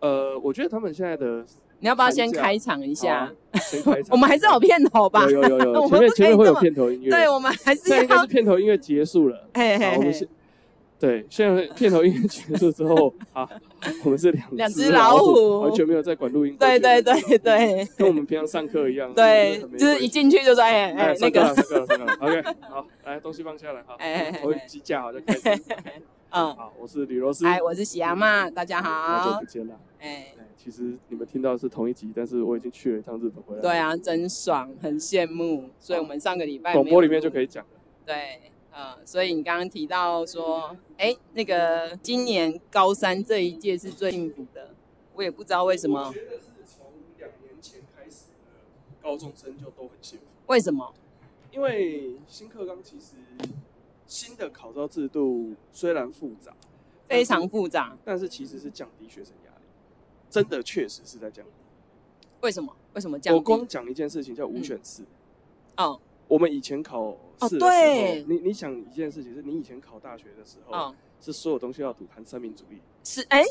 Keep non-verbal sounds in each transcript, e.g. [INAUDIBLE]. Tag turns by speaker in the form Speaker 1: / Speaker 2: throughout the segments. Speaker 1: 呃我觉得他们现在的
Speaker 2: 你要不要先开场一
Speaker 1: 一
Speaker 2: 下？，
Speaker 1: 先开场
Speaker 2: 啊 [LAUGHS] 我们还是有片头吧？
Speaker 1: 啊有有有
Speaker 2: [LAUGHS]
Speaker 1: 有，
Speaker 2: 我们
Speaker 1: 前面前面
Speaker 2: 不可以
Speaker 1: 会有
Speaker 2: 这么
Speaker 1: 片头音乐，
Speaker 2: 对，我们还是
Speaker 1: 那应该
Speaker 2: 要
Speaker 1: 是片头音乐结束了。
Speaker 2: [LAUGHS] 嘿
Speaker 1: 好，
Speaker 2: 嘿
Speaker 1: 我们
Speaker 2: 嘿
Speaker 1: 现对，现在片头音乐结束之后 [LAUGHS] 啊，我们是两
Speaker 2: 两
Speaker 1: 只
Speaker 2: 只老
Speaker 1: 虎，
Speaker 2: 虎
Speaker 1: 完全没有在管录音，
Speaker 2: 对对
Speaker 1: 完全没
Speaker 2: 对
Speaker 1: 有在管录音，
Speaker 2: 对
Speaker 1: 跟我们平常上课一样，
Speaker 2: 对，
Speaker 1: 很没
Speaker 2: 就是
Speaker 1: 关系
Speaker 2: 一进去就说哎
Speaker 1: 哎
Speaker 2: 哎那
Speaker 1: 上课
Speaker 2: 个
Speaker 1: 了上课了上课了，OK，好，来东西放下来哈
Speaker 2: 哎哎哎，
Speaker 1: 我有鸡架好就开始，
Speaker 2: [LAUGHS] 嗯，
Speaker 1: 好，我是吕罗斯，
Speaker 2: 哎，我是喜阿妈，大家
Speaker 1: 好久
Speaker 2: 好
Speaker 1: 不，见了。
Speaker 2: 哎，
Speaker 1: 哎，其实你们听到的是同一集，但是我已经去了一趟日本回来，
Speaker 2: 对，啊，真爽，很羡慕，所以我们上个礼拜
Speaker 1: 广播里面就
Speaker 2: 以。
Speaker 1: 可以讲了。
Speaker 2: 对，呃，所以你刚刚提到说，哎，那个今年高三这一届是最幸福的，我也不知道为什么，
Speaker 1: 觉得是从两年前开始的高中生就都很幸福，
Speaker 2: 为什么？
Speaker 1: 因为新课纲其实新的考招制度虽然复杂，
Speaker 2: 非常复杂，
Speaker 1: 但是其实是降低学生压力，真的确实是在降低。
Speaker 2: 为什么？为什么这样？
Speaker 1: 我光讲一件事情叫五选四，
Speaker 2: 哦
Speaker 1: 我们以前考试的时候，
Speaker 2: 对
Speaker 1: 你你想一件事情是你以前考大学的时候，
Speaker 2: 哦，
Speaker 1: 是所有东西要读含三民主义，
Speaker 2: 是哎，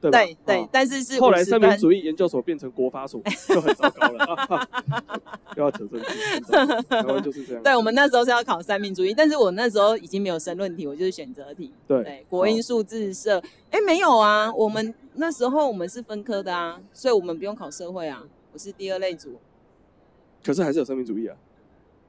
Speaker 1: 对吧？
Speaker 2: 对对
Speaker 1: 啊，
Speaker 2: 但是是
Speaker 1: 后来三
Speaker 2: 50
Speaker 1: 民
Speaker 2: 分
Speaker 1: 主义研究所变成国法
Speaker 2: [LAUGHS]
Speaker 1: 所，就很糟糕了。啊啊又要扯政治，台湾就是这样。
Speaker 2: 对，我们那时候是要考三民主义，但是我那时候已经没有申论题，我就是选择题。
Speaker 1: 对哦啊
Speaker 2: 对，国英数自社，哎、没有啊，我们那时候我们是分科的啊，所以我们不用考社会啊，我是第二类组。
Speaker 1: 可是还是有三民主义啊。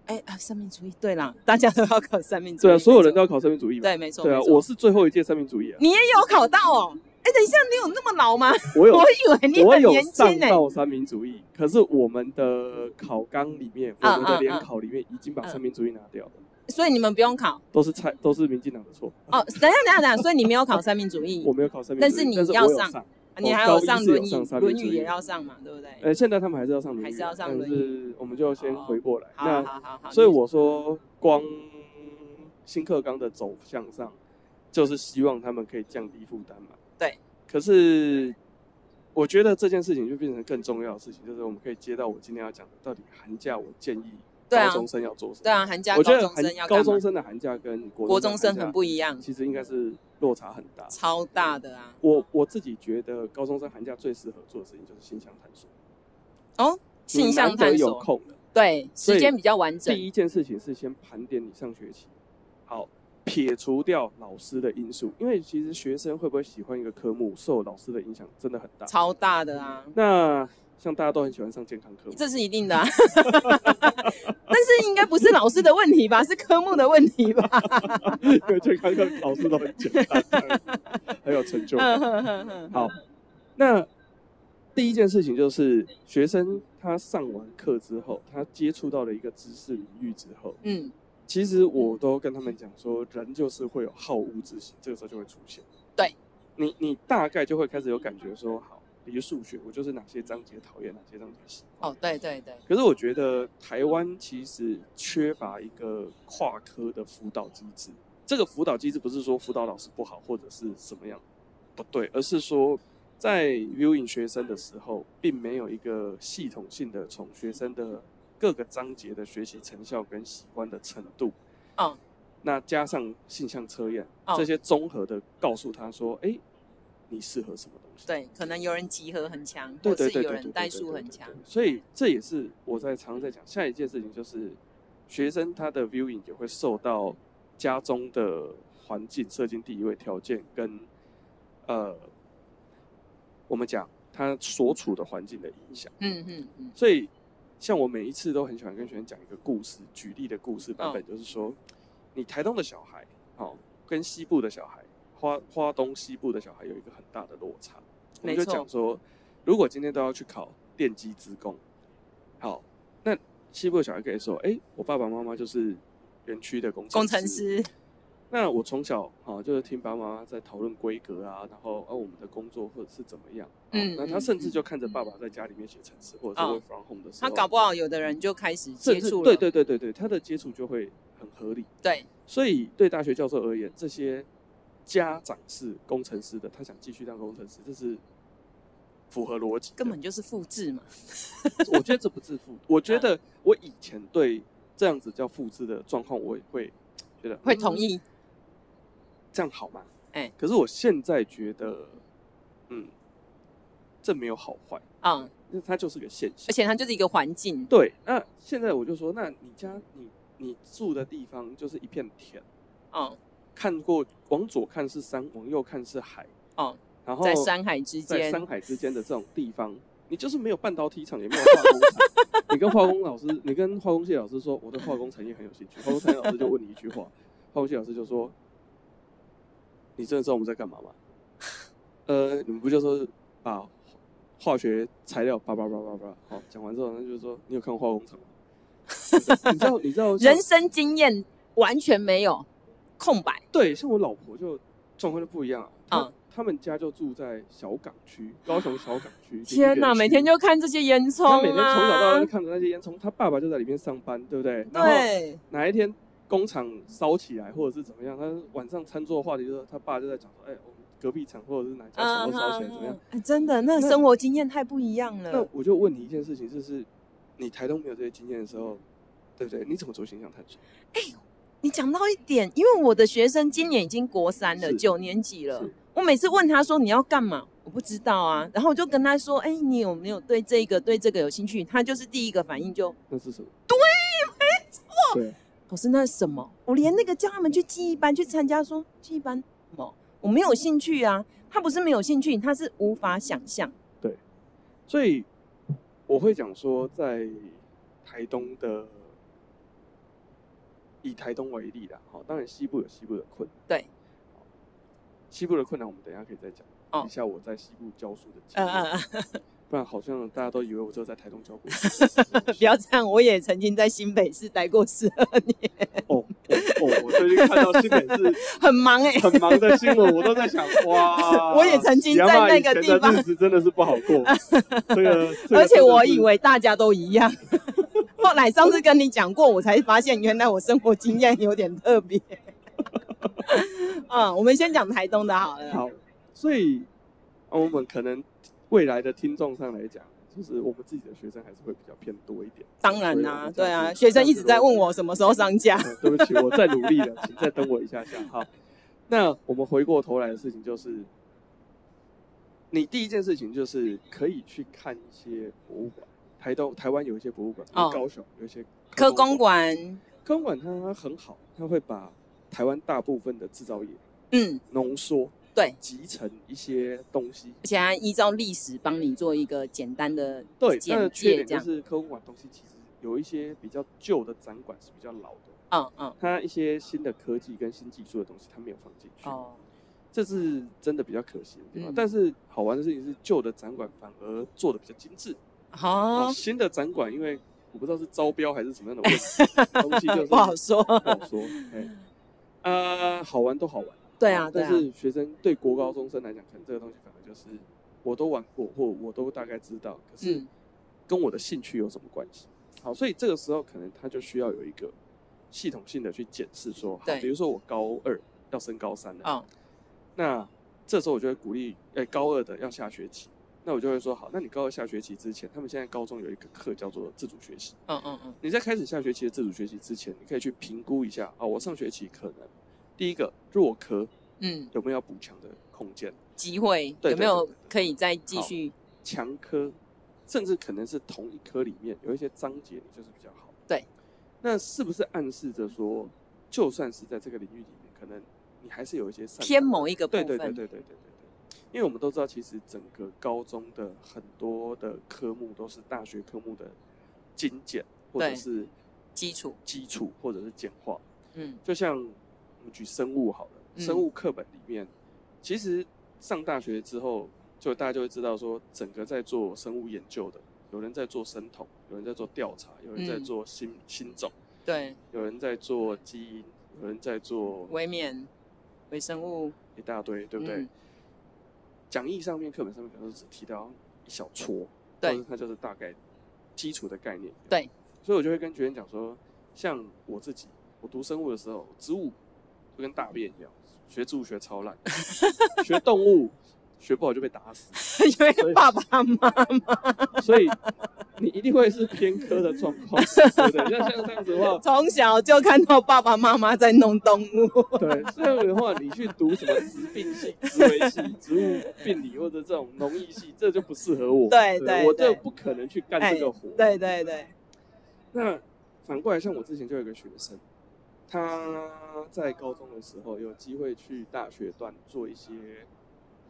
Speaker 2: 哎、啊，三民主义，对啦，大家都要考三民主义。
Speaker 1: 对啊，所有人
Speaker 2: 没
Speaker 1: 都要考三民主义嘛。
Speaker 2: 错对，没错。
Speaker 1: 对啊，
Speaker 2: 没错
Speaker 1: 我是最后一届三民主义啊，
Speaker 2: 你也有考到哦。哎、等一下，你有那么老吗？
Speaker 1: 我有
Speaker 2: 我以为你
Speaker 1: 我
Speaker 2: 很
Speaker 1: 有
Speaker 2: 年
Speaker 1: 上
Speaker 2: 轻欸呢、
Speaker 1: 到三民主义，可是我们的考纲里面，我
Speaker 2: 嗯
Speaker 1: 们的
Speaker 2: 嗯
Speaker 1: 联
Speaker 2: 嗯
Speaker 1: 考里面已经把
Speaker 2: 嗯
Speaker 1: 三民主义拿掉了，
Speaker 2: 所以你们不用考
Speaker 1: 都是蔡都是民进党的错，
Speaker 2: 哦。等一下，等一下，等一下，所以你没有考三民主义
Speaker 1: [LAUGHS] 我，没有考三民主义，
Speaker 2: 嗯但
Speaker 1: 但
Speaker 2: 是你
Speaker 1: 我
Speaker 2: 要
Speaker 1: 有
Speaker 2: 上
Speaker 1: 上，
Speaker 2: 啊你
Speaker 1: 我
Speaker 2: 还
Speaker 1: 高一
Speaker 2: 上
Speaker 1: 是有
Speaker 2: 轮椅
Speaker 1: 上，三民
Speaker 2: 轮
Speaker 1: 主
Speaker 2: 椅
Speaker 1: 义
Speaker 2: 也要上嘛，对不对？
Speaker 1: 呃，现在他们还是要上轮椅，
Speaker 2: 还是要上
Speaker 1: 但
Speaker 2: 轮椅
Speaker 1: 是我们就先回过来。
Speaker 2: 好好
Speaker 1: 那
Speaker 2: 好好好，
Speaker 1: 所以
Speaker 2: 你
Speaker 1: 我说，光新课纲的走向上，就是希望他们可以降低负担嘛。
Speaker 2: 对。
Speaker 1: 可是，我觉得这件事情就变成更重要的事情，就是我们可以接到我今天要讲的，到底寒假我建议
Speaker 2: 对啊
Speaker 1: 高中生要做什么。
Speaker 2: 对啊，寒假
Speaker 1: 我
Speaker 2: 高
Speaker 1: 觉得
Speaker 2: 中
Speaker 1: 寒
Speaker 2: 生要干
Speaker 1: 高
Speaker 2: 嘛
Speaker 1: 中生的寒假跟国
Speaker 2: 国中生
Speaker 1: 的寒假
Speaker 2: 很不一样，嗯
Speaker 1: 其实应该是落差很大。
Speaker 2: 超大的啊！
Speaker 1: 我我自己觉得高中生寒假最适合做的事情就是性向探索，
Speaker 2: 哦，
Speaker 1: 你
Speaker 2: 性向
Speaker 1: 嗯难得
Speaker 2: 探
Speaker 1: 有
Speaker 2: 索，
Speaker 1: 空了。
Speaker 2: 对，
Speaker 1: 所以
Speaker 2: 时间比较完整。
Speaker 1: 第一件事情是先盘点你上学期，好，撇除掉老师的因素，因为其实学生会不会喜欢一个科目，受老师的影响真的很大。
Speaker 2: 超大的啊，
Speaker 1: 那像大家都很喜欢上健康科目， [LAUGHS]
Speaker 2: 这是一定的、啊。但是应该不是老师的问题吧，是科目的问题吧？
Speaker 1: 因为健康科老师都很简单，很有成就感。
Speaker 2: 嗯哼哼哼
Speaker 1: 好，那第一件事情就是学生他上完课之后，他接触到了一个知识领域之后，
Speaker 2: [LAUGHS] 嗯，
Speaker 1: 其实我都跟他们讲说，人就是会有好恶之心，这个时候就会出现。
Speaker 2: 对，
Speaker 1: 你你大概就会开始有感觉说，好，比如数学，我就是哪些章节讨厌，哪些章节喜欢。
Speaker 2: 哦，对对对，
Speaker 1: 可是我觉得台湾其实缺乏一个跨科的辅导机制。这个辅导机制不是说辅导老师不好或者是什么样不对，而是说在 viewing 学生的时候，并没有一个系统性的从学生的各个章节的学习成效跟喜欢的程度，
Speaker 2: 哦，
Speaker 1: 那加上性向测验、
Speaker 2: 哦
Speaker 1: 这些综合的告诉他说，哎，你适合什么东西？
Speaker 2: 对，可能有人集合很强，
Speaker 1: 对
Speaker 2: 或
Speaker 1: 对
Speaker 2: 是
Speaker 1: 对
Speaker 2: 有
Speaker 1: 对对
Speaker 2: 人
Speaker 1: 对
Speaker 2: 代
Speaker 1: 对
Speaker 2: 数
Speaker 1: 对
Speaker 2: 很
Speaker 1: 对
Speaker 2: 强
Speaker 1: 对，所以这也是我在常在讲下一件事情，就是学生他的 viewing 也会受到家中的环境、社经地位条件跟呃，我们讲他所处的环境的影响。
Speaker 2: 嗯嗯嗯，
Speaker 1: 所以，像我每一次都很喜欢跟学生讲一个故事，举例的故事
Speaker 2: 嗯
Speaker 1: 版本，就是说，你台东的小孩，哦，跟西部的小孩，花花东西部的小孩有一个很大的落差。我们
Speaker 2: 没
Speaker 1: 就
Speaker 2: 错
Speaker 1: 讲说，如果今天都要去考电机职工，好，那西部的小孩可以说，哎、我爸爸妈妈就是园区的工
Speaker 2: 工程师，
Speaker 1: 那我从小哈、哦就是听爸妈妈在讨论规格啊，然后啊我们的工作或者是怎么样，哦
Speaker 2: 嗯
Speaker 1: 那
Speaker 2: 嗯
Speaker 1: 他甚至
Speaker 2: 嗯
Speaker 1: 就看着爸爸在家里面写程式或者是
Speaker 2: 哦
Speaker 1: work from home 的时候，
Speaker 2: 他搞不好有的人就开始
Speaker 1: 甚
Speaker 2: 接
Speaker 1: 至
Speaker 2: 触了，
Speaker 1: 对对对对对，他的接触就会很合理。
Speaker 2: 对
Speaker 1: 所以对大学教授而言，这些家长是工程师的，他想继续当工程师，这是符合逻辑的。
Speaker 2: 根本就是复制
Speaker 1: 嗯
Speaker 2: 嘛，
Speaker 1: 我觉得这不是复，我觉
Speaker 2: 嗯
Speaker 1: 得我以前对这样子叫复制的状况，我也会觉得
Speaker 2: 会同
Speaker 1: 嗯
Speaker 2: 意，
Speaker 1: 这样好吗？
Speaker 2: 哎
Speaker 1: 可是我现在觉得，嗯，这没有好坏，
Speaker 2: 嗯，
Speaker 1: 那它就是个现象
Speaker 2: 而。且它就是一个环境，
Speaker 1: 对，那现在我就说，那你家你你住的地方就是一片田，
Speaker 2: 嗯，
Speaker 1: 看过往左看是山，往右看是海，
Speaker 2: 哦，
Speaker 1: 然后
Speaker 2: 在山海之
Speaker 1: 在
Speaker 2: 间，
Speaker 1: 山海之间的这种地方，你就是没有半导体厂，也没有化工厂。你跟化工老师， [LAUGHS] 你跟化工系老师说，我对化工产业很有兴趣。化工产业老师就问你一句话，化工系老师就说：“哦你真的知道我们在干嘛吗？”呃，你们不就说把化学材料叭叭叭叭叭，好讲完之后，那就是说你有看过化工厂吗？你知道你知道
Speaker 2: [LAUGHS]
Speaker 1: 像
Speaker 2: 人生经验完全没有空白，
Speaker 1: 对，像我老婆就状况就不一样啊。她
Speaker 2: 嗯
Speaker 1: 他们家就住在小港区， [LAUGHS] 高雄小港
Speaker 2: [LAUGHS]
Speaker 1: 区。
Speaker 2: 天哪，
Speaker 1: 哪，
Speaker 2: 每天就看这些烟囱、啊，
Speaker 1: 他每天从小到大就看着那些烟囱，他爸爸就在里面上班，对不对？然后
Speaker 2: 对，
Speaker 1: 哪一天工厂烧起来或者是怎么样，他晚上餐桌的话题就是他爸就在讲说，哎，我们隔壁厂或者是哪家厂
Speaker 2: 嗯
Speaker 1: 都烧起来怎么样？？
Speaker 2: 哎真的，那
Speaker 1: 那
Speaker 2: 生活经验太不一样
Speaker 1: 那
Speaker 2: 了。
Speaker 1: 我就问你一件事情，就是你台东没有这些经验的时候，对不对？你怎么做形象探索？
Speaker 2: 你讲到一点，因为我的学生今年已经国三了，
Speaker 1: 是
Speaker 2: 九年级了
Speaker 1: 是。嗯
Speaker 2: 我每次问他说你要干嘛，我不知道啊。然后我就跟他说，哎、你有没有对这个对这个有兴趣？他就是第一个反应就，
Speaker 1: 那是什么？对，没错。
Speaker 2: 老师那是什么？我连那个叫他们去记忆班去参加说记忆班什么，我没有兴趣啊。他不是没有兴趣，他是无法想象。
Speaker 1: 所以我会讲说，在台东的，以台东为例啦，好，当然西部有西部的困难，
Speaker 2: 对
Speaker 1: 好，西部的困难我们等一下可以再讲，
Speaker 2: 哦
Speaker 1: 一下我在西部教书的经
Speaker 2: 呃
Speaker 1: 验，
Speaker 2: 呃， [LAUGHS] 呃。
Speaker 1: 不然好像大家都以为我只有在台东教过
Speaker 2: [LAUGHS] 不要这样，我也曾经在新北市待过十二年，
Speaker 1: 哦哦，我最近看到新北市
Speaker 2: [LAUGHS] 很
Speaker 1: [LAUGHS]
Speaker 2: 忙哎、
Speaker 1: 很忙的新闻，我都在想，哇，
Speaker 2: 我也曾经在那个地方
Speaker 1: 杨妈以前的日子真的是不好
Speaker 2: [LAUGHS]
Speaker 1: 过，这个，这个
Speaker 2: 而且我
Speaker 1: 真的
Speaker 2: 以
Speaker 1: 是
Speaker 2: 为大家都一样。 [LAUGHS] 后来上次跟你讲过，我才发现原来我生活经验有点特别。 [LAUGHS] 嗯，我们先讲台东的好了。
Speaker 1: 好，所以呃我们可能未来的听众上来讲，就是我们自己的学生还是会比较偏多一 [LAUGHS] 点。
Speaker 2: 当然
Speaker 1: 所以
Speaker 2: 啦、
Speaker 1: 我们这
Speaker 2: 对
Speaker 1: 样
Speaker 2: 啊，
Speaker 1: 子
Speaker 2: 学生一直在问我什么时候上架。
Speaker 1: 呃对不起，我在努力了，请再等我一下下。好，那我们回过头来的事情就是，你第一件事情就是可以去看一些博物馆。台东、台湾有一些博物馆，
Speaker 2: 哦
Speaker 1: 高雄有一些
Speaker 2: 科工，馆，
Speaker 1: 科工馆它很好，它会把台湾大部分的制造业
Speaker 2: 嗯，
Speaker 1: 浓缩，
Speaker 2: 对，
Speaker 1: 集成一些东西，
Speaker 2: 而且它依照历史帮你做一个简单的
Speaker 1: 对，它
Speaker 2: 简
Speaker 1: 的缺
Speaker 2: 介，
Speaker 1: 点
Speaker 2: 这
Speaker 1: 就
Speaker 2: 样。
Speaker 1: 是科工馆东西其实有一些比较旧的展馆是比较老的，
Speaker 2: 嗯嗯，
Speaker 1: 它一些新的科技跟新技术的东西它没有放进去，
Speaker 2: 哦，
Speaker 1: 这是真的比较可惜的地方。
Speaker 2: 嗯
Speaker 1: 但是好玩的事情是，旧的展馆反而做的比较精致，
Speaker 2: 好、
Speaker 1: 啊，
Speaker 2: [LAUGHS]
Speaker 1: 新的展馆因为我不知道是招标还是什么样的问题，
Speaker 2: [LAUGHS]
Speaker 1: 东西就是
Speaker 2: 不好说。
Speaker 1: 不好说，哎，啊，好玩都好玩，
Speaker 2: 对啊，对
Speaker 1: 哦但
Speaker 2: 啊，
Speaker 1: 是学生对国高中生来讲，可能这个东西反而就是我都玩过，或我都大概知道，可是
Speaker 2: 嗯
Speaker 1: 跟我的兴趣有什么关系？好，所以这个时候可能他就需要有一个系统性的去检视说，好
Speaker 2: 对，
Speaker 1: 比如说我高二要升高三了，
Speaker 2: 哦，
Speaker 1: 那这时候我就会鼓励，哎、高二的要下学期，那我就会说，好，那你高二下学期之前，他们现在高中有一个课叫做自主学习，
Speaker 2: 嗯嗯嗯，
Speaker 1: 你在开始下学期的自主学习之前，你可以去评估一下啊、我上学期可能第一个弱科
Speaker 2: 嗯，
Speaker 1: 有没有要补强的空间，
Speaker 2: 机会
Speaker 1: 对
Speaker 2: 有没有
Speaker 1: 对对对对
Speaker 2: 可以再继续？
Speaker 1: 强科，甚至可能是同一科里面有一些章节你就是比较好。
Speaker 2: 对，
Speaker 1: 那是不是暗示着说，就算是在这个领域里面，可能你还是有一些擅长
Speaker 2: 偏某一个部
Speaker 1: 对对对
Speaker 2: 分？
Speaker 1: 对对对对对，因为我们都知道，其实整个高中的很多的科目都是大学科目的精简，或者
Speaker 2: 对
Speaker 1: 是
Speaker 2: 基础
Speaker 1: 基础，或者是简化。
Speaker 2: 嗯
Speaker 1: 就像我们举生物好了，
Speaker 2: 嗯
Speaker 1: 生物课本里面，其实上大学之后，就大家就会知道说，整个在做生物研究的，有人在做生统，有人在做调查，有人在
Speaker 2: 嗯
Speaker 1: 做新、新种，
Speaker 2: 对，
Speaker 1: 有人在做基因，有人在做
Speaker 2: 微免、微生物，
Speaker 1: 一大堆，对不对
Speaker 2: 嗯？
Speaker 1: 讲义上面、课本上面可能都只提到一小撮，
Speaker 2: 对
Speaker 1: 或者它就是大概基础的概念。
Speaker 2: 对，
Speaker 1: 所以我就会跟学员讲说，像我自己，我读生物的时候，植物就跟大便一样，学植物学超
Speaker 2: [LAUGHS]
Speaker 1: 烂，学动物学不好就被打死，
Speaker 2: 因为爸爸妈妈
Speaker 1: 所以你一定会是偏科的状况，对不对？那像这样子的话，
Speaker 2: 从小就看到爸爸妈妈在弄动物， [LAUGHS]
Speaker 1: 对，这样的话，你去读什么植病系、植维系、植物病理或者这种农艺系，这就不适合我。
Speaker 2: 对对
Speaker 1: 我这
Speaker 2: 对哎
Speaker 1: 不可能去干这个活。
Speaker 2: 对对对，
Speaker 1: 那反过来，像我之前就有一个学生，他在高中的时候有机会去大学段做一些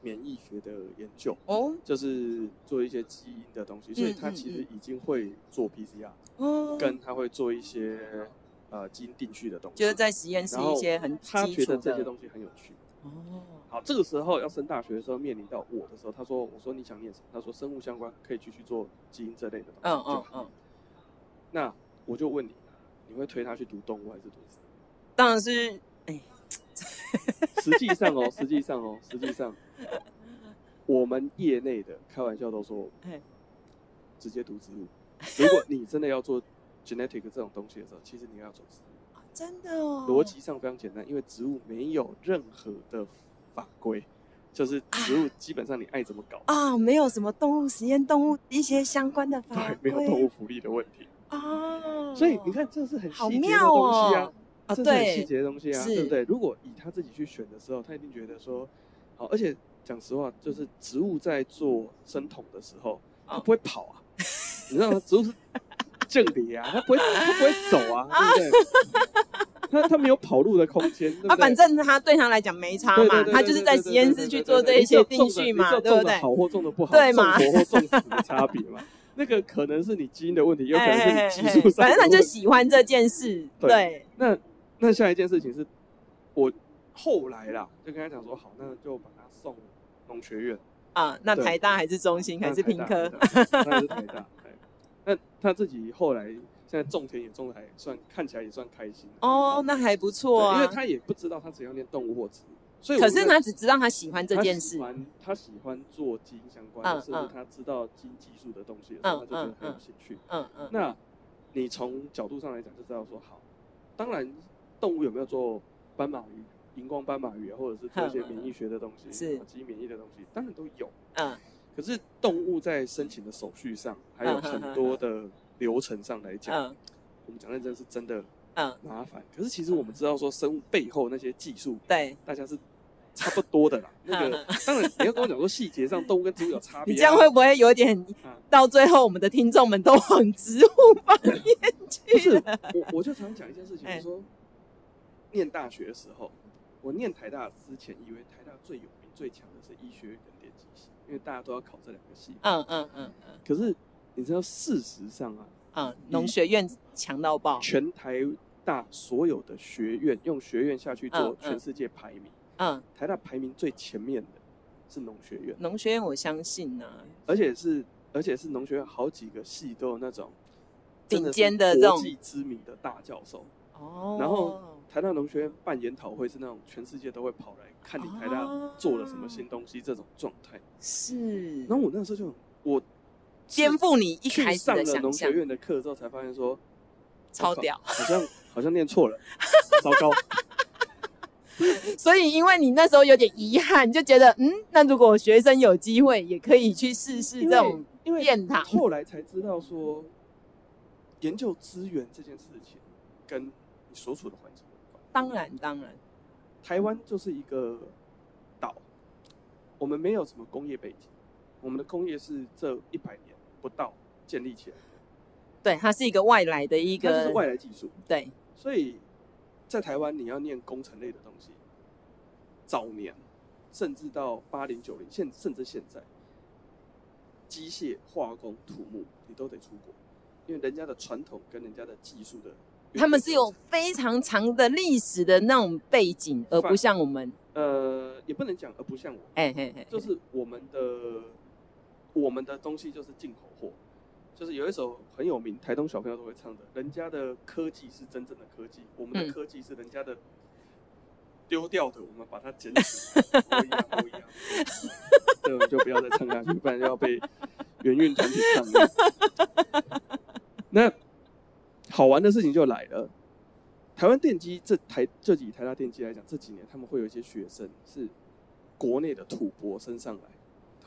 Speaker 1: 免疫学的研究，
Speaker 2: 哦
Speaker 1: 就是做一些基因的东西，所以
Speaker 2: 嗯
Speaker 1: 他
Speaker 2: 嗯
Speaker 1: 其
Speaker 2: 嗯
Speaker 1: 实已经会做 PCR，、
Speaker 2: 哦，
Speaker 1: 跟他会做一些呃基因定序的东西。
Speaker 2: 就是在实验室
Speaker 1: 然后
Speaker 2: 一些很
Speaker 1: 他
Speaker 2: 基
Speaker 1: 觉
Speaker 2: 础
Speaker 1: 得这些
Speaker 2: 的
Speaker 1: 东西很有趣。
Speaker 2: 哦，
Speaker 1: 好，这个时候要升大学的时候，面临到我的时候，他说：“我说你想念什么？”他说：“生物相关可以继续做基因这类的东西。”
Speaker 2: 嗯嗯嗯，
Speaker 1: 那我就问你，你会推他去读动物还是读植物？
Speaker 2: 当然是哎，
Speaker 1: 实际上哦，实际上哦，实际上，我们业内的开玩笑都说
Speaker 2: 嘿，
Speaker 1: 直接读植物。如果你真的要做 genetic 这种东西的时候，其实你要走植物，
Speaker 2: 啊真的哦，
Speaker 1: 逻辑上非常简单，因为植物没有任何的法规，就是植物基本上你爱怎么搞，
Speaker 2: 啊，没有什么动物实验、动物一些相关的法
Speaker 1: 对
Speaker 2: 规，，
Speaker 1: 没有动物福利的问题。
Speaker 2: 啊，
Speaker 1: 所以你看，这是很
Speaker 2: 哦好
Speaker 1: 细节的
Speaker 2: 妙
Speaker 1: 东西啊
Speaker 2: 哦，啊，
Speaker 1: 这是很细
Speaker 2: 对，
Speaker 1: 节的东西啊，
Speaker 2: 是
Speaker 1: 对不对？如果以他自己去选的时候，他一定觉得说，好，而且讲实话，就是植物在做生酮的时候，它
Speaker 2: 哦
Speaker 1: 不会跑啊，你知道吗？植物是正理啊，它不会，它不会走啊，对不对？
Speaker 2: [LAUGHS]
Speaker 1: 它它没有跑路的空间，对不
Speaker 2: 啊，
Speaker 1: 对？
Speaker 2: 反正他对他来讲没差
Speaker 1: 对
Speaker 2: 嘛，
Speaker 1: 对对
Speaker 2: 他
Speaker 1: 对
Speaker 2: 就是
Speaker 1: 对
Speaker 2: 在
Speaker 1: 对
Speaker 2: 实
Speaker 1: 对
Speaker 2: 验
Speaker 1: 对
Speaker 2: 室
Speaker 1: 对
Speaker 2: 去
Speaker 1: 对
Speaker 2: 做
Speaker 1: 对
Speaker 2: 这一
Speaker 1: 你知道
Speaker 2: 些
Speaker 1: 种
Speaker 2: 定
Speaker 1: 的
Speaker 2: 序
Speaker 1: 你
Speaker 2: 嘛，
Speaker 1: 知道
Speaker 2: 对不
Speaker 1: 种的
Speaker 2: 对？
Speaker 1: 好或种的不好，
Speaker 2: 对
Speaker 1: 种
Speaker 2: 嘛
Speaker 1: 活或种死的差别
Speaker 2: [LAUGHS]
Speaker 1: 嘛。那个可能是你基因的问题，有可能
Speaker 2: 哎
Speaker 1: 是你技术上的问题。
Speaker 2: 反正他就喜欢这件事，
Speaker 1: 对
Speaker 2: 对，
Speaker 1: 那那下一件事情是，我后来啦，就跟他讲说，好，那就把他送农学院，
Speaker 2: 啊，那
Speaker 1: 对
Speaker 2: 台大还是中心还是
Speaker 1: 那
Speaker 2: 平科
Speaker 1: 台？大，台大那还是台大。哎那他自己后来现在种田也种的还算，看起来也算开心啊
Speaker 2: 哦，那还
Speaker 1: 对
Speaker 2: 不错
Speaker 1: 因为
Speaker 2: 啊。
Speaker 1: 他也不知道他只要念动物或植物，所以我
Speaker 2: 可
Speaker 1: 觉
Speaker 2: 是
Speaker 1: 得
Speaker 2: 他只知道他喜欢这
Speaker 1: 他
Speaker 2: 件
Speaker 1: 喜
Speaker 2: 事，
Speaker 1: 欢他喜欢做基因相关的，
Speaker 2: 嗯
Speaker 1: 甚至
Speaker 2: 嗯
Speaker 1: 他知道基因技术的东西的时候，
Speaker 2: 嗯
Speaker 1: 他就觉得
Speaker 2: 嗯
Speaker 1: 很有
Speaker 2: 嗯
Speaker 1: 兴趣。
Speaker 2: 嗯嗯，
Speaker 1: 那你从角度上来讲就知道说好，当然动物有没有做斑马鱼、荧光斑马鱼啊，或者是做一些
Speaker 2: 嗯嗯嗯
Speaker 1: 免疫学的东西，啊
Speaker 2: 是
Speaker 1: 基因免疫的东西，当然都有。
Speaker 2: 嗯
Speaker 1: 可是动物在申请的手续上，还有
Speaker 2: 嗯嗯嗯
Speaker 1: 很多的流程上来讲，
Speaker 2: 嗯
Speaker 1: 我们讲认真是真的
Speaker 2: 嗯，
Speaker 1: 麻烦。可是其实我们知道说生物背后那些技术，
Speaker 2: 对，
Speaker 1: 大家是。差不多的啦，
Speaker 2: [LAUGHS]
Speaker 1: 那个
Speaker 2: 嗯嗯
Speaker 1: 当然你要跟我讲说细节上动物跟植物有差别、啊，
Speaker 2: 你这样会不会有点
Speaker 1: 啊
Speaker 2: 到最后我们的听众们都往植物方面
Speaker 1: 不是
Speaker 2: 去了？
Speaker 1: 我，我就常讲一件事情，
Speaker 2: 哎
Speaker 1: 我说念大学的时候，我念台大之前，以为台大最有名、最强的是医学跟电机系，因为大家都要考这两个系。
Speaker 2: 嗯嗯嗯嗯
Speaker 1: 可是你知道，事实上啊，
Speaker 2: 嗯，农学院强到爆，
Speaker 1: 全台大所有的学院，用学院下去做
Speaker 2: 嗯嗯
Speaker 1: 全世界排名，
Speaker 2: 嗯，
Speaker 1: 台大排名最前面的是农学院，
Speaker 2: 农学院我相信呢，
Speaker 1: 而且是而且是农学院好几个系都有那种真
Speaker 2: 顶尖
Speaker 1: 的
Speaker 2: 的
Speaker 1: 是
Speaker 2: 这
Speaker 1: 国
Speaker 2: 种
Speaker 1: 际知名的大教授。
Speaker 2: 哦，
Speaker 1: 然后台大农学院办研讨会是那种全世界都会跑来看你台大
Speaker 2: 哦
Speaker 1: 做了什么新东西这种状态。
Speaker 2: 嗯是
Speaker 1: 然后我那时候就我
Speaker 2: 颠覆你一
Speaker 1: 去
Speaker 2: 开始
Speaker 1: 上
Speaker 2: 的
Speaker 1: 了
Speaker 2: 想
Speaker 1: 农学
Speaker 2: 象，
Speaker 1: 院的课之后，才发现说
Speaker 2: 超屌。
Speaker 1: 我靠好像好像念错
Speaker 2: [LAUGHS]
Speaker 1: 了，糟糕。
Speaker 2: 所以，因为你那时候有点遗憾，就觉得嗯，那如果学生有机会，也可以去试试
Speaker 1: 因
Speaker 2: 这
Speaker 1: 为
Speaker 2: 种
Speaker 1: 因为
Speaker 2: 殿堂。
Speaker 1: 后来才知道说，研究资源这件事情跟你所处的环境有关。
Speaker 2: 当然，当然，
Speaker 1: 台湾就是一个岛，我们没有什么工业背景，我们的工业是这一百年不到建立起来的。
Speaker 2: 对，它是一个外来的一
Speaker 1: 它就是
Speaker 2: 个
Speaker 1: 外来技术，
Speaker 2: 对，
Speaker 1: 所以在台湾你要念工程类的东西，早年甚至到八零九零，现甚至现在，机械、化工、土木你都得出国，因为人家的传统跟人家的技术的运用，
Speaker 2: 他们是有非常长的历史的那种背景，而不像我们，
Speaker 1: 呃，也不能讲，而不像我，
Speaker 2: 哎嘿嘿，
Speaker 1: 就是我们的我们的东西就是进口货。就是有一首很有名，台东小朋友都会唱的，人家的科技是真正的科技，我们的
Speaker 2: 嗯
Speaker 1: 科技是人家的丢掉的，我们把它捡起来。不一样，不一样。对，我们就不要再唱下去，不然要被圆运团体抗议。那好玩的事情就来了，台湾电机这台这以台大电机来讲，这几年他们会有一些学生是国内的土博升上来，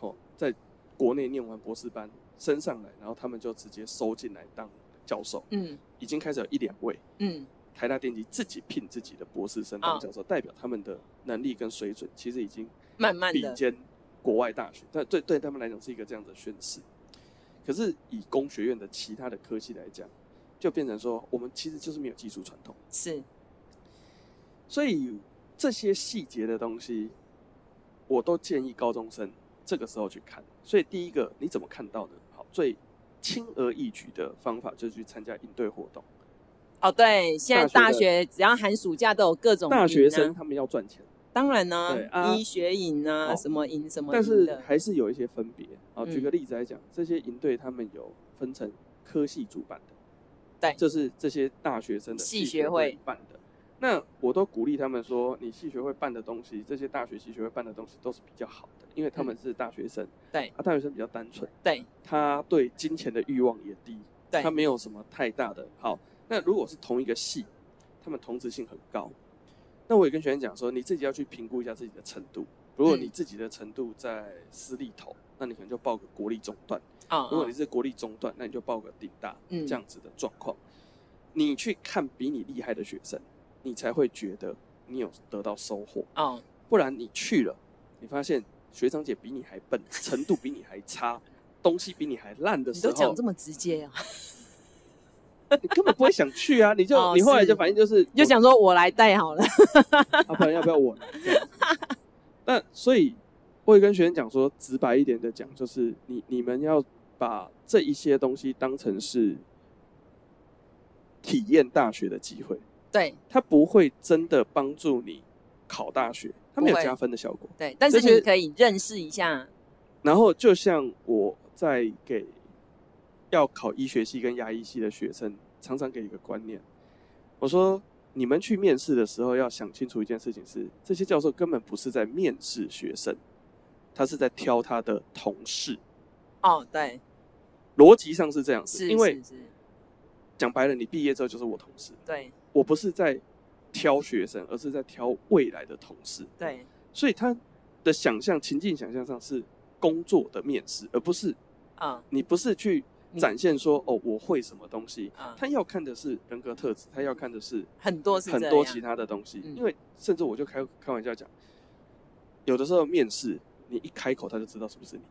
Speaker 1: 哦，在国内念完博士班，升上来，然后他们就直接收进来当教授，
Speaker 2: 嗯
Speaker 1: 已经开始有一两位
Speaker 2: 嗯
Speaker 1: 台大电机自己聘自己的博士生当教授，代表他们的能力跟水准其实已经
Speaker 2: 慢慢地
Speaker 1: 比肩国外大学，但对对他们来讲是一个这样的宣示。可是以工学院的其他的科系来讲，就变成说我们其实就是没有技术传统，
Speaker 2: 是
Speaker 1: 所以这些细节的东西，我都建议高中生这个时候去看。所以第一个你怎么看到呢？好，最轻而易举的方法就是去参加营队活动。
Speaker 2: 哦，对，现在
Speaker 1: 大
Speaker 2: 大
Speaker 1: 学
Speaker 2: 学只要寒暑假都有各种
Speaker 1: 大学
Speaker 2: 营啊
Speaker 1: 生他们要赚钱，
Speaker 2: 当然
Speaker 1: 对
Speaker 2: 呢、
Speaker 1: 啊
Speaker 2: 医学营啊，
Speaker 1: 哦
Speaker 2: 什么营什么
Speaker 1: 但
Speaker 2: 营
Speaker 1: 是
Speaker 2: 的，
Speaker 1: 还是有一些分别啊。
Speaker 2: 嗯
Speaker 1: 举个例子来讲，这些营队他们有分成科系主办的，
Speaker 2: 对
Speaker 1: 就是这些大学生的
Speaker 2: 系
Speaker 1: 系学
Speaker 2: 学
Speaker 1: 会
Speaker 2: 会
Speaker 1: 办的。那我都鼓励他们说，你系学会办的东西，这些大学系学会办的东西都是比较好的，因为他们是大学生，
Speaker 2: 嗯对
Speaker 1: 啊，大学生比较单纯，
Speaker 2: 对
Speaker 1: 他对金钱的欲望也低，
Speaker 2: 对
Speaker 1: 他没有什么太大的好。那如果是同一个系，他们同质性很高，那我也跟学生讲说，你自己要去评估一下自己的程度。如果你
Speaker 2: 嗯
Speaker 1: 自己的程度在私立头，那你可能就报个国立中段；
Speaker 2: 啊，
Speaker 1: 如果
Speaker 2: 啊
Speaker 1: 你是国立中段，那你就报个顶大，
Speaker 2: 嗯
Speaker 1: 这样子的状况。你去看比你厉害的学生，你才会觉得你有得到收获。
Speaker 2: 哦，
Speaker 1: 不然你去了，你发现学长姐比你还笨，程度比你还差，东西比你还烂的
Speaker 2: 你
Speaker 1: 时
Speaker 2: 都
Speaker 1: 候
Speaker 2: 讲这，么直接啊，
Speaker 1: 你根本不会想去
Speaker 2: [LAUGHS]
Speaker 1: 啊！你就、
Speaker 2: 哦
Speaker 1: 你后来
Speaker 2: 是
Speaker 1: 就反应就是，
Speaker 2: [LAUGHS] 你就想说我来带好了， [LAUGHS]
Speaker 1: 啊，不然要不要我来？这样子那 [LAUGHS] 所以我也跟学生讲说，直白一点的讲，就是你你们要把这一些东西当成是体验大学的机会，
Speaker 2: 对
Speaker 1: 它不会真的帮助你考大学，它没有
Speaker 2: 不会
Speaker 1: 加分的效果。
Speaker 2: 对，但是
Speaker 1: 这些
Speaker 2: 你可以认识一下，
Speaker 1: 然后就像我在给要考医学系跟牙医系的学生，常常给一个观念，我说你们去面试的时候要想清楚一件事情是，这些教授根本不是在面试学生，他是在挑他的同事，
Speaker 2: 哦，对，
Speaker 1: 逻辑上是这样子，
Speaker 2: 是
Speaker 1: 哦因为
Speaker 2: 是是
Speaker 1: 讲白了，你毕业之后就是我同事，
Speaker 2: 对
Speaker 1: 我不是在挑学生，而是在挑未来的同事，
Speaker 2: 对
Speaker 1: 所以他的想象情境想象上是工作的面试，而不是
Speaker 2: 啊
Speaker 1: 你不是去展现说哦我会什么东西，
Speaker 2: 嗯啊，
Speaker 1: 他要看的是人格特质，他要看的是
Speaker 2: 很多是
Speaker 1: 很
Speaker 2: 这
Speaker 1: 多
Speaker 2: 样
Speaker 1: 其他的东西。
Speaker 2: 嗯
Speaker 1: 因为甚至我就开开玩笑讲，有的时候面试你一开口他就知道是
Speaker 2: [LAUGHS]
Speaker 1: 不是你，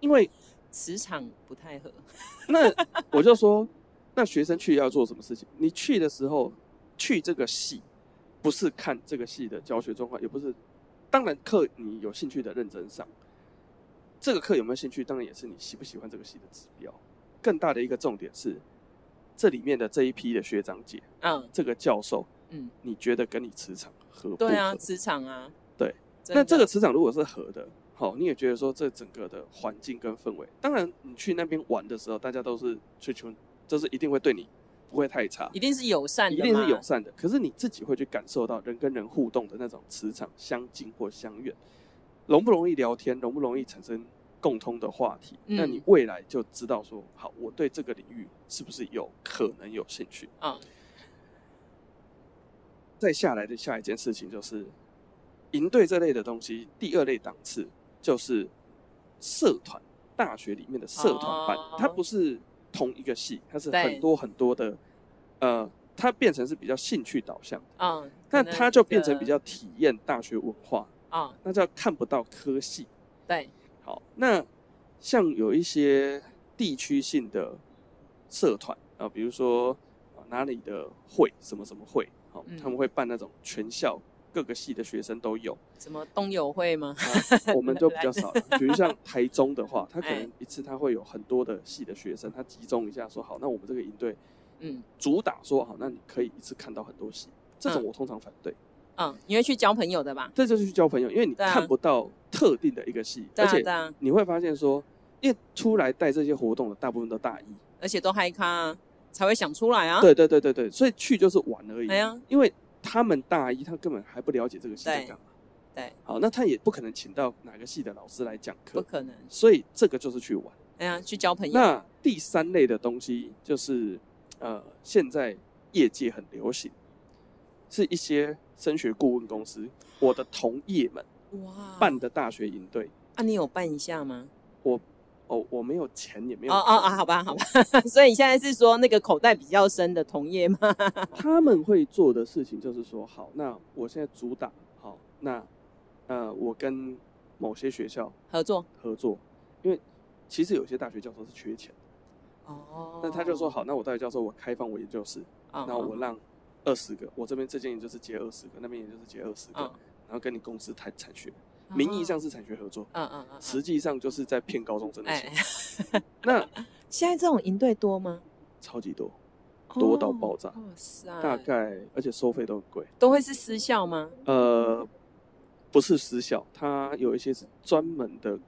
Speaker 1: 因为
Speaker 2: 磁场不太合，
Speaker 1: [LAUGHS] 那我就说，那学生去要做什么事情？你去的时候去这个系，不是看这个系的教学状况，也不是，当然课你有兴趣的认真上，这个课有没有兴趣，当然也是你喜不喜欢这个系的指标。更大的一个重点是，这里面的这一批的学长姐，
Speaker 2: 嗯
Speaker 1: 这个教授，
Speaker 2: 嗯，
Speaker 1: 你觉得跟你磁场合不合？
Speaker 2: 对啊，磁场啊，
Speaker 1: 对
Speaker 2: 真的，
Speaker 1: 那这个磁场如果是合的，好，你也觉得说这整个的环境跟氛围，当然你去那边玩的时候，大家都是追求，就是一定会对你不会太差，
Speaker 2: 一定是友善的
Speaker 1: 一
Speaker 2: 嘛，
Speaker 1: 定是友善的。可是你自己会去感受到人跟人互动的那种磁场相近或相远，容不容易聊天，容不容易产生共通的话题，
Speaker 2: 嗯
Speaker 1: 那你未来就知道说，好，我对这个领域是不是有可能有兴趣。
Speaker 2: 啊，
Speaker 1: 再下来的下一件事情就是，营队这类的东西，第二类档次就是社团，大学里面的社团办，
Speaker 2: 哦
Speaker 1: 它不是同一个系，它是
Speaker 2: 对
Speaker 1: 很多很多的，呃，它变成是比较兴趣导向，
Speaker 2: 嗯，
Speaker 1: 那
Speaker 2: 可能
Speaker 1: 它就
Speaker 2: 一个
Speaker 1: 变成比较体验大学文化，
Speaker 2: 啊，
Speaker 1: 那叫看不到科系。
Speaker 2: 对，
Speaker 1: 好，那像有一些地区性的社团啊，比如说啊哪里的会什么什么会，好、
Speaker 2: 嗯
Speaker 1: 他们会办那种全校各个系的学生都
Speaker 2: [LAUGHS]
Speaker 1: 有。
Speaker 2: 什么冬友会吗？
Speaker 1: 啊、我们就比较少了。比如像台中的话，他可
Speaker 2: 哎
Speaker 1: 能一次他会有很多的系的学生，他集中一下说好，那我们这个营队
Speaker 2: 嗯
Speaker 1: 主打说好，那你可以一次看到很多系。这种
Speaker 2: 嗯
Speaker 1: 我通常反对，
Speaker 2: 嗯，你会去交朋友的吧？
Speaker 1: 这就是去交朋友，因为你
Speaker 2: 对啊
Speaker 1: 看不到特定的一个系，
Speaker 2: 对
Speaker 1: 而
Speaker 2: 啊
Speaker 1: 且
Speaker 2: 对啊，
Speaker 1: 你会发现说，因为出来带这些活动的大部分都大一，
Speaker 2: 而且都嗨咖啊才会想出来啊。
Speaker 1: 对对对对对，所以去就是玩而已。
Speaker 2: 哎呀
Speaker 1: 因为他们大一，他根本还不了解这个系在
Speaker 2: 对
Speaker 1: 干嘛。
Speaker 2: 对，
Speaker 1: 好，那他也不可能请到哪个系的老师来讲
Speaker 2: 不
Speaker 1: 课，
Speaker 2: 可能。
Speaker 1: 所以这个就是去玩。
Speaker 2: 哎呀，去交朋友。
Speaker 1: 那第三类的东西就是，呃，现在业界很流行，是一些升学顾问公司，我的同业们
Speaker 2: 哇，
Speaker 1: 办的大学营队，
Speaker 2: 啊，你有办一下吗？
Speaker 1: 我哦，我没有钱，也没有
Speaker 2: 哦哦啊，好吧好吧， [LAUGHS] 所以你现在是说那个口袋比较深的同业吗？ [LAUGHS]
Speaker 1: 他们会做的事情就是说，好，那我现在主打好，那呃，我跟某些学校
Speaker 2: 合作
Speaker 1: 合作，因为其实有些大学教授是缺钱，
Speaker 2: 哦
Speaker 1: 那他就说好，那我大学教授我开放我研究室，
Speaker 2: 哦，
Speaker 1: 那我让二十个，我这边这间研究室接二十个，那边研究室接二十个，
Speaker 2: 嗯
Speaker 1: 然后跟你公司谈产学，名义上是产学合作，
Speaker 2: 哦嗯嗯嗯，嗯
Speaker 1: 实际上就是在骗高中生的
Speaker 2: 哎
Speaker 1: 钱，，那
Speaker 2: [LAUGHS] 现在这种营队多吗？
Speaker 1: 超级多，多到爆炸
Speaker 2: 哦哇塞，
Speaker 1: 大概而且收费都很贵，
Speaker 2: 都会是私校吗？
Speaker 1: 呃，不是私校，它有一些是专门的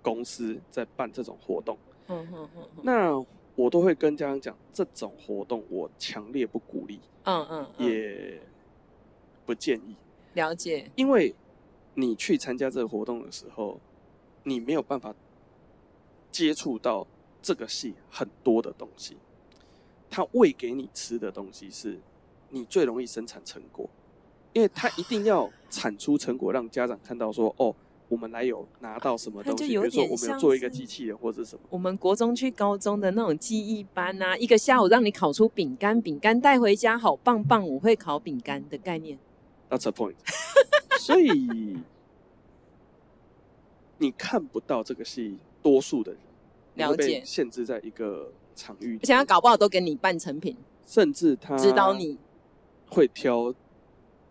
Speaker 1: 公司在办这种活动。
Speaker 2: 嗯嗯嗯嗯
Speaker 1: 那我都会跟家长讲，这种活动我强烈不鼓励，
Speaker 2: 嗯嗯，嗯
Speaker 1: 也不建议，
Speaker 2: 了解，
Speaker 1: 因为你去参加这个活动的时候，你没有办法接触到这个系很多的东西。他喂给你吃的东西是你最容易生产成果，因为他一定要产出成果，让家长看到说，哦，我们来有拿到什么
Speaker 2: 它
Speaker 1: 东
Speaker 2: 就
Speaker 1: 西，比
Speaker 2: 有
Speaker 1: 如说
Speaker 2: 点
Speaker 1: 我们有
Speaker 2: 像
Speaker 1: 做一个
Speaker 2: 是
Speaker 1: 机器人或者是什么。
Speaker 2: 我们国中去高中的那种记忆班啊，一个下午让你烤出饼干，饼干带回家，好棒棒，我会烤饼干的概念。
Speaker 1: That's a point 。 [LAUGHS] 所以你看不到这个戏，多数的人你会
Speaker 2: 了
Speaker 1: 被
Speaker 2: 解
Speaker 1: 限制在一个场域里，
Speaker 2: 而且他搞不好都给你半成品，
Speaker 1: 甚至他
Speaker 2: 指导你
Speaker 1: 会挑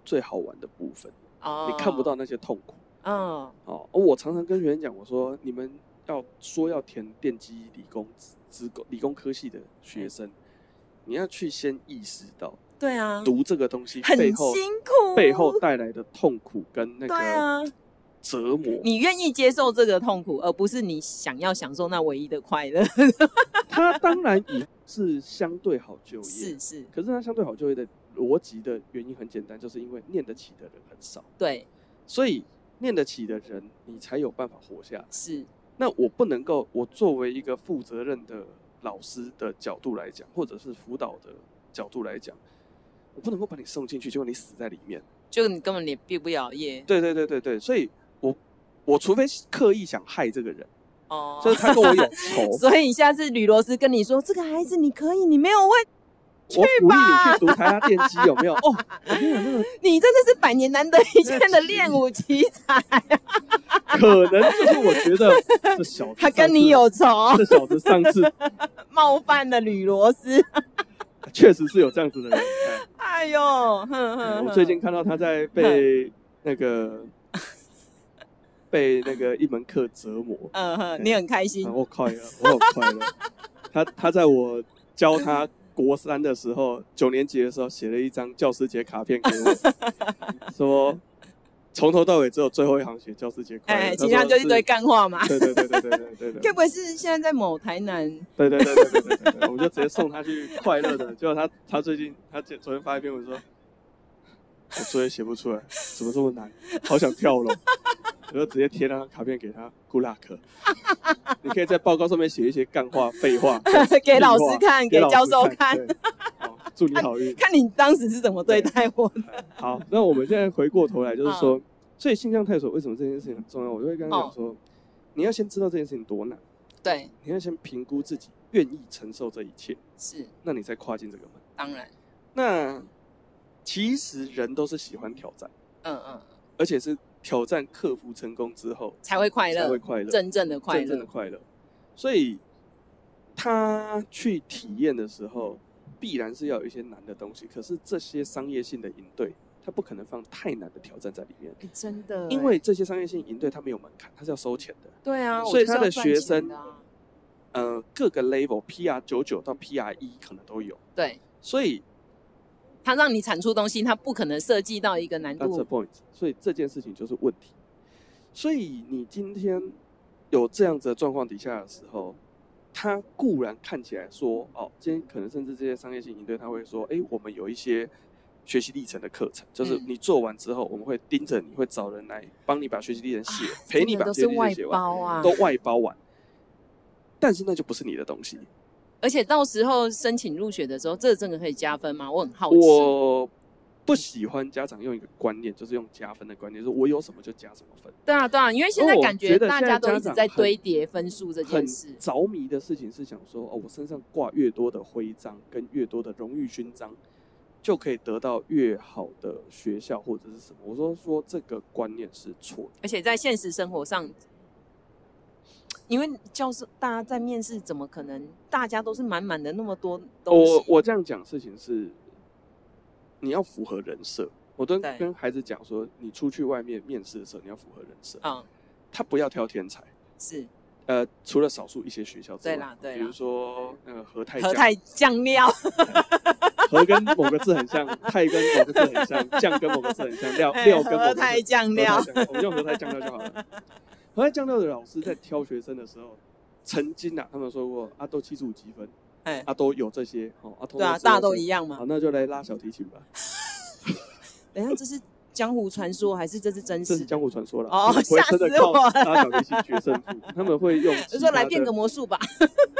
Speaker 1: 最好玩的部分，
Speaker 2: 哦，
Speaker 1: 你看不到那些痛苦。
Speaker 2: 哦，
Speaker 1: 哦，我常常跟学员讲，我说你们要说要填电机理工、资工、理工科系的学生，你要去先意识到
Speaker 2: 嗯对啊，
Speaker 1: 读这个东西
Speaker 2: 很
Speaker 1: 背后
Speaker 2: 辛苦，
Speaker 1: 背后带来的痛苦跟那
Speaker 2: 对啊
Speaker 1: 个折磨。
Speaker 2: 你愿意接受这个痛苦，而不是你想要享受那唯一的快乐。
Speaker 1: [LAUGHS] 它当然也是相对好就业，
Speaker 2: [LAUGHS] 是，是，
Speaker 1: 可是它相对好就业的逻辑的原因很简单，就是因为念得起的人很少，
Speaker 2: 对，
Speaker 1: 所以念得起的人，你才有办法活下来。
Speaker 2: 是，
Speaker 1: 那我不能够，我作为一个负责任的老师的角度来讲，或者是辅导的角度来讲，我不能够把你送进去，结果你死在里面。
Speaker 2: 就你根本连毕不了业
Speaker 1: 对对对对对，所以我我除非刻意想害这个人，
Speaker 2: 哦。 [LAUGHS]
Speaker 1: 就是他跟我有仇，
Speaker 2: 所以下次吕罗斯跟你说这个孩子你可以，你没有问，
Speaker 1: 我鼓励你去读台大电机，有没有？哦，我跟你讲，那个
Speaker 2: 你真的是百年难得一见的练武奇
Speaker 1: [LAUGHS]
Speaker 2: 才，
Speaker 1: 可能就是我觉得这小子
Speaker 2: 他
Speaker 1: 上
Speaker 2: 跟
Speaker 1: 次
Speaker 2: 你有仇，
Speaker 1: 这小子上次
Speaker 2: 冒犯了吕罗斯。 [LAUGHS]
Speaker 1: 确实是有这样子的人。哎
Speaker 2: 哎呦，哼哼哼
Speaker 1: 我最近看到他在
Speaker 2: 嗯
Speaker 1: 被那个被那个一门课折磨，
Speaker 2: 嗯哼，你很开心 [LAUGHS]
Speaker 1: 啊，我快乐，我很快乐。他他在我教他国三的时候，九年级的时候写了一张教师节卡片给
Speaker 2: [LAUGHS]
Speaker 1: 我，说从头到尾只有最后一行写教师节快乐，
Speaker 2: 哎，
Speaker 1: 他
Speaker 2: 其他
Speaker 1: 说
Speaker 2: 就一
Speaker 1: 是
Speaker 2: 堆干话嘛。
Speaker 1: 对对对对对对对对
Speaker 2: 该。不会是现在在某台南？
Speaker 1: 对对对对对对对对，我们就直接送他去快乐的。结果他他最近他昨昨天发一篇文说，我作业写不出来，怎么这么难？好想跳楼。我就直接贴张卡片给他，Good luck。你可以在报告上面写一些干话、废话，
Speaker 2: [LAUGHS] 给
Speaker 1: 屁
Speaker 2: 老
Speaker 1: 话
Speaker 2: 师看给
Speaker 1: 啊老
Speaker 2: 教
Speaker 1: 师
Speaker 2: 授
Speaker 1: 看。
Speaker 2: 看
Speaker 1: 对好祝你好运。
Speaker 2: [LAUGHS] 看你当时是怎么对待我的。
Speaker 1: 好，那我们现在回过头来，就是
Speaker 2: 嗯
Speaker 1: 说，所以性向探索为什么这件事情很重要？我就会跟他讲
Speaker 2: 哦
Speaker 1: 说，你要先知道这件事情多难，
Speaker 2: [LAUGHS] 对，
Speaker 1: 你要先评估自己愿意承受这一切，
Speaker 2: 是
Speaker 1: 那你再跨进这个门。
Speaker 2: 当然，
Speaker 1: 那其实人都是喜欢挑战，
Speaker 2: 嗯嗯，
Speaker 1: 而且是挑战克服成功之后
Speaker 2: 才会快
Speaker 1: 才
Speaker 2: 乐
Speaker 1: 会，快乐，
Speaker 2: 真正的快
Speaker 1: 真正
Speaker 2: 乐
Speaker 1: 的。快乐。所以他去体验的时候，
Speaker 2: 嗯
Speaker 1: 必然是要有一些难的东西。可是这些商业性的营队，他不可能放太难的挑战在里面，
Speaker 2: 哎真的欸，
Speaker 1: 因为这些商业性营队它没有门槛，它是要收钱的。
Speaker 2: 对啊，我
Speaker 1: 所以
Speaker 2: 就是
Speaker 1: 他的
Speaker 2: 要赚
Speaker 1: 学
Speaker 2: 钱
Speaker 1: 生
Speaker 2: 的啊
Speaker 1: 呃，各个 level PR 九九到 PR 一可能都有，
Speaker 2: 对
Speaker 1: 所以
Speaker 2: 他让你产出东西，他不可能设计到一个难
Speaker 1: That's the
Speaker 2: 度。
Speaker 1: point。所以这件事情就是问题。所以你今天有这样子的状况底下的时候，他固然看起来说，哦，今天可能甚至这些商业性营队他会说，哎、我们有一些学习历程的课程，就是
Speaker 2: 嗯
Speaker 1: 你做完之后，我们会盯着你，会找人来帮你把学习历程写，
Speaker 2: 啊
Speaker 1: 陪
Speaker 2: 真
Speaker 1: 你
Speaker 2: 的
Speaker 1: 把
Speaker 2: 都
Speaker 1: 学习
Speaker 2: 是
Speaker 1: 历
Speaker 2: 外
Speaker 1: 程写完，
Speaker 2: 包啊，
Speaker 1: 都外包完。但是那就不是你的东西。
Speaker 2: 而且到时候申请入学的时候，这真的可以加分吗？我很好奇。
Speaker 1: 我不喜欢家长用一个观念，就是用加分的观念，说我有什么就加什么分。
Speaker 2: 对啊，对啊，因为现
Speaker 1: 因为
Speaker 2: 在
Speaker 1: 我
Speaker 2: 感
Speaker 1: 哦觉得
Speaker 2: 大
Speaker 1: 现
Speaker 2: 家
Speaker 1: 在
Speaker 2: 都
Speaker 1: 家
Speaker 2: 一直
Speaker 1: 长
Speaker 2: 在
Speaker 1: 很
Speaker 2: 堆叠分数这
Speaker 1: 很
Speaker 2: 件事。
Speaker 1: 着迷的事情是想说，哦，我身上挂越多的徽章跟越多的荣誉勋章，就可以得到越好的学校或者是什么。我说说这个观念是错的。
Speaker 2: 而且在现实生活上，因为教授大家在面试，怎么可能大家都是满满的那么多东西？
Speaker 1: 我我这样讲事情是，你要符合人设。我都
Speaker 2: 对
Speaker 1: 跟孩子讲说，你出去外面面试的时候，你要符合人设。
Speaker 2: 嗯，
Speaker 1: 他不要挑天才，
Speaker 2: 是
Speaker 1: 呃，除了少数一些学校之外，
Speaker 2: 对啦对啦
Speaker 1: 比如说那个和泰
Speaker 2: 和
Speaker 1: 酱
Speaker 2: 泰酱料， [LAUGHS]
Speaker 1: 和跟某个字很像，泰跟某个字很像，酱跟某个字很像，料
Speaker 2: 哎
Speaker 1: 料跟某
Speaker 2: 和
Speaker 1: 个字很
Speaker 2: 泰
Speaker 1: 像
Speaker 2: 酱
Speaker 1: 和
Speaker 2: 料
Speaker 1: 泰，酱料，我们用和泰酱料就好了。和泰酱料的老师在挑学生的时候，曾经啊，他们说过啊，都七十五积分，
Speaker 2: 哎，
Speaker 1: 啊都有这些，哦，啊，
Speaker 2: 对啊，大家都
Speaker 1: 样。
Speaker 2: 一样
Speaker 1: 好
Speaker 2: 嘛。，
Speaker 1: 那就来拉小提琴吧，
Speaker 2: 等一下这是江湖传说还是这是真
Speaker 1: 这是
Speaker 2: 实？
Speaker 1: 江湖传说了。
Speaker 2: 嗯
Speaker 1: [LAUGHS]
Speaker 2: 哦
Speaker 1: 他们不会
Speaker 2: 吓
Speaker 1: 真的
Speaker 2: 死
Speaker 1: 靠
Speaker 2: 我了
Speaker 1: 拉小提琴决胜负，他们会
Speaker 2: [LAUGHS]
Speaker 1: 用
Speaker 2: 就
Speaker 1: 其
Speaker 2: 说
Speaker 1: 他
Speaker 2: 来变
Speaker 1: 的
Speaker 2: 个魔术吧，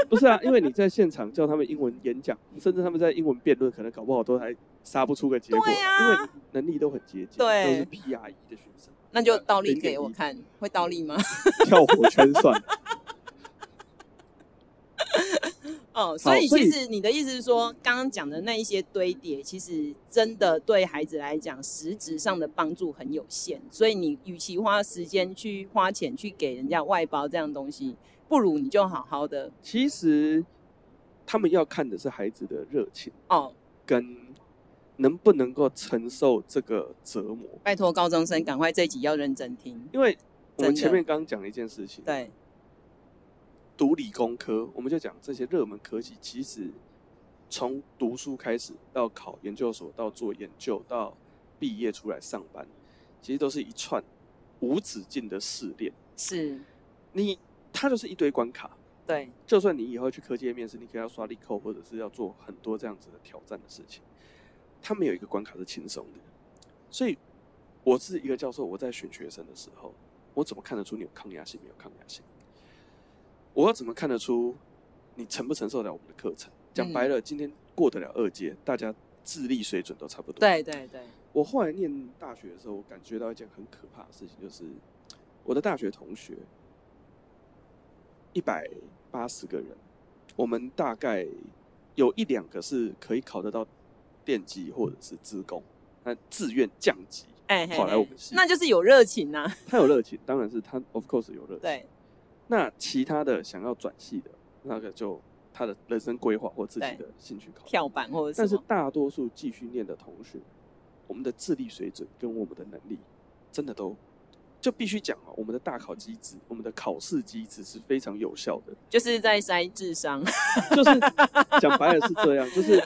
Speaker 1: 不是啊，因为你在现场叫他们英文演讲，甚至他们在英文辩论，可能搞不好都还杀不出个结果，
Speaker 2: 对啊
Speaker 1: 因为你能力都很接近，
Speaker 2: 对
Speaker 1: 都是 PRE 的学生，
Speaker 2: 那就倒立给
Speaker 1: 0.1
Speaker 2: 我看，会倒立吗？
Speaker 1: 跳火圈算了。 [LAUGHS]
Speaker 2: 哦，所以
Speaker 1: 所以
Speaker 2: 其实你的意思是说，刚刚讲的那一些堆叠，其实真的对孩子来讲，实质上的帮助很有限。所以你与其花时间去花钱去给人家外包这样东西，不如你就好好的
Speaker 1: 其实他们要看的是孩子的热情
Speaker 2: 哦，
Speaker 1: 跟能不能够承受这个折磨，
Speaker 2: 拜托高中生赶快这一集要认真听。
Speaker 1: 因为我们
Speaker 2: 真的
Speaker 1: 前面刚刚讲了一件事情，
Speaker 2: 对，
Speaker 1: 读理工科，我们就讲这些热门科技，其实从读书开始到考研究所，到做研究，到毕业出来上班，其实都是一串无止境的试炼。
Speaker 2: 是，
Speaker 1: 你它就是一堆关卡，
Speaker 2: 对，
Speaker 1: 就算你以后去科技业面试，你可能要刷力扣，或者是要做很多这样子的挑战的事情，他们有一个关卡是轻松的。所以，我是一个教授，我在选学生的时候，我怎么看得出你有抗压性没有抗压性？我要怎么看得出你承不承受得了我们的课程？讲白了，今天过得了二阶，大家智力水准都差不多。
Speaker 2: 对，对，对，
Speaker 1: 我后来念大学的时候，我感觉到一件很可怕的事情，就是我的大学同学一百八十个人，我们大概有一两个是可以考得到电机或者是资工，那自愿降级
Speaker 2: 哎，嘿
Speaker 1: 跑来我
Speaker 2: 嘿
Speaker 1: 们系。
Speaker 2: 那就是有热情呐、
Speaker 1: 他有热情，当然是他 of course 有热情。
Speaker 2: 对，
Speaker 1: 那其他的想要转系的，那个就他的人生规划或自己的
Speaker 2: 对
Speaker 1: 兴趣考量。
Speaker 2: 跳板或者
Speaker 1: 但
Speaker 2: 什
Speaker 1: 是
Speaker 2: 么，
Speaker 1: 大多数继续念的同学，我们的智力水准跟我们的能力，真的都就必须讲哦，我们的大考机制，我们的考试机制是非常有效的。
Speaker 2: 就是在筛智商。 [LAUGHS]
Speaker 1: 就是讲白了是这样，就是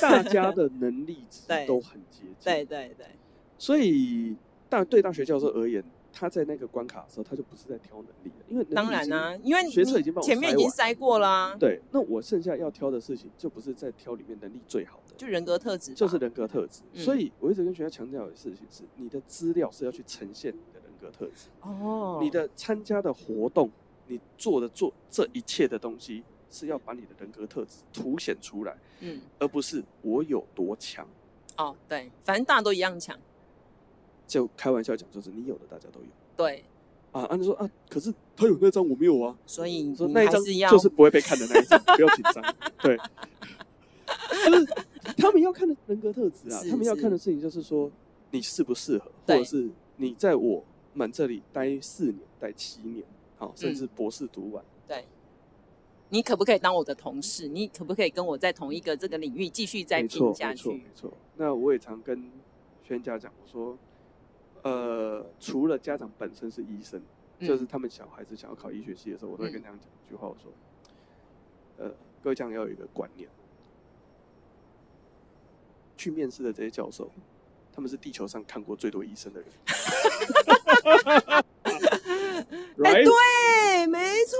Speaker 1: 大家的能力值
Speaker 2: [LAUGHS] 对
Speaker 1: 都很接近。
Speaker 2: 对，对，对，
Speaker 1: 所以大对大学教授而言，他在那个关卡的时候，他就不是在挑能力了，因为能力
Speaker 2: 当然啊
Speaker 1: 已经
Speaker 2: 啦、因为你
Speaker 1: 学测已经帮我
Speaker 2: 前面已经
Speaker 1: 筛
Speaker 2: 筛过啦、
Speaker 1: 对，那我剩下要挑的事情，就不是在挑里面能力最好的，
Speaker 2: 就人格特质吧，
Speaker 1: 就是人格特质。
Speaker 2: 嗯
Speaker 1: 所以我一直跟学校强调的事情是，你的资料是要去呈现你的人格特质，
Speaker 2: 哦，
Speaker 1: 你的参加的活动，你做的做这一切的东西，是要把你的人格特质凸显出来，
Speaker 2: 嗯
Speaker 1: 而不是我有多强。
Speaker 2: 哦对，反正大家都一样强，
Speaker 1: 就开玩笑讲，就是你有的大家都有
Speaker 2: 对，
Speaker 1: 啊。按、啊、你说啊，可是他有那张我没有啊。
Speaker 2: 所以
Speaker 1: 你说
Speaker 2: 你
Speaker 1: 那一
Speaker 2: 还
Speaker 1: 张
Speaker 2: 是要
Speaker 1: 就是不会被看的那一张，不要紧张。对，就是他们要看的人格特质啊，
Speaker 2: 是
Speaker 1: 他们要看的事情就是说你适不适合，或者
Speaker 2: 对
Speaker 1: 是你在我们这里待四年、待七年，好，甚至博士读完。
Speaker 2: 对，你可不可以当我的同事？你可不可以跟我在同一个这个领域继续再
Speaker 1: 没错
Speaker 2: 拼，下
Speaker 1: 没错，没
Speaker 2: 去？
Speaker 1: 错。那我也常跟宣家讲，我说，呃，除了家长本身是医生，
Speaker 2: 嗯
Speaker 1: 就是他们小孩子想要考医学系的时候，我都会跟家长讲一句话，我说，呃，各位家长要有一个观念，去面试的这些教授，他们是地球上看过最多医生的人。
Speaker 2: [LAUGHS] 哎、
Speaker 1: right？
Speaker 2: 对，没错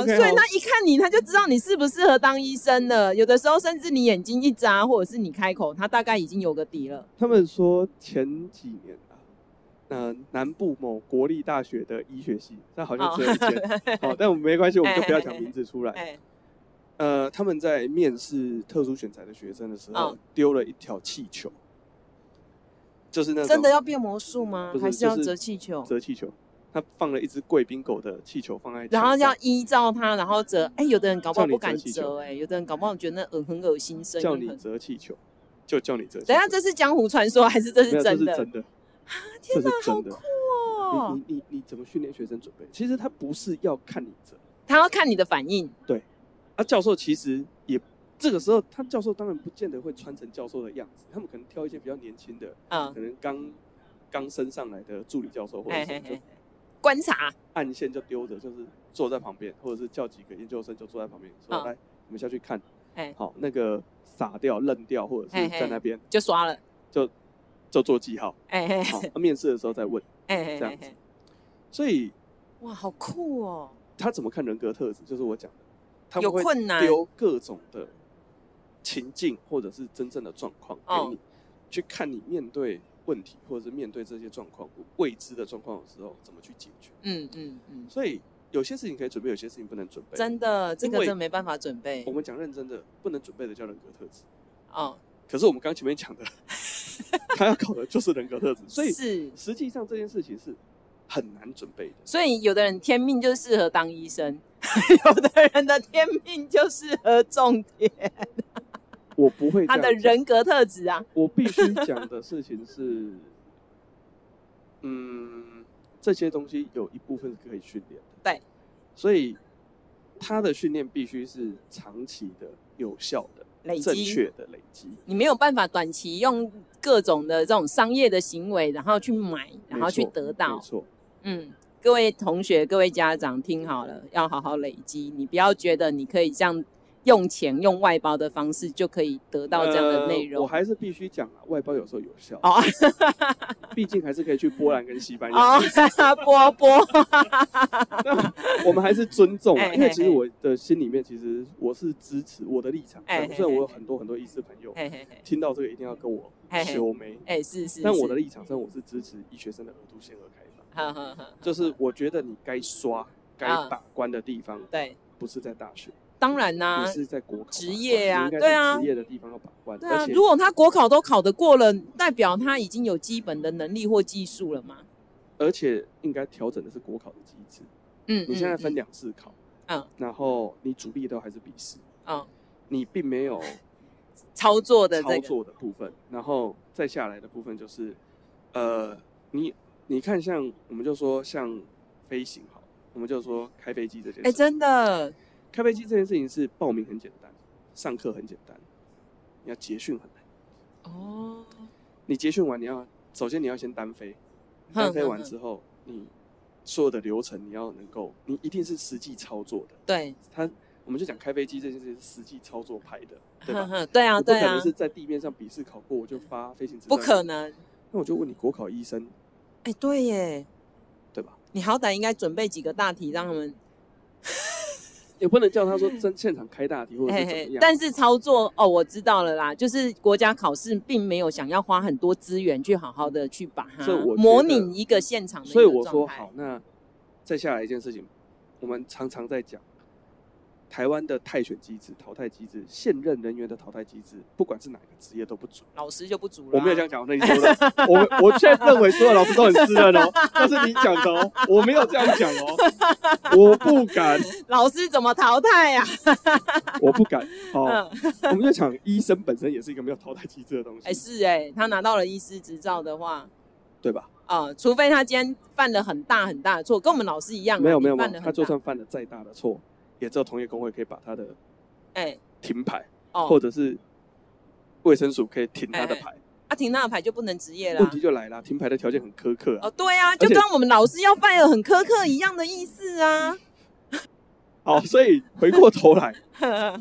Speaker 1: OK，
Speaker 2: 所以
Speaker 1: 好
Speaker 2: 他一看你，他就知道你适不适合当医生了。有的时候，甚至你眼睛一眨，或者是你开口，他大概已经有个底了。
Speaker 1: 他们说前几年啊，呃，南部某国立大学的医学系，那好像只有一间，
Speaker 2: [LAUGHS]
Speaker 1: 好，但我们没关系，我们就不要讲名字出来。
Speaker 2: 哦哎，
Speaker 1: 呃，他们在面试特殊选材的学生的时候
Speaker 2: 嗯，
Speaker 1: 丢了一条气球，就是那种
Speaker 2: 真的要变魔术吗
Speaker 1: 不？是
Speaker 2: 还要
Speaker 1: 就是
Speaker 2: 折气球？
Speaker 1: 折气球，他放了一只贵宾狗的气球放在，
Speaker 2: 然后要。依照它，然后折。哎、有的人搞不好
Speaker 1: 叫你
Speaker 2: 不敢
Speaker 1: 折气球
Speaker 2: 折、哎，有的人搞不好觉得那恶很恶心，声
Speaker 1: 叫
Speaker 2: 音
Speaker 1: 你
Speaker 2: 很。
Speaker 1: 折气球，就叫你折气球。
Speaker 2: 等一下，这是江湖传说还是这是
Speaker 1: 没有，这
Speaker 2: 真
Speaker 1: 是
Speaker 2: 的？啊
Speaker 1: 真的，嗯
Speaker 2: 天
Speaker 1: 这
Speaker 2: 哪
Speaker 1: 是，
Speaker 2: 好
Speaker 1: 真的
Speaker 2: 酷哦！
Speaker 1: 你你你你怎么训练学生准备？其实他不是要看你折，
Speaker 2: 他要看你的反应，
Speaker 1: 啊，教授其实也这个时候，他教授当然不见得会穿成教授的样子，他们可能挑一些比较年轻的，
Speaker 2: 嗯
Speaker 1: 可，能刚刚升上来的助理教授或者
Speaker 2: 嘿
Speaker 1: 什么，
Speaker 2: 嘿
Speaker 1: 就
Speaker 2: 嘿，观察，
Speaker 1: 暗线就丢着，就是坐在旁边，或者是叫几个研究生就坐在旁边说
Speaker 2: 嗯
Speaker 1: 来，你们下去看，
Speaker 2: 哎，
Speaker 1: 好那个撒掉、扔掉，或者是
Speaker 2: 嘿嘿
Speaker 1: 在那边
Speaker 2: 就刷了，
Speaker 1: 就就做记
Speaker 2: [LAUGHS]
Speaker 1: 号，
Speaker 2: 哎嘿
Speaker 1: 好
Speaker 2: 嘿，
Speaker 1: 啊面试的时候再问，
Speaker 2: 哎嘿
Speaker 1: 这样
Speaker 2: 嘿
Speaker 1: 子
Speaker 2: 嘿，
Speaker 1: 所以
Speaker 2: 哇，好酷哦！
Speaker 1: 他怎么看人格特质，就是我讲的，他
Speaker 2: 有
Speaker 1: 们会
Speaker 2: 困难
Speaker 1: 丢各种的情境或者是真正的状况
Speaker 2: 哦
Speaker 1: 给你，去看你面对问题或者是面对这些状况未知的状况的时候怎么去解决。
Speaker 2: 嗯嗯嗯，
Speaker 1: 所以有些事情可以准备，有些事情不能准备。
Speaker 2: 真的，这个
Speaker 1: 因为
Speaker 2: 真没办法准备
Speaker 1: 我们讲认真的，不能准备的叫人格特质。
Speaker 2: 哦。
Speaker 1: 可是我们刚前面讲的， [LAUGHS] 他要考的就是人格特质，所以
Speaker 2: 是，
Speaker 1: 实际上这件事情是很难准备的。
Speaker 2: 所以有的人天命就适合当医生， [LAUGHS] 有的人的天命就适合种田，
Speaker 1: 我不会这
Speaker 2: 他
Speaker 1: 样
Speaker 2: 的
Speaker 1: 讲
Speaker 2: 人格特质啊，
Speaker 1: 我必须讲的事情是，嗯，这些东西有一部分是可以训练的。
Speaker 2: 对，
Speaker 1: 所以他的训练必须是长期的、有效的、
Speaker 2: 累
Speaker 1: 正
Speaker 2: 积
Speaker 1: 确的累积。
Speaker 2: 你没有办法短期用各种的这种商业的行为，然后去买，然后去
Speaker 1: 没错
Speaker 2: 得
Speaker 1: 没
Speaker 2: 到。
Speaker 1: 错，
Speaker 2: 嗯，各位同学、各位家长听好了，要好好累积，你不要觉得你可以这样用钱、用外包的方式就可以得到这样的内
Speaker 1: 呃
Speaker 2: 容。
Speaker 1: 我还是必须讲啊，外包有时候有效，
Speaker 2: 哦 [LAUGHS]
Speaker 1: 毕竟还是可以去波兰跟西班牙。
Speaker 2: 哦， [LAUGHS] 哈哈波波，
Speaker 1: 我们还是尊重啊，
Speaker 2: 哎
Speaker 1: 因为其实
Speaker 2: 哎哎
Speaker 1: 我的心里面，其实我是支持我的立场。
Speaker 2: 哎
Speaker 1: 虽然
Speaker 2: 哎
Speaker 1: 我有
Speaker 2: 哎
Speaker 1: 很多很多医师朋友
Speaker 2: 嘿嘿嘿，
Speaker 1: 听到这个，一定要跟我
Speaker 2: 哎哎
Speaker 1: 修眉。
Speaker 2: 哎，是是，
Speaker 1: 但我
Speaker 2: 是
Speaker 1: 的，立场上，我是支持医学生的额度限额开放，
Speaker 2: 哈哈哈，
Speaker 1: 就是我觉得你该刷、该
Speaker 2: 嗯
Speaker 1: 把关的地方，
Speaker 2: 对，
Speaker 1: 不是在大学，
Speaker 2: 当然啦、
Speaker 1: 你是在国考把关
Speaker 2: 啊职业啊
Speaker 1: 你应该
Speaker 2: 对啊
Speaker 1: 在职业的地方要把关。
Speaker 2: 对啊
Speaker 1: 而，且
Speaker 2: 如果他国考都考得过了，代表他已经有基本的能力或技术了嘛。
Speaker 1: 而且应该调整的是国考的机制，
Speaker 2: 嗯，
Speaker 1: 你现在分
Speaker 2: 嗯，
Speaker 1: 两次考，
Speaker 2: 嗯，
Speaker 1: 然后你主力都还是笔试，
Speaker 2: 嗯，
Speaker 1: 你并没
Speaker 2: [LAUGHS]
Speaker 1: 有
Speaker 2: 操作的
Speaker 1: 操
Speaker 2: 这个，
Speaker 1: 作的部分，然后再下来的部分就是，呃，你你看像我们就说像飞行好了，我们就说开飞机这件
Speaker 2: 哎，
Speaker 1: 事情。
Speaker 2: 真的，
Speaker 1: 开飞机这件事情是报名很简单，上课很简单，你要结训很难。
Speaker 2: 哦，
Speaker 1: 你结训完，你要首先你要先单飞，
Speaker 2: 哼
Speaker 1: 单飞完
Speaker 2: 哼哼
Speaker 1: 之后，你所有的流程你要能够，你一定是实际操作的。
Speaker 2: 对，
Speaker 1: 他我们就讲开飞机这件事情是实际操作派的，
Speaker 2: [LAUGHS]
Speaker 1: 对
Speaker 2: 哼
Speaker 1: 吧？
Speaker 2: 哼，对啊，
Speaker 1: 你不
Speaker 2: 对
Speaker 1: 可
Speaker 2: 啊
Speaker 1: 能，是在地面上笔试考过我就发飞行执照，
Speaker 2: 不可。能。
Speaker 1: 那我就问你，国考医生
Speaker 2: 哎，对耶，
Speaker 1: 对吧？
Speaker 2: 你好歹应该准备几个大题让他们，
Speaker 1: 也不能叫他说真现场开大题或者是
Speaker 2: 嘿
Speaker 1: 怎么
Speaker 2: 嘿
Speaker 1: 样。。
Speaker 2: 但是操作哦，我知道了啦，就是国家考试并没有想要花很多资源去好好的去把它
Speaker 1: 这我觉得
Speaker 2: 模拟一个现场的一
Speaker 1: 所以
Speaker 2: 个
Speaker 1: 我说
Speaker 2: 状态
Speaker 1: 好，，那再下来一件事情，我们常常在讲台湾的泰选机制、淘汰机制，现任人员的淘汰机制，不管是哪个职业都不准。
Speaker 2: 老师就不足了啊。
Speaker 1: 我没有这样讲，我跟你说的，我我现在认为所有老师都很自任哦，那是你讲的哦，我没有这样讲哦，我不敢，
Speaker 2: 老师怎么淘汰啊呀？
Speaker 1: 我不敢。哦，
Speaker 2: 嗯，
Speaker 1: 我们就讲医生本身也是一个没有淘汰机制的东
Speaker 2: [LAUGHS] 哎
Speaker 1: 西，
Speaker 2: 是哎，他拿到了医师执照的话。
Speaker 1: 对吧？
Speaker 2: 啊、除非他今天犯了很大很大的错，跟我们老师一样啊、
Speaker 1: 没有
Speaker 2: 你
Speaker 1: 没有没
Speaker 2: 犯
Speaker 1: 有，
Speaker 2: 了
Speaker 1: 他
Speaker 2: 很
Speaker 1: 就
Speaker 2: 大，
Speaker 1: 算犯了再大的错，也只有同业工会可以把他的
Speaker 2: 哎、
Speaker 1: 停牌。或
Speaker 2: 哦，
Speaker 1: 者是卫生署可以停他的
Speaker 2: 哎哎
Speaker 1: 牌。
Speaker 2: 啊，停那个牌就不能职业了
Speaker 1: 问
Speaker 2: 啊、
Speaker 1: 题就来了，停牌的条件很苛刻啊
Speaker 2: 哦，。对啊，
Speaker 1: 且
Speaker 2: 就跟我们老师要犯了很苛刻一样的意思啊。 [LAUGHS]
Speaker 1: 好，所以回过头来，
Speaker 2: 哎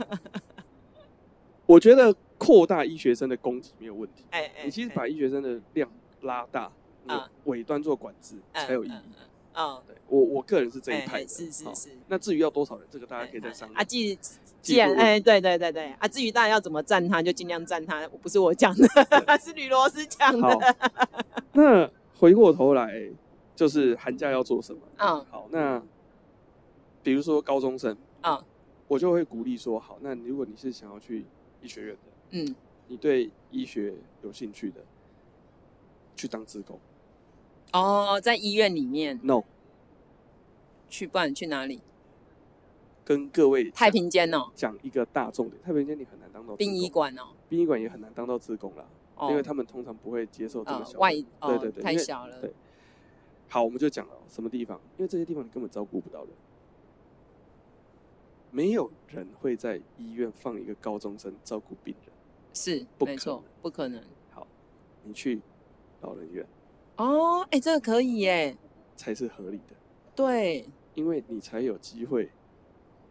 Speaker 1: 我觉得扩大医学生的供给没有问题。
Speaker 2: 哎，哎
Speaker 1: 你其实把医学生的量拉大，你
Speaker 2: 啊
Speaker 1: 尾端做管制才有意
Speaker 2: 嗯
Speaker 1: 义。
Speaker 2: 哦，
Speaker 1: 对我我个人是这
Speaker 2: 哎
Speaker 1: 一派
Speaker 2: 哎
Speaker 1: 的。
Speaker 2: 是是
Speaker 1: 好
Speaker 2: 是
Speaker 1: 那至于要多少人，这个大家可以再商
Speaker 2: 啊，
Speaker 1: 量。
Speaker 2: 既
Speaker 1: 技
Speaker 2: 既然
Speaker 1: 术问
Speaker 2: 哎，对对对对啊，至于大家要怎么赞他，就尽量赞他，不是我讲的， [LAUGHS] 是吕罗斯讲
Speaker 1: 好
Speaker 2: 的。， [LAUGHS]
Speaker 1: 那回过头来就是寒假要做什么？
Speaker 2: 嗯
Speaker 1: 好，那比如说高中生，
Speaker 2: 嗯
Speaker 1: 我就会鼓励说，好，那如果你是想要去医学院的，
Speaker 2: 嗯，
Speaker 1: 你对医学有兴趣的，去当志工
Speaker 2: 哦，在医院里面
Speaker 1: ，no，
Speaker 2: 去，不然去哪里？
Speaker 1: 跟各位
Speaker 2: 太平间哦，
Speaker 1: 讲一个大重点，太平间你很难当到志
Speaker 2: 殡仪
Speaker 1: 工，
Speaker 2: 馆哦，
Speaker 1: 殡仪馆也很难当到志工啦，
Speaker 2: 哦，
Speaker 1: 因为他们通常不会接受这么
Speaker 2: 哦
Speaker 1: 小的
Speaker 2: 外哦
Speaker 1: 对对对，
Speaker 2: 太
Speaker 1: 因为
Speaker 2: 小了
Speaker 1: 对，好，我们就讲了什么地方，因为这些地方你根本照顾不到人，没有人会在医院放一个高中生照顾病人。
Speaker 2: 是
Speaker 1: 不
Speaker 2: 没
Speaker 1: 可
Speaker 2: 错
Speaker 1: 能，
Speaker 2: 不可能
Speaker 1: 好，你去老人院
Speaker 2: 哦，哎、这个可以耶，
Speaker 1: 才是合理的，
Speaker 2: 对，
Speaker 1: 因为你才有机会。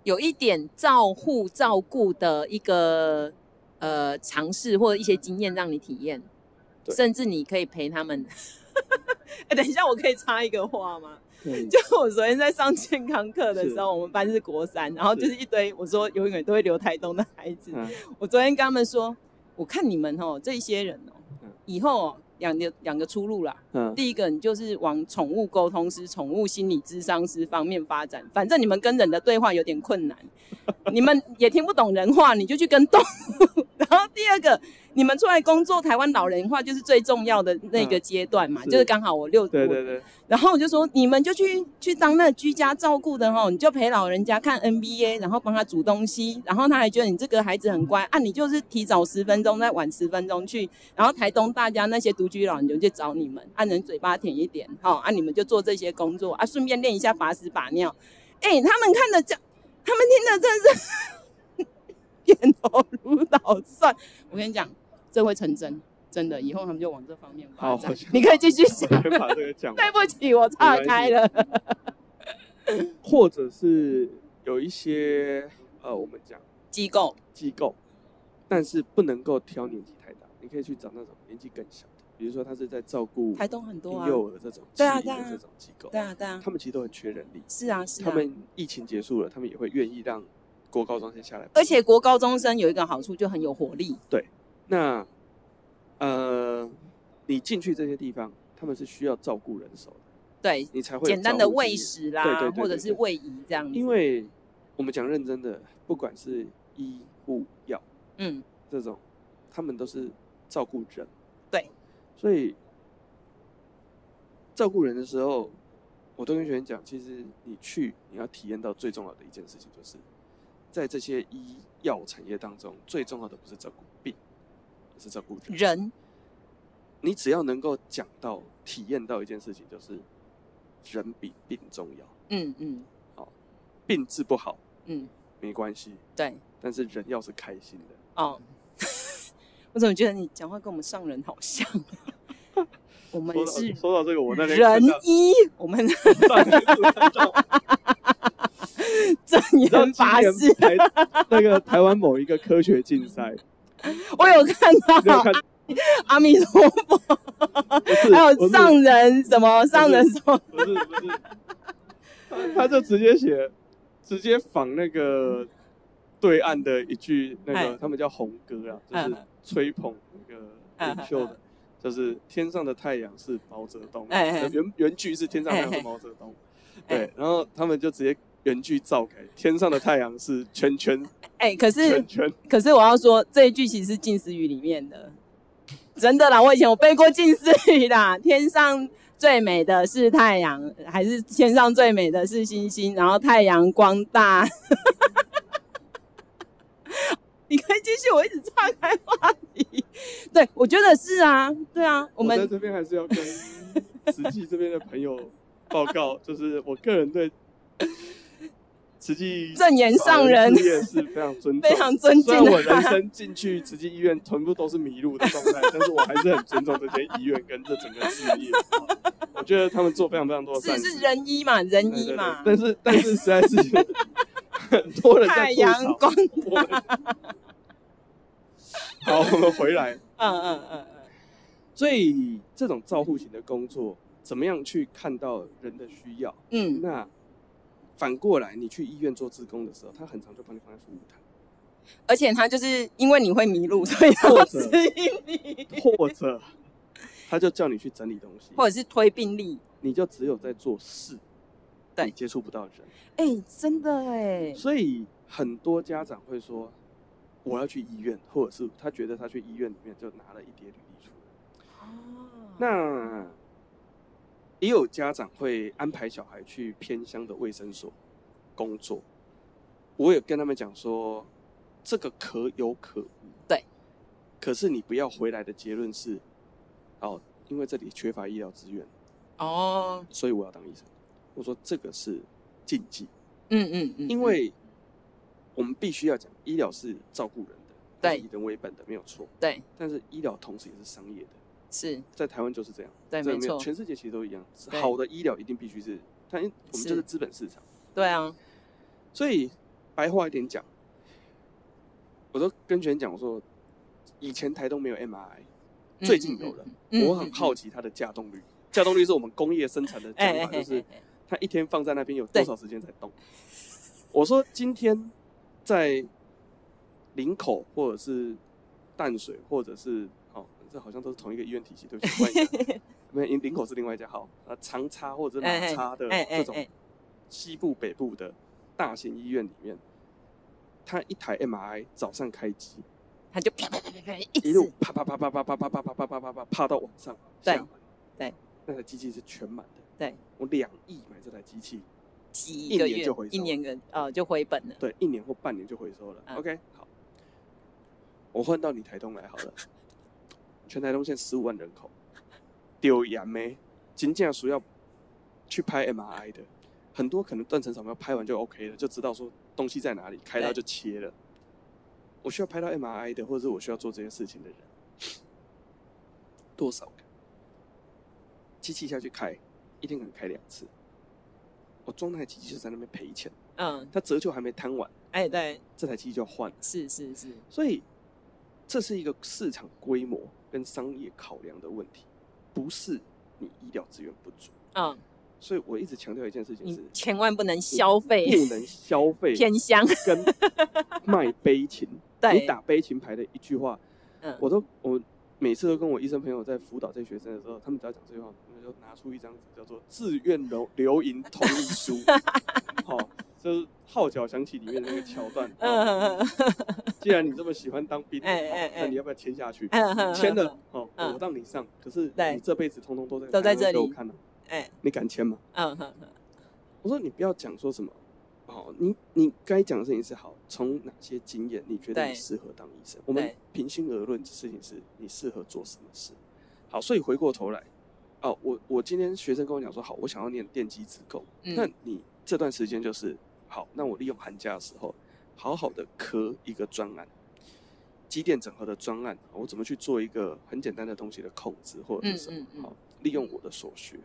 Speaker 2: 有一点照护照顾的一个呃尝试或者一些经验让你体验，
Speaker 1: 对
Speaker 2: 甚至你可以陪他们。 [LAUGHS] 哎等一下，我可以插一个话吗？ [LAUGHS]
Speaker 1: [LAUGHS] 对，
Speaker 2: 就我昨天在上健康课的时候，我们班是国三，然后就是一堆我说永远都会留台东的孩子，
Speaker 1: 嗯
Speaker 2: 我昨天跟他们说，我看你们哦，这一些人哦
Speaker 1: 嗯，
Speaker 2: 以后哦两个两个出路啦。
Speaker 1: 嗯，
Speaker 2: 第一个，你就是往宠物沟通师、宠物心理咨商师方面发展。反正你们跟人的对话有点
Speaker 1: [LAUGHS]
Speaker 2: 困难，你们也听不懂人话，你就去跟动物。 [LAUGHS] 然后第二个，你们出来工作，台湾老人化就是最重要的那个阶段嘛，
Speaker 1: 嗯是
Speaker 2: 就是刚好我六
Speaker 1: 对
Speaker 2: 我
Speaker 1: 对对，
Speaker 2: 然后我就说，你们就去去当那居家照顾的哦，你就陪老人家看 NBA，然后帮他煮东西，然后他还觉得你这个孩子很乖啊，你就是提早十分钟，再晚十分钟去，然后台东大家那些独居老人就去找你们，啊，人嘴巴甜一点，哈、哦，啊，你们就做这些工作啊，顺便练一下把屎把尿，哎，他们看的这，他们听的真的是 [LAUGHS] 点头如捣蒜，我跟你讲，这会成真。真的，以后他们就往这方面发
Speaker 1: 好
Speaker 2: 展
Speaker 1: 我想。
Speaker 2: 你可以继续讲。
Speaker 1: 我先把这个讲完
Speaker 2: [LAUGHS] 对。不起，我岔开了。
Speaker 1: 或者是有一些呃，我们讲
Speaker 2: 机构
Speaker 1: 机构，但是不能够挑年纪太大，你可以去找那种年纪更小的，比如说他是在照顾
Speaker 2: 台东很多
Speaker 1: 婴
Speaker 2: 啊，
Speaker 1: 幼儿这种、
Speaker 2: 对啊
Speaker 1: 弃婴
Speaker 2: 对啊
Speaker 1: 的这种机构，
Speaker 2: 对啊对啊
Speaker 1: 他，们其实都很缺人力。
Speaker 2: 是啊是啊
Speaker 1: 他。们疫情结束了，他们也会愿意让国高中生下来。
Speaker 2: 而且国高中生有一个好处，就很有活力。
Speaker 1: 那呃，你进去这些地方，他们是需要照顾人手的，
Speaker 2: 对，
Speaker 1: 你才会有
Speaker 2: 简单
Speaker 1: 照
Speaker 2: 的
Speaker 1: 顾
Speaker 2: 喂
Speaker 1: 经验。
Speaker 2: 食啦，
Speaker 1: 对对对对
Speaker 2: 或者是喂仪这样子。
Speaker 1: 因为我们讲认真的，不管是医护药
Speaker 2: 嗯，
Speaker 1: 这种，他们都是照顾人。
Speaker 2: 对，
Speaker 1: 所以照顾人的时候，我都跟学员讲，其实你去你要体验到最重要的一件事情，就是在这些医药产业当中，最重要的不是照顾病，而是照顾人。
Speaker 2: 人
Speaker 1: 你只要能够讲到、体验到一件事情，就是人比病重要。
Speaker 2: 嗯嗯
Speaker 1: 病治不好
Speaker 2: 嗯，
Speaker 1: 没关系，
Speaker 2: 对
Speaker 1: 但是人要是开心
Speaker 2: [LAUGHS]
Speaker 1: 的，
Speaker 2: 哦。我怎么觉得你讲话跟我们上人好像？啊
Speaker 1: [LAUGHS]
Speaker 2: 我们
Speaker 1: 说到
Speaker 2: 是
Speaker 1: 说到这个，我那天
Speaker 2: 人
Speaker 1: 看到
Speaker 2: 医，我们
Speaker 1: 上一次
Speaker 2: [LAUGHS]
Speaker 1: 看到
Speaker 2: 正
Speaker 1: 你知道
Speaker 2: 言法
Speaker 1: 今
Speaker 2: 师，
Speaker 1: 年台那个台湾某一个科学竞赛，
Speaker 2: [LAUGHS] 我有看
Speaker 1: 你有
Speaker 2: 到
Speaker 1: 看？
Speaker 2: 阿弥陀佛，
Speaker 1: 不是，
Speaker 2: 还
Speaker 1: 不
Speaker 2: 有
Speaker 1: 是
Speaker 2: 上人什么上人什么，
Speaker 1: 不是不是，他他就直接写，直接仿那个对岸的一句那个
Speaker 2: 哎
Speaker 1: 他们叫红歌啊，就
Speaker 2: 嗯
Speaker 1: 是
Speaker 2: 嗯
Speaker 1: 吹捧那个领袖
Speaker 2: 嗯嗯
Speaker 1: 的，就是天上的太阳是毛泽东，呃
Speaker 2: 哎哎
Speaker 1: 原原句是天上的太阳
Speaker 2: 哎
Speaker 1: 是
Speaker 2: 哎
Speaker 1: 毛泽东，
Speaker 2: 哎
Speaker 1: 对，然后他们就直接原句照改，天上的太阳是圈圈
Speaker 2: 哎，可是
Speaker 1: 圈圈，
Speaker 2: 可是我要说，这一句其实是近似语里面的，真的啦，我以前有背过近似语啦。 [LAUGHS] 天上最美的是太阳，还是天上最美的是星星？然后太阳光大。 [LAUGHS] 你可以继续，我一直岔开话题。对，我觉得是啊，对啊，我
Speaker 1: 在
Speaker 2: 们
Speaker 1: 这边还是要跟慈济这边的朋友报告，就是我个人对慈济
Speaker 2: 正言上人
Speaker 1: 事业是非常尊重
Speaker 2: 非常尊
Speaker 1: 虽
Speaker 2: 敬
Speaker 1: 然我
Speaker 2: 的
Speaker 1: 人
Speaker 2: [LAUGHS]
Speaker 1: 生进去慈济医院全部都是迷路的状态，但是我还是很尊重这间医院跟这整个事业。我觉得他们做非常非常多的善
Speaker 2: 是
Speaker 1: 事，
Speaker 2: 是人医嘛，
Speaker 1: 对
Speaker 2: 人
Speaker 1: 对
Speaker 2: 医
Speaker 1: 对
Speaker 2: 嘛，
Speaker 1: 但是但是实在是很多人在
Speaker 2: 太
Speaker 1: 吐
Speaker 2: 阳
Speaker 1: 槽
Speaker 2: 光，
Speaker 1: 我们 [LAUGHS] 好，我们回来。
Speaker 2: 嗯嗯嗯嗯，
Speaker 1: 所以这种照护型的工作，怎么样去看到人的需要？
Speaker 2: 嗯，
Speaker 1: 那反过来，你去医院做志工的时候，他很常就把你放在服务
Speaker 2: [LAUGHS]
Speaker 1: 台，
Speaker 2: 而且他就是因为你会迷路，所以他
Speaker 1: 或
Speaker 2: 会
Speaker 1: 者
Speaker 2: 指引你，
Speaker 1: 或者他就叫你去整理东西，
Speaker 2: 或者是推病例。
Speaker 1: 你就只有在做事，
Speaker 2: 对
Speaker 1: 你接触不到人。
Speaker 2: 哎、真的哎，
Speaker 1: 所以很多家长会说，我要去医院，或者是他觉得他去医院里面就拿了一叠履历出来。
Speaker 2: 啊
Speaker 1: 那也有家长会安排小孩去偏乡的卫生所工作，我也跟他们讲说，这个可有可无。
Speaker 2: 对。
Speaker 1: 可是你不要回来的结论是，哦，因为这里缺乏医疗资源，
Speaker 2: 哦，
Speaker 1: 所以我要当医生。我说这个是禁忌，
Speaker 2: 嗯嗯嗯，
Speaker 1: 因为我们必须要讲，医疗是照顾人的，
Speaker 2: 对
Speaker 1: 以人为本的没有错，
Speaker 2: 对
Speaker 1: 但是医疗同时也是商业的，
Speaker 2: 是，
Speaker 1: 在台湾就是这样。
Speaker 2: 对，
Speaker 1: 这
Speaker 2: 没
Speaker 1: 个有
Speaker 2: 错，
Speaker 1: 全世界其实都一样。
Speaker 2: 对
Speaker 1: 好的医疗一定必须是，它因我们就是是资本市场，
Speaker 2: 对啊，
Speaker 1: 所以白话一点讲，我都跟学员讲，我说以前台东没有 MRI，
Speaker 2: 嗯
Speaker 1: 最近有了，
Speaker 2: 嗯
Speaker 1: 我很好奇它的架动率。架动率是我们工业生产的
Speaker 2: 哎
Speaker 1: 讲
Speaker 2: 哎
Speaker 1: 法，就
Speaker 2: 哎
Speaker 1: 是
Speaker 2: 哎哎
Speaker 1: 它一天放在那边有多
Speaker 2: 对
Speaker 1: 少时间才动。我说今天在林口或者是淡水或者是哦，这好像都是同一个医院体系，对
Speaker 2: 哎 [LAUGHS]
Speaker 1: 不起，换一家没有林口是另外一家好，啊长差或者是
Speaker 2: 哎
Speaker 1: 马差的
Speaker 2: 哎哎
Speaker 1: 这种
Speaker 2: 哎
Speaker 1: 西部北部的大型医院里面，它一台 MRI 早上开机，
Speaker 2: 他就啪啪啪啪啪一
Speaker 1: [LAUGHS] 一
Speaker 2: 直
Speaker 1: 路啪啪啪啪啪啪啪啪啪啪啪啪啪啪到晚上，
Speaker 2: 对
Speaker 1: 下班
Speaker 2: 对，
Speaker 1: 那台机器是全满的，
Speaker 2: 对
Speaker 1: 我两亿买这台机器，
Speaker 2: 几
Speaker 1: 一
Speaker 2: 个
Speaker 1: 年
Speaker 2: 月
Speaker 1: 就回，
Speaker 2: 一
Speaker 1: 收
Speaker 2: 年个呃就回本了，
Speaker 1: 对，一年或半年就回收了。
Speaker 2: 嗯
Speaker 1: OK，好，我换到你台东来好了。全台东县十五万人口，丢眼没？金价属要去拍 MRI 的，很多可能断层扫描拍完就 OK 了，就知道说东西在哪里，开刀就
Speaker 2: 对
Speaker 1: 切了。我需要拍到 MRI 的，或者是我需要做这些事情的人，多少个？机器下去开，一天可能开两次。我装那台机器就在那边赔钱，
Speaker 2: 嗯，
Speaker 1: 它折旧还没摊完，
Speaker 2: 哎对，
Speaker 1: 这台机器就要换。
Speaker 2: 是是是，
Speaker 1: 所以这是一个市场规模跟商业考量的问题，不是你医疗资源不足。
Speaker 2: 嗯，
Speaker 1: 所以我一直强调一件事情是
Speaker 2: 你，千万不能消费
Speaker 1: 不能消费
Speaker 2: 偏乡，
Speaker 1: 跟卖悲情。
Speaker 2: [LAUGHS] 对
Speaker 1: 你打悲情牌的一句话，
Speaker 2: 嗯，
Speaker 1: 我都我每次都跟我医生朋友在辅导这些学生的时候，他们只要讲这句话，我们就拿出一张纸叫做“自愿留留营同意
Speaker 2: [LAUGHS]
Speaker 1: 书”，好、就是《号角响起》里面的那个桥
Speaker 2: [LAUGHS]
Speaker 1: 段。
Speaker 2: 嗯嗯
Speaker 1: 既然你这么喜欢当兵，
Speaker 2: 哎哎
Speaker 1: 哦那
Speaker 2: 哎
Speaker 1: 你要不要签下去？
Speaker 2: 嗯嗯，
Speaker 1: 签
Speaker 2: 嗯
Speaker 1: 了
Speaker 2: 嗯，
Speaker 1: 哦，
Speaker 2: 嗯
Speaker 1: 我让你上，可是
Speaker 2: 对
Speaker 1: 你这辈子通通都在
Speaker 2: 都在
Speaker 1: 台湾
Speaker 2: 这里
Speaker 1: 给我看了，
Speaker 2: 哎，
Speaker 1: 你敢签吗？
Speaker 2: 嗯嗯嗯
Speaker 1: 我说你不要讲说什么，哦，你你该讲的事情是好，从哪些经验你觉得
Speaker 2: 对
Speaker 1: 你适合当医生？我们
Speaker 2: 对
Speaker 1: 平心而论，事情是你适合做什么事。好，所以回过头来，哦，我我今天学生跟我讲说，好，我想要念电机职工，
Speaker 2: 嗯
Speaker 1: 那你这段时间就是好，那我利用寒假的时候，好好的磕一个专案。机电整合的专案，我怎么去做一个很简单的东西的控制或者是什
Speaker 2: 嗯
Speaker 1: 么？
Speaker 2: 嗯
Speaker 1: 好
Speaker 2: 嗯，，
Speaker 1: 利用我的所学。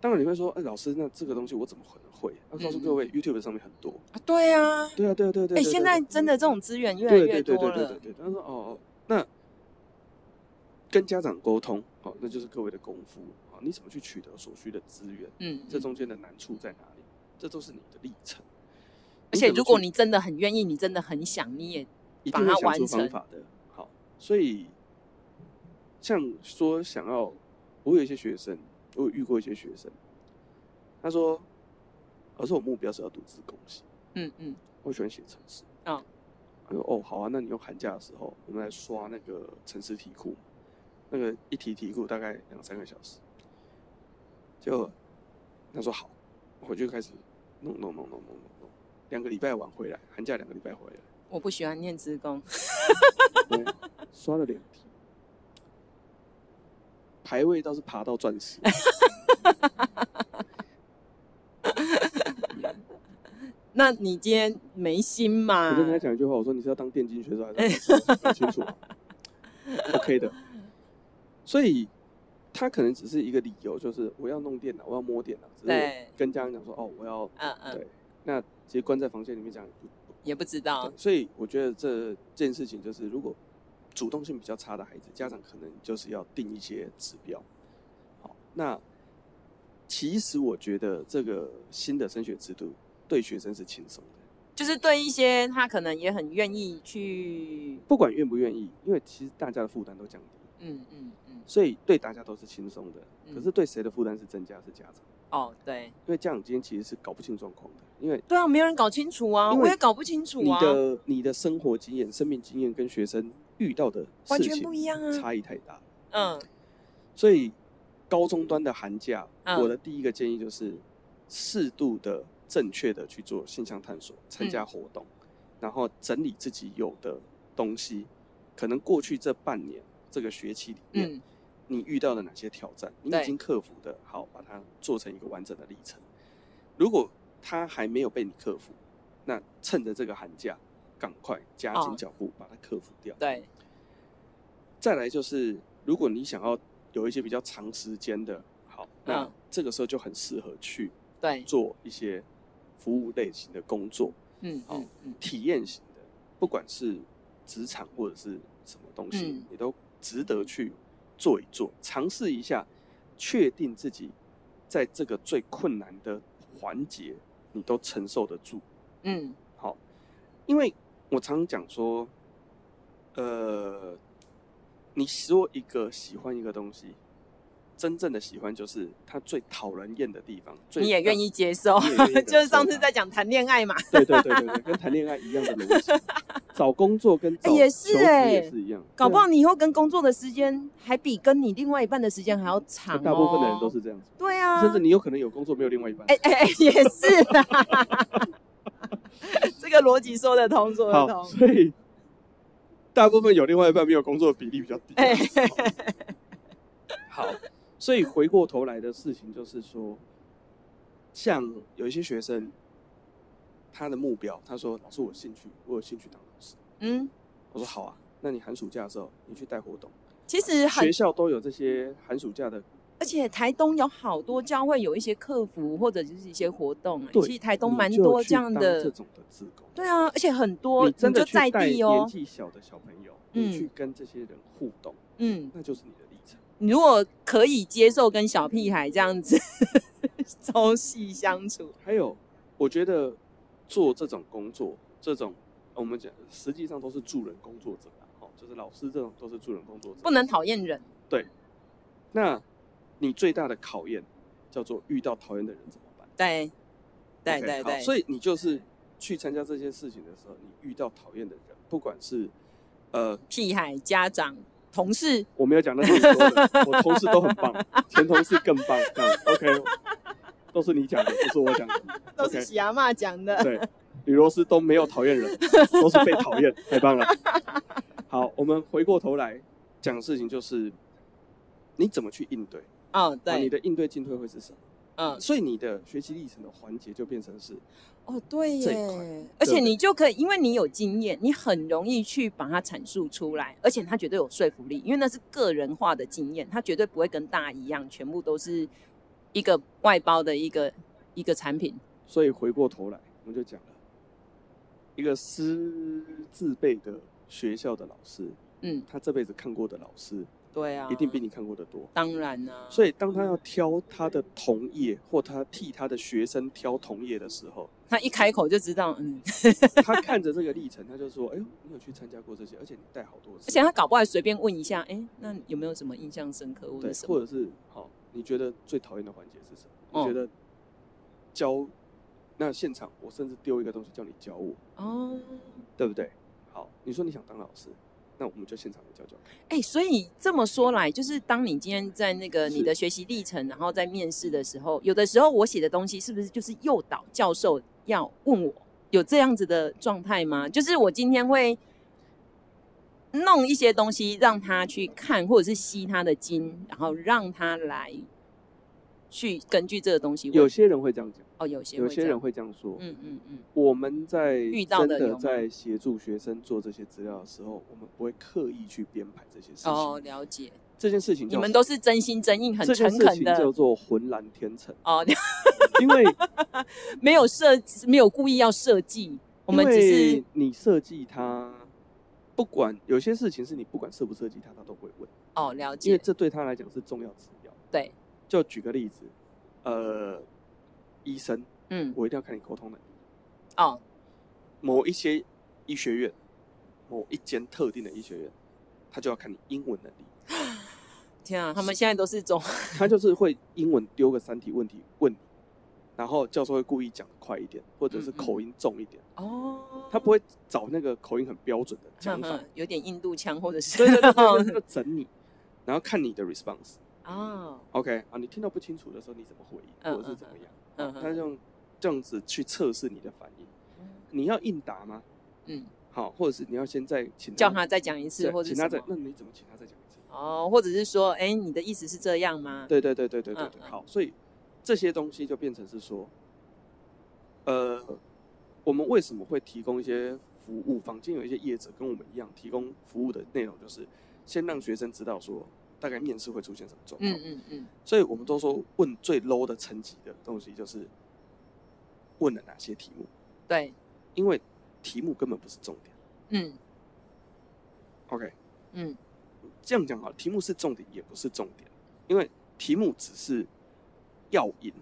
Speaker 1: 当然你会说，哎，老师，那这个东西我怎么可能会？那告诉
Speaker 2: 嗯
Speaker 1: 各位，YouTube 上面很多。
Speaker 2: 啊对啊，
Speaker 1: 对啊，对啊，对啊对啊。
Speaker 2: 哎，
Speaker 1: 对啊
Speaker 2: 现在真的这种资源越来
Speaker 1: 对
Speaker 2: 越
Speaker 1: 对对
Speaker 2: 多
Speaker 1: 对对
Speaker 2: 了
Speaker 1: 对，对。他说哦哦，那跟家长沟通，哦，那就是各位的功夫啊、哦。你怎么去取得所需的资源？
Speaker 2: 嗯，
Speaker 1: 这
Speaker 2: 嗯
Speaker 1: 中间的难处在哪里？这都是你的历程。
Speaker 2: 而
Speaker 1: 怎
Speaker 2: 且
Speaker 1: 么
Speaker 2: 如果
Speaker 1: 去
Speaker 2: 你真的很愿意，你真的很想，你也
Speaker 1: 一
Speaker 2: 把
Speaker 1: 定会
Speaker 2: 它
Speaker 1: 想
Speaker 2: 完
Speaker 1: 出方
Speaker 2: 成
Speaker 1: 法的。好，所以像说想要，我有一些学生，我有遇过一些学生，他说，老师，我目标是要读自贡系，
Speaker 2: 嗯嗯
Speaker 1: 我喜欢写程式。
Speaker 2: 嗯
Speaker 1: 他说哦，好啊，那你用寒假的时候，我们来刷那个城市题库，那个一题题库大概两三个小时。就他说好，我就开始弄弄弄弄弄弄弄，两个礼拜晚回来，寒假两个礼拜回来。
Speaker 2: 我不喜欢念职工，
Speaker 1: 对，刷了两题，排位倒是爬到钻石。
Speaker 2: 那你今天没心嘛
Speaker 1: 我？就跟他讲一句话，我说你是要当电竞选手还是要当老师？搞清楚啊，OK 的。所以他可能只是一个理由，就是我要弄电脑，我要摸电脑，只是我
Speaker 2: 对
Speaker 1: 跟家人讲说哦，我要
Speaker 2: 嗯嗯，
Speaker 1: 对。那其实关在房间里面讲也不
Speaker 2: 也不知道
Speaker 1: 对，，所以我觉得这件事情就是，如果主动性比较差的孩子，家长可能就是要定一些指标。好，那其实我觉得这个新的升学制度对学生是轻松的，
Speaker 2: 就是对一些他可能也很愿意去，
Speaker 1: 不管愿不愿意，因为其实大家的负担都降低，
Speaker 2: 嗯嗯嗯，
Speaker 1: 所以对大家都是轻松的。
Speaker 2: 嗯
Speaker 1: 可是对谁的负担是增加是家长，
Speaker 2: 哦对
Speaker 1: 因为家长今天其实是搞不清状况的，因为
Speaker 2: 对啊，没有人搞清楚啊，
Speaker 1: 因为
Speaker 2: 我也搞不清楚
Speaker 1: 你
Speaker 2: 啊，
Speaker 1: 的你的生活经验、生命经验跟学生遇到的
Speaker 2: 完
Speaker 1: 事
Speaker 2: 全不
Speaker 1: 情
Speaker 2: 一样啊，
Speaker 1: 差异太大了。
Speaker 2: 嗯
Speaker 1: 所以高中端的寒假，
Speaker 2: 嗯
Speaker 1: 我的第一个建议就是适度的、正确的去做现象探索，参加活动，
Speaker 2: 嗯
Speaker 1: 然后整理自己有的东西，可能过去这半年、这个学期里面，
Speaker 2: 嗯
Speaker 1: 你遇到了哪些挑战，你
Speaker 2: 对
Speaker 1: 已经克服的，好，把它做成一个完整的历程。如果它还没有被你克服，那趁着这个寒假，赶快加紧
Speaker 2: 哦
Speaker 1: 脚步把它克服掉。
Speaker 2: 对，
Speaker 1: 再来就是，如果你想要有一些比较长时间的，好，那
Speaker 2: 嗯
Speaker 1: 这个时候就很适合去
Speaker 2: 对，
Speaker 1: 做一些服务类型的工作，
Speaker 2: 嗯
Speaker 1: 好
Speaker 2: 嗯嗯，
Speaker 1: 体验型的，不管是职场或者是什么东西，
Speaker 2: 嗯
Speaker 1: 你都值得去做一做，尝试一下，确定自己在这个最困难的环节，你都承受得住。
Speaker 2: 嗯，
Speaker 1: 好，因为我常讲说，呃，你说一个喜欢一个东西，真正的喜欢就是它最讨人厌的地方，最
Speaker 2: 你也愿意接受
Speaker 1: 你也愿意接，受
Speaker 2: [LAUGHS] 就是上次在讲谈恋爱嘛，
Speaker 1: 对对对对对，跟谈恋爱一样的逻辑，找工作跟找
Speaker 2: 哎也是
Speaker 1: 求职
Speaker 2: 哎
Speaker 1: 也是一样，
Speaker 2: 搞不
Speaker 1: 对啊
Speaker 2: 好你以后跟工作的时间还比跟你另外一半的时间还要长哦。
Speaker 1: 啊大部分的人都是这样子，
Speaker 2: 对啊，
Speaker 1: 甚至你有可能有工作没有另外一半。
Speaker 2: 哎哎哎， [LAUGHS] 也是啦，这个逻辑说得通， [LAUGHS] 说得
Speaker 1: 好，
Speaker 2: 通。
Speaker 1: 所以大部分有另外一半没有工作的比例比较低。
Speaker 2: 哎
Speaker 1: [LAUGHS] 好，所以回过头来的事情就是说，像有一些学生，他的目标，他说：“老师，我有兴趣，我有兴趣当老师。
Speaker 2: 嗯，”
Speaker 1: 我说：“好啊，那你寒暑假的时候，你去带活动，
Speaker 2: 其实很哎
Speaker 1: 学，校都有这些寒暑假的，
Speaker 2: 而且台东有好多教会有一些客服或者就是一些活动、哎
Speaker 1: 对
Speaker 2: 其实台东
Speaker 1: 你
Speaker 2: 蛮
Speaker 1: 就
Speaker 2: 多
Speaker 1: 去
Speaker 2: 这样
Speaker 1: 当这
Speaker 2: 的。
Speaker 1: 种的自工。”
Speaker 2: 对啊，而且很多
Speaker 1: 你真的
Speaker 2: 就
Speaker 1: 去
Speaker 2: 在
Speaker 1: 带
Speaker 2: 地
Speaker 1: 年
Speaker 2: 哦。
Speaker 1: 纪小的小朋友，
Speaker 2: 嗯
Speaker 1: 你去跟这些人互动，
Speaker 2: 嗯，
Speaker 1: 那就是你的历程。
Speaker 2: 你如果可以接受跟小屁孩这样子 [LAUGHS] 朝夕相处，
Speaker 1: 还有，我觉得做这种工作，这种呃我们讲实际上都是助人工作者啦，哦，就是老师这种都是助人工作者。
Speaker 2: 不能讨厌人。
Speaker 1: 那你最大的考验叫做遇到讨厌的人怎么办？
Speaker 2: 对，对
Speaker 1: OK，
Speaker 2: 对
Speaker 1: 好
Speaker 2: 对，
Speaker 1: 所以你就是去参加这些事情的时候，你遇到讨厌的人，不管是呃，
Speaker 2: 屁孩、家长、同事，
Speaker 1: 我没有讲那是你说的，
Speaker 2: [LAUGHS]
Speaker 1: 我同事都很棒，前同事更棒，这样 OK，都是你讲的，不是我讲的，
Speaker 2: [LAUGHS] 都是
Speaker 1: OK
Speaker 2: 喜阿妈讲的。
Speaker 1: 对，女螺丝都没有讨厌
Speaker 2: [LAUGHS]
Speaker 1: 人，都是被讨厌，太棒了。好，我们回过头来讲的事情，就是你怎么去应对，
Speaker 2: 哦，
Speaker 1: 啊你
Speaker 2: 对，
Speaker 1: 的应对进退会是什么？
Speaker 2: 嗯，
Speaker 1: 所以你的学习历程的环节就变成是，
Speaker 2: 哦，对
Speaker 1: 这一
Speaker 2: 耶
Speaker 1: 块，
Speaker 2: 而且
Speaker 1: 对
Speaker 2: 你就可以，因为你有经验，你很容易去把它阐述出来，而且它绝对有说服力，因为那是个人化的经验，它绝对不会跟大家一样，全部都是一个外包的一个一个产品。
Speaker 1: 所以回过头来我们就讲了，一个师自备的学校的老师，
Speaker 2: 嗯，
Speaker 1: 他这辈子看过的老师
Speaker 2: 对啊，
Speaker 1: 一定比你看过的多。
Speaker 2: 当然啊啦、
Speaker 1: 所以，当他要挑他的同业，或他替他的学生挑同业的时候，
Speaker 2: 他一开口就知道，嗯， [LAUGHS]
Speaker 1: [LAUGHS] 他看着这个历程，他就说：“哎呦，你有去参加过这些，而且你带好多次，
Speaker 2: 而且他搞不好随便问一下，哎、那有没有什么印象深刻或
Speaker 1: 对
Speaker 2: 者，什
Speaker 1: 或
Speaker 2: 么？
Speaker 1: 者是好、你觉得最讨厌的环节是什么？
Speaker 2: 嗯
Speaker 1: 你觉得教那现场，我甚至丢一个东西叫你教我，
Speaker 2: 哦，
Speaker 1: 对不对？好，你说你想当老师，那我们就现场来教教看。
Speaker 2: 哎、所以这么说来，就是当你今天在那个
Speaker 1: 是
Speaker 2: 你的学习历程，然后在面试的时候，有的时候我写的东西是不是就是诱导教授要问我有这样子的状态吗？就是我今天会弄一些东西让他去看，或者是吸他的睛，然后让他来去根据这个东西问。
Speaker 1: 有些人会这样讲，
Speaker 2: 哦，有些
Speaker 1: 有
Speaker 2: 会这
Speaker 1: 些人
Speaker 2: 样，
Speaker 1: 会这样说。
Speaker 2: 嗯嗯嗯，
Speaker 1: 我们在遇
Speaker 2: 到的有
Speaker 1: 真的
Speaker 2: 吗
Speaker 1: 在协助学生做这些资料的时候，我们不会刻意去编排这些事情。
Speaker 2: 哦，了解，
Speaker 1: 这件事情
Speaker 2: 你
Speaker 1: 叫
Speaker 2: 们都是真心真意、很
Speaker 1: 这件
Speaker 2: 诚
Speaker 1: 事
Speaker 2: 恳
Speaker 1: 情
Speaker 2: 的
Speaker 1: 叫。做浑然天成，
Speaker 2: 哦，
Speaker 1: 因为
Speaker 2: 没有设计，没有故意要设计，我们
Speaker 1: 因
Speaker 2: 只是
Speaker 1: 为你设计它，不管有些事情是你不管设不设计它，他都会问，
Speaker 2: 哦了
Speaker 1: 因为
Speaker 2: 解，
Speaker 1: 这对他来讲是重要指标。
Speaker 2: 对，
Speaker 1: 就举个例子，呃，医生，
Speaker 2: 嗯，
Speaker 1: 我一定要看你沟通能力。
Speaker 2: 哦，
Speaker 1: 某一些医学院，某一间特定的医学院，他就要看你英文能力，
Speaker 2: 天啊，他们现在都是走，
Speaker 1: 他就是会英文丢个三题问题问你，然后教授会故意讲得快一点，或者是
Speaker 2: 嗯嗯
Speaker 1: 口音重一点，
Speaker 2: 哦，
Speaker 1: 他不会找那个口音很标准的讲
Speaker 2: 哼
Speaker 1: 法
Speaker 2: 哼，有点印度腔或者是
Speaker 1: 对
Speaker 2: 嗯
Speaker 1: 对对对对，他就整你，然后看你的 response。
Speaker 2: [LAUGHS] 哦，
Speaker 1: OK 啊，你听到不清楚的时候你怎么回应，
Speaker 2: 嗯
Speaker 1: 或者是怎么样？
Speaker 2: 嗯嗯
Speaker 1: 他用这样子去测试你的反应。你要应答吗？
Speaker 2: 嗯，
Speaker 1: 好，或者是你要先再请
Speaker 2: 叫他再讲一次，
Speaker 1: 对
Speaker 2: 或者
Speaker 1: 请
Speaker 2: 什
Speaker 1: 他再，
Speaker 2: 么
Speaker 1: 那你怎么请他再讲一次？
Speaker 2: 哦，或者是说，哎，你的意思是这样吗？，
Speaker 1: 对对对对对对
Speaker 2: 嗯
Speaker 1: 对，
Speaker 2: 嗯
Speaker 1: 好，所以这些东西就变成是说，呃，我们为什么会提供一些服务？坊间有一些业者跟我们一样，提供服务的内容就是先让学生知道说大概面试会出现什么状况。
Speaker 2: 嗯嗯嗯，
Speaker 1: 所以我们都说问最 low 的层级的东西就是问了哪些题目，
Speaker 2: 对，
Speaker 1: 因为题目根本不是重点。
Speaker 2: 嗯
Speaker 1: OK，
Speaker 2: 嗯
Speaker 1: 这样讲好了，题目是重点也不是重点，因为题目只是要引，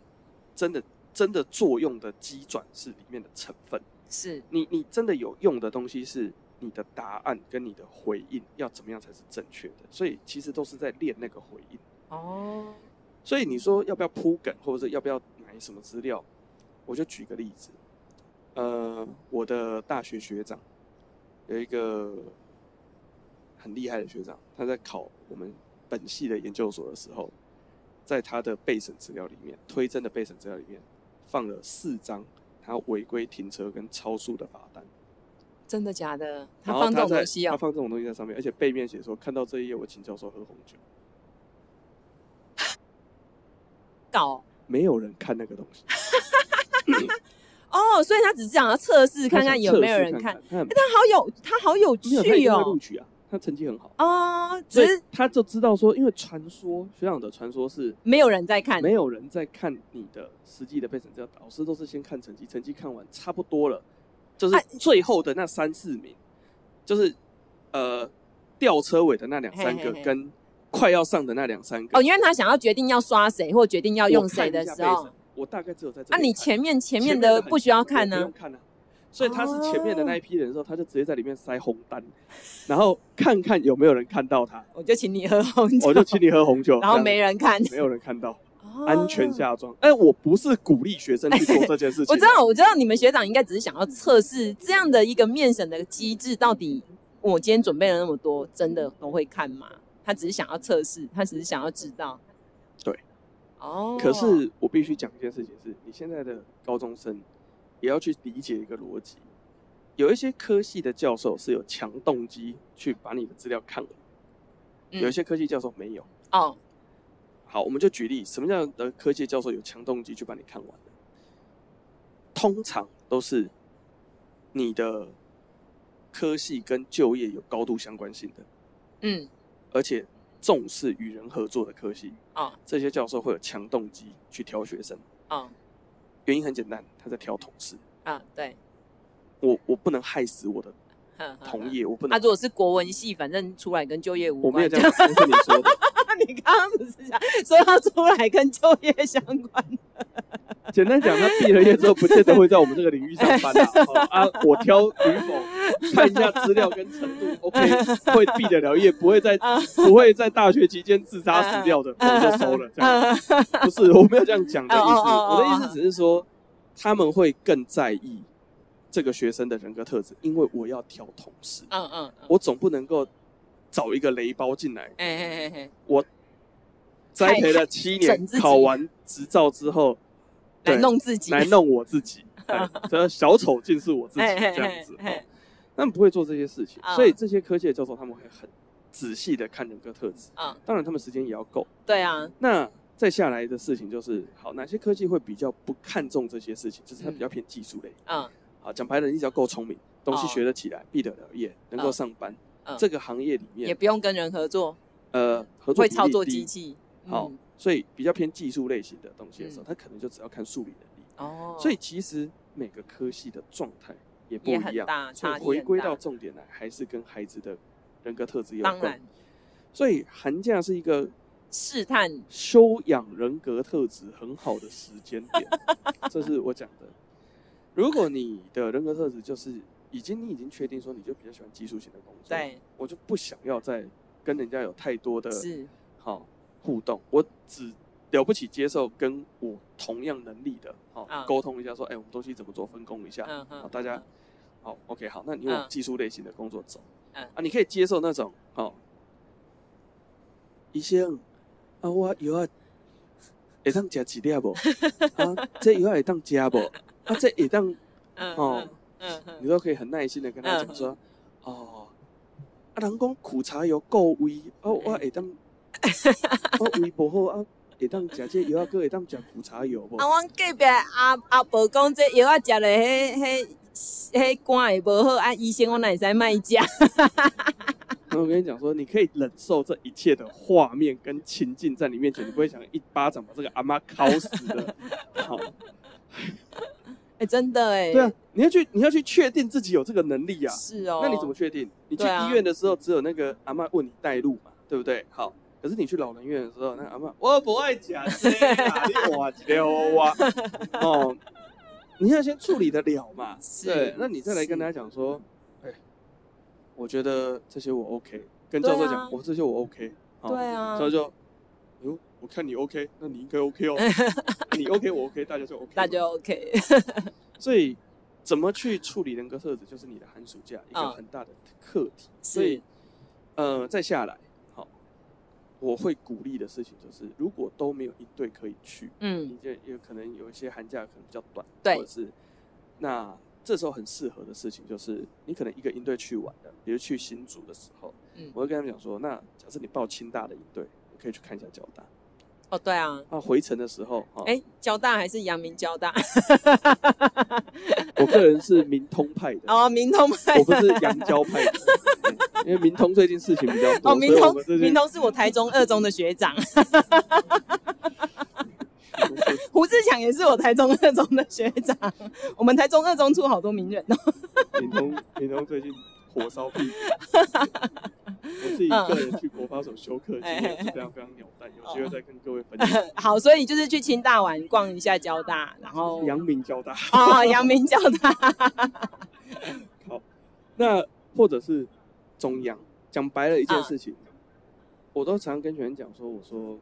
Speaker 1: 真的真的作用的机转是里面的成分。
Speaker 2: 是，
Speaker 1: 你你真的有用的东西是你的答案跟你的回应要怎么样才是正确的，所以其实都是在练那个回应。
Speaker 2: 哦，
Speaker 1: 所以你说要不要铺梗，或者是要不要买什么资料？我就举个例子，呃，我的大学学长有一个很厉害的学长，他在考我们本系的研究所的时候，在他的备审资料里面，推甄的备审资料里面放了四张他违规停车跟超速的罚单。
Speaker 2: 真的假的？他
Speaker 1: 然后
Speaker 2: 放这种
Speaker 1: 在
Speaker 2: 东西
Speaker 1: 他
Speaker 2: 哦，
Speaker 1: 放这种东西在上面，而且背面写说看到这一页，我请教授喝红酒。
Speaker 2: 搞
Speaker 1: 没有人看那个东
Speaker 2: [LAUGHS]
Speaker 1: 西，
Speaker 2: 哦，所以他只是想要测试看
Speaker 1: 他
Speaker 2: 看
Speaker 1: 想
Speaker 2: 有
Speaker 1: 测
Speaker 2: 没有
Speaker 1: 试
Speaker 2: 人
Speaker 1: 看
Speaker 2: 看，
Speaker 1: 看，他很
Speaker 2: 哎他好有他好有
Speaker 1: 没有，他一
Speaker 2: 趣
Speaker 1: 定会录
Speaker 2: 哦，
Speaker 1: 取啊，他成绩很好，
Speaker 2: 哦，
Speaker 1: 所
Speaker 2: 只
Speaker 1: 以
Speaker 2: 是
Speaker 1: 他就知道说，因为传说学长的传说是
Speaker 2: 没有人在看，
Speaker 1: 没有人在看你的实际的备审资料，老师都是先看成绩，成绩看完差不多了，就是
Speaker 2: 哎
Speaker 1: 最后的那三四名，就是呃吊车尾的那两三
Speaker 2: 嘿
Speaker 1: 个
Speaker 2: 嘿嘿
Speaker 1: 跟快要上的那两三个
Speaker 2: 哦，，因为他想要决定要刷谁或决定要
Speaker 1: 我
Speaker 2: 用
Speaker 1: 看
Speaker 2: 谁
Speaker 1: 一
Speaker 2: 的
Speaker 1: 下
Speaker 2: 时
Speaker 1: 备
Speaker 2: 候
Speaker 1: 审，，我大概只有在这
Speaker 2: 啊，
Speaker 1: 里
Speaker 2: 你
Speaker 1: 看
Speaker 2: 前面前面
Speaker 1: 的
Speaker 2: 的
Speaker 1: 很
Speaker 2: 不需要看
Speaker 1: 我
Speaker 2: 呢
Speaker 1: 不用，看啊。所以他是前面的那一批人的时候，他就直接在里面塞红单，然后看看有没有人看到他，
Speaker 2: 我就请你喝红酒，
Speaker 1: 我就请你喝红酒，
Speaker 2: 然后
Speaker 1: 这样
Speaker 2: 没人看，
Speaker 1: 没有人看到，
Speaker 2: 哦
Speaker 1: 安全。下装。哎，我不是鼓励学生去做这件事情，
Speaker 2: 我知道，我知道你们学长应该只是想要测试这样的一个面审的机制，到底我今天准备了那么多，真的都会看吗？他只是想要测试，他只是想要知道。
Speaker 1: 对。
Speaker 2: 哦。
Speaker 1: 啊可是我必须讲一件事情是，你现在的高中生也要去理解一个逻辑，有一些科系的教授是有强动机去把你的资料看完，
Speaker 2: 嗯
Speaker 1: 有一些科系教授没有。
Speaker 2: 哦，
Speaker 1: 好，我们就举例，什么样的科技教授有强动机去把你看完的？通常都是你的科系跟就业有高度相关性的，
Speaker 2: 嗯，
Speaker 1: 而且重视与人合作的科系。
Speaker 2: 哦
Speaker 1: 这些教授会有强动机去挑学生，
Speaker 2: 哦，
Speaker 1: 原因很简单，他在挑同事。
Speaker 2: 啊，对，
Speaker 1: 我我不能害死我的
Speaker 2: 呵呵呵
Speaker 1: 同。业，我不
Speaker 2: 他
Speaker 1: 能。
Speaker 2: 啊如果是国文系，反正出来跟就业无关。
Speaker 1: 我没有这样子跟你说的，
Speaker 2: [LAUGHS] 你刚刚不是讲说要出来跟就业相关？
Speaker 1: 简单讲，他毕了业之后不见得会在我们这个领域上班啊。哦、
Speaker 2: [LAUGHS]
Speaker 1: 啊，我挑与否，看一下资料跟程度，OK，会毕得了业，不会在
Speaker 2: 啊
Speaker 1: 不会在大学期间自杀死掉的，我就收了。这样不是，我没有这样讲的意思，
Speaker 2: 嗯哦哦
Speaker 1: 我
Speaker 2: 哦哦
Speaker 1: 的意思只是说他们会更在意这个学生的人格特质，因为我要挑同事，
Speaker 2: 嗯嗯，嗯
Speaker 1: 我总不能够找一个雷包进来
Speaker 2: 哎哎哎哎，
Speaker 1: 栽培了七
Speaker 2: 整
Speaker 1: 年
Speaker 2: 自，己
Speaker 1: 考完执照之后
Speaker 2: 来
Speaker 1: 对
Speaker 2: 弄自己，
Speaker 1: 来弄我自
Speaker 2: [LAUGHS]
Speaker 1: 己，哎这小丑竟是我自己
Speaker 2: 哎哎
Speaker 1: 这样子。
Speaker 2: 哎
Speaker 1: 哦他们不会做这些事情，
Speaker 2: 啊
Speaker 1: 所以这些科技的教授他们会很仔细的看人格特质。
Speaker 2: 啊，
Speaker 1: 当然他们时间也要够。
Speaker 2: 对啊，
Speaker 1: 那再下来的事情就是，好，哪些科技会比较不看重这些事情？就是它
Speaker 2: 嗯
Speaker 1: 比较偏技术类。
Speaker 2: 嗯
Speaker 1: 好，讲白了，你只要够聪明，东西
Speaker 2: 哦
Speaker 1: 学得起来，毕得了业，能够
Speaker 2: 嗯
Speaker 1: 上班，
Speaker 2: 嗯，
Speaker 1: 这个行业里
Speaker 2: 也
Speaker 1: 面，
Speaker 2: 不用跟人合作，
Speaker 1: 呃，合作
Speaker 2: 会
Speaker 1: 比
Speaker 2: 操
Speaker 1: 例
Speaker 2: 作
Speaker 1: 低
Speaker 2: 机。器。嗯
Speaker 1: 好，所以比较偏技术类型的东西的时候，
Speaker 2: 嗯
Speaker 1: 他可能就只要看数理能力。
Speaker 2: 哦，
Speaker 1: 所以其实每个科系的状态也不
Speaker 2: 也
Speaker 1: 一
Speaker 2: 很
Speaker 1: 样，
Speaker 2: 大，
Speaker 1: 所
Speaker 2: 差
Speaker 1: 以
Speaker 2: 异
Speaker 1: 回
Speaker 2: 很
Speaker 1: 归
Speaker 2: 大
Speaker 1: 到重点来，还是跟孩子的人格特质有
Speaker 2: 当
Speaker 1: 关
Speaker 2: 然。
Speaker 1: 所以寒假是一个
Speaker 2: 试探，
Speaker 1: 修养人格特质很好的时间点，这是我讲的。如果你的人格特质就是已经你已经确定说你就比较喜欢技术型的工作，，
Speaker 2: 对，
Speaker 1: 我就不想要再跟人家有太多的
Speaker 2: 是
Speaker 1: 好、互动，我只了不起接受跟我同样能力的，好、
Speaker 2: 啊
Speaker 1: 沟通一下说，哎、我们东西怎么做，分工一下，
Speaker 2: 嗯嗯
Speaker 1: 好，大家
Speaker 2: 嗯，
Speaker 1: 好、o k 好，那你往
Speaker 2: 嗯
Speaker 1: 技术类型的工作走，
Speaker 2: 嗯
Speaker 1: 啊，你可以接受那种，好、一些啊，我药啊会当食一粒无？ [LAUGHS] 啊，这药会当食无？啊，这会当
Speaker 2: 嗯
Speaker 1: 哦
Speaker 2: 嗯嗯嗯
Speaker 1: 你都可以很耐心的跟他
Speaker 2: 嗯
Speaker 1: 讲说，哦，啊，人讲苦茶油够味，哦，我
Speaker 2: 嗯
Speaker 1: 会当，我胃不好啊，会当食这药啊，搁会当食苦茶油无
Speaker 2: 啊，？阮隔壁阿阿婆讲，这药啊，食了迄迄迄肝会无好，啊，医生我哪会使卖食？
Speaker 1: 然后我跟你讲说，你可以忍受这一切的画面跟情境在你面前，你不会想一巴掌把这个阿妈敲死
Speaker 2: [LAUGHS]
Speaker 1: 的。好，
Speaker 2: 哎、真的哎、
Speaker 1: 对啊，你要去你要去确定自己有这个能力啊。
Speaker 2: 是哦。
Speaker 1: 那你怎么确定？你去
Speaker 2: 对啊
Speaker 1: 医院的时候，只有那个阿妈问你带路嘛，对不对？好，可是你去老人院的时候，那阿妈我不爱假这啦，你哇溜啊，哦，你要先处理得了嘛？
Speaker 2: 是
Speaker 1: 对，那你再来跟
Speaker 2: 是
Speaker 1: 他讲说，哎，我觉得这些我 OK，跟教授
Speaker 2: 对
Speaker 1: 讲，
Speaker 2: 啊
Speaker 1: 我这些我 OK，好
Speaker 2: 对啊
Speaker 1: 教授哦就，哟，我看你 OK，那你应该 OK 哦，你 OK 我 OK，大家就 OK，
Speaker 2: 那
Speaker 1: 嘛
Speaker 2: 就
Speaker 1: [LAUGHS]
Speaker 2: OK。
Speaker 1: 所以怎么去处理人格特质，就是你的寒暑假一个
Speaker 2: 嗯
Speaker 1: 很大的课题。
Speaker 2: 是
Speaker 1: 所以，呃，再下来，好，我会鼓励的事情就是，如果都没有一对可以去，
Speaker 2: 嗯
Speaker 1: 你就有可能有一些寒假可能比较短，
Speaker 2: 对
Speaker 1: 或者是那这时候很适合的事情就是，你可能一个营队去玩的，比如去新竹的时候，
Speaker 2: 嗯，
Speaker 1: 我会跟他们讲说，那假设你报清大的营队，你可以去看一下交大。
Speaker 2: 哦对啊，
Speaker 1: 那回程的时候，啊哈，
Speaker 2: 哎、交大还是阳明交大？
Speaker 1: 我个人是民通派的，
Speaker 2: 哦，明通派
Speaker 1: 我不是阳交派的，因为明通最近事情比较多，
Speaker 2: 哦，明通
Speaker 1: 所以我们最近
Speaker 2: 明通是我台中二中的学长，
Speaker 1: [LAUGHS]
Speaker 2: 胡志强也是我台中二中的学长。我们台中二中出好多名人哦。 [LAUGHS]
Speaker 1: 明通明通最近火烧屁股。我自己
Speaker 2: 嗯
Speaker 1: 个人去国发所修课，经
Speaker 2: 哎
Speaker 1: 验是非常非常鸟蛋，有机
Speaker 2: 哦
Speaker 1: 会再跟各位分享。
Speaker 2: [LAUGHS] 好，所以就是去清大玩逛一下交大，然后
Speaker 1: 阳明交大，
Speaker 2: 哦，阳明交大，
Speaker 1: 那或者是中央，讲白了一
Speaker 2: 嗯
Speaker 1: 件事情，我都常跟学员讲说，我说，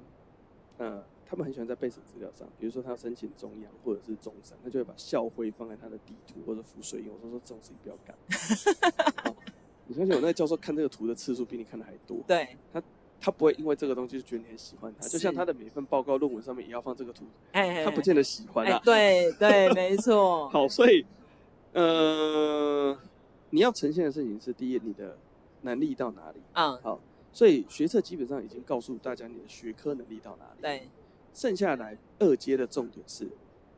Speaker 1: 呃，他们很喜欢在备审资料上，比如说他要申请中央或者是中山，他就会把校徽放在他的地图或者浮水印。我说说这种事情不要干。
Speaker 2: [LAUGHS]
Speaker 1: 哦你相信我，那个教授看这个图的次数比你看的还多，
Speaker 2: 对，
Speaker 1: 他不会因为这个东西就觉得你很喜欢他，就像
Speaker 2: 是
Speaker 1: 他的每份报告论文上面也要放这个图，
Speaker 2: 哎，
Speaker 1: 他不见得喜欢
Speaker 2: 哎、
Speaker 1: 啊。
Speaker 2: 对对，没
Speaker 1: [LAUGHS]
Speaker 2: 错，
Speaker 1: 好，所以呃，你要呈现的事情是第一，你的能力到哪里？
Speaker 2: 嗯，
Speaker 1: 好，所以学测基本上已经告诉大家你的学科能力到哪里。，
Speaker 2: 对，
Speaker 1: 剩下来二阶的重点是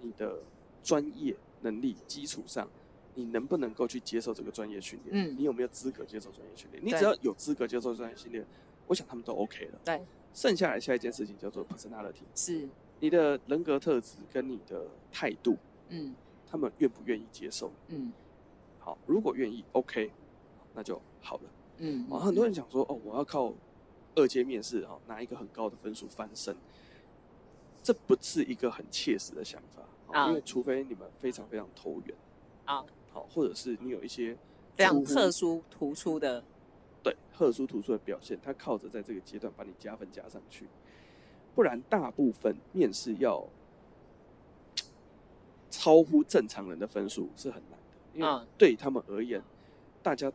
Speaker 1: 你的专业能力基础上，你能不能够去接受这个专业训练？
Speaker 2: 嗯
Speaker 1: 你有没有资格接受专业训练？你
Speaker 2: 对
Speaker 1: 只要有资格接受专业训练，我想他们都 OK 了。
Speaker 2: 对，
Speaker 1: 剩下来下一件事情叫做 personality，
Speaker 2: 是，
Speaker 1: 你的人格特质跟你的态度，
Speaker 2: 嗯
Speaker 1: 他们愿不愿意接受？
Speaker 2: 嗯
Speaker 1: 好，如果愿意，OK，那就好了。
Speaker 2: 嗯，
Speaker 1: 啊，很多人讲说，哦，我要靠二阶面试哦，拿一个很高的分数翻身，这不是一个很切实的想法，哦
Speaker 2: 啊
Speaker 1: 因为除非你们非常非常投缘
Speaker 2: 啊，
Speaker 1: 好，或者是你有一些
Speaker 2: 非常
Speaker 1: 出乎
Speaker 2: 特殊突出的，
Speaker 1: 对特殊突出的表现，他靠着在这个阶段把你加分加上去，不然大部分面试要超乎正常人的分数是很难的，因为
Speaker 2: 嗯
Speaker 1: 对他们而言，大家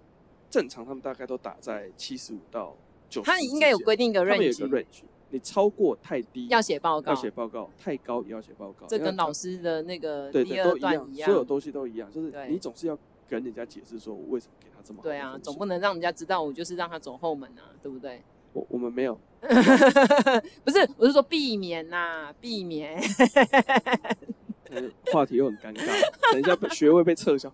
Speaker 1: 正常他们大概都打在七十五到九，
Speaker 2: 他应该有规定一个
Speaker 1: 他们有一
Speaker 2: range，
Speaker 1: 个 range，你超过太低
Speaker 2: 要写报告
Speaker 1: 要，写报告，太高也要写报告，
Speaker 2: 这
Speaker 1: 因为
Speaker 2: 跟
Speaker 1: 它
Speaker 2: 老师的那个
Speaker 1: 对
Speaker 2: 第
Speaker 1: 对
Speaker 2: 二
Speaker 1: 都
Speaker 2: 段
Speaker 1: 一
Speaker 2: 一
Speaker 1: 样，所有东西都一样，就是
Speaker 2: 对
Speaker 1: 你总是要跟人家解释说我为什么给他这么好的
Speaker 2: 对啊，
Speaker 1: 分数
Speaker 2: 总不能让人家知道我就是让他走后门啊，对不
Speaker 1: [LAUGHS]
Speaker 2: 对？
Speaker 1: 我我们没有
Speaker 2: 不是，我是说避免呐、避免。
Speaker 1: 嗯话题又很尴尬，等一下被学位被撤销。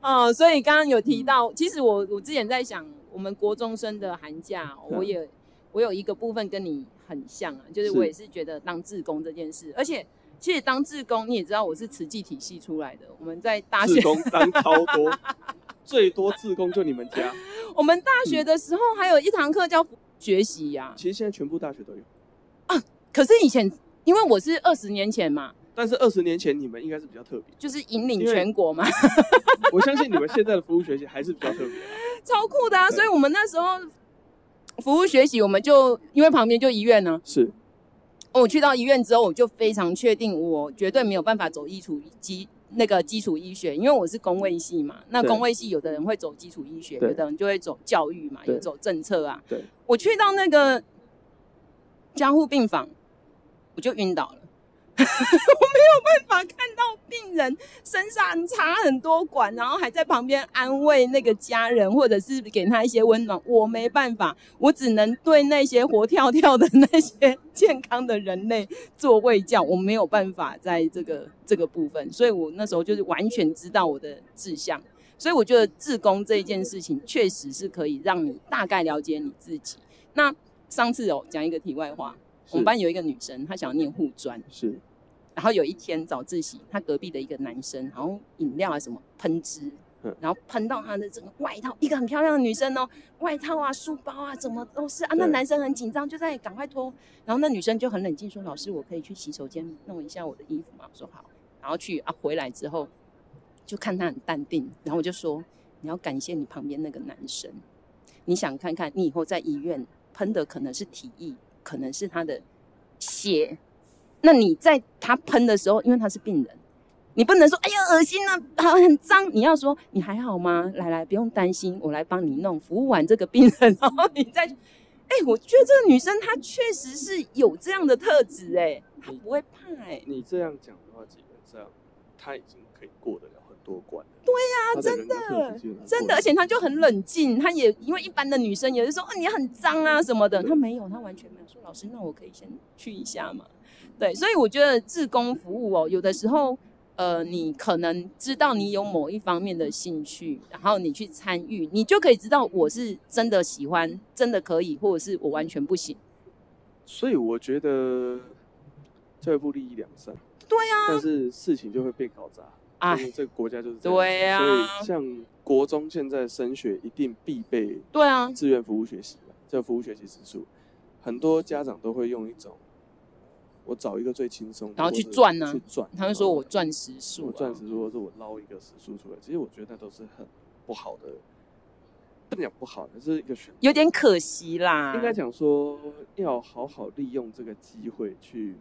Speaker 2: 哦，所以刚刚有
Speaker 1: 嗯
Speaker 2: 提到，其实我我之前在想，我们国中生的寒假，
Speaker 1: 嗯
Speaker 2: 我也我有一个部分跟你很像啊，就是我
Speaker 1: 是
Speaker 2: 也是觉得当志工这件事，而且其实当志工你也知道我是慈济体系出来的，我们在大
Speaker 1: 志
Speaker 2: 学
Speaker 1: 工当超多，最多志工就你们家。
Speaker 2: 我们大
Speaker 1: 嗯
Speaker 2: 学的时候还有一堂课叫学习呀、
Speaker 1: 其实现在全部大学都有，
Speaker 2: 可是以前因为我是二十年前嘛，
Speaker 1: 但是二十年前你们应该是比较特别。
Speaker 2: 就是引领
Speaker 1: 因为
Speaker 2: 全
Speaker 1: [LAUGHS]
Speaker 2: 国嘛，
Speaker 1: 我相信你们现在的服务学习还是比较特别
Speaker 2: [LAUGHS]
Speaker 1: 啊。
Speaker 2: 超酷的啊！
Speaker 1: 对
Speaker 2: 所以我们那时候服务学习，我们就因为旁边就医院呢、
Speaker 1: 是，
Speaker 2: 我去到医院之后，我就非常确定，我绝对没有办法走基础基那个基础医学，因为我是工卫系嘛。那
Speaker 1: 对
Speaker 2: 工卫系有的人会走基础医学，
Speaker 1: 对
Speaker 2: 有的人就会走教育嘛，
Speaker 1: 对
Speaker 2: 有走政策啊。
Speaker 1: 对，
Speaker 2: 我去到那个加护病房，我就晕倒了。 [LAUGHS] 我没有办法看到病人身上插很多管，然后还在旁边安慰那个家人，或者是给他一些温暖。我没办法，我只能对那些活跳跳的那些健康的人类做喂教。我没有办法在这个这个部分，所以我那时候就是完全知道我的志向。所以我觉得自工这一件事情，确实是可以让你大概了解你自己。那上次哦，讲一个题外话，我们班有一个女生，她想要念护专，
Speaker 1: 是
Speaker 2: 然后有一天早自习，她隔壁的一个男生，好像饮料还是啊什么喷汁
Speaker 1: 嗯，
Speaker 2: 然后喷到她的整个外套，一个很漂亮的女生哦，外套啊、书包啊，怎么都是啊。那
Speaker 1: 对
Speaker 2: 男生很紧张，就在赶快脱，然后那女生就很冷静说：“老师，我可以去洗手间弄一下我的衣服吗？”我说：“好。”然后去啊，回来之后就看她很淡定，然后我就说：“你要感谢你旁边那个男生，你想看看你以后在医院喷的可能是体液，可能是他的血，那你在他喷的时候，因为他是病人，你不能说哎呀恶心啊，啊很脏，你要说你还好吗？来来，不用担心，我来帮你弄，服务完这个病人， [LAUGHS] 然后你再，哎、我觉得这个女生她确实是有这样的特质、哎，她不会怕、哎，
Speaker 1: 你这样讲的话，基本上他已经可以过得了很多关了。对呀、真
Speaker 2: 真的，而且她就很冷静，她也因为一般的女生也是说，哦，你很脏啊什么的，她没有，她完全没有说，老师，那我可以先去一下嘛？对，所以我觉得志工服务哦，有的时候，呃，你可能知道你有某一方面的兴趣，然后你去参与，你就可以知道我是真的喜欢，真的可以，或者是我完全不行。
Speaker 1: 所以我觉得教育部利益两善，
Speaker 2: 对
Speaker 1: 啊，但是事情就会变搞砸。
Speaker 2: 哎
Speaker 1: 就是这个国家就是这样
Speaker 2: 对呀
Speaker 1: 所以像国中现在升学一定必备
Speaker 2: 对啊，
Speaker 1: 志愿服务学习嘛，这服务学习指数，很多家长都会用一种，我找一个最轻松的，
Speaker 2: 然后去
Speaker 1: 或者
Speaker 2: 赚啊
Speaker 1: 去赚，
Speaker 2: 他会说我
Speaker 1: 然后
Speaker 2: 赚时数、
Speaker 1: 我
Speaker 2: 啊，
Speaker 1: 赚时数，或者我捞一个时数出来，其实我觉得那都是很不好的，不能讲不好，那是一个选，
Speaker 2: 有点可惜啦。
Speaker 1: 应该讲说要好好利用这个机会去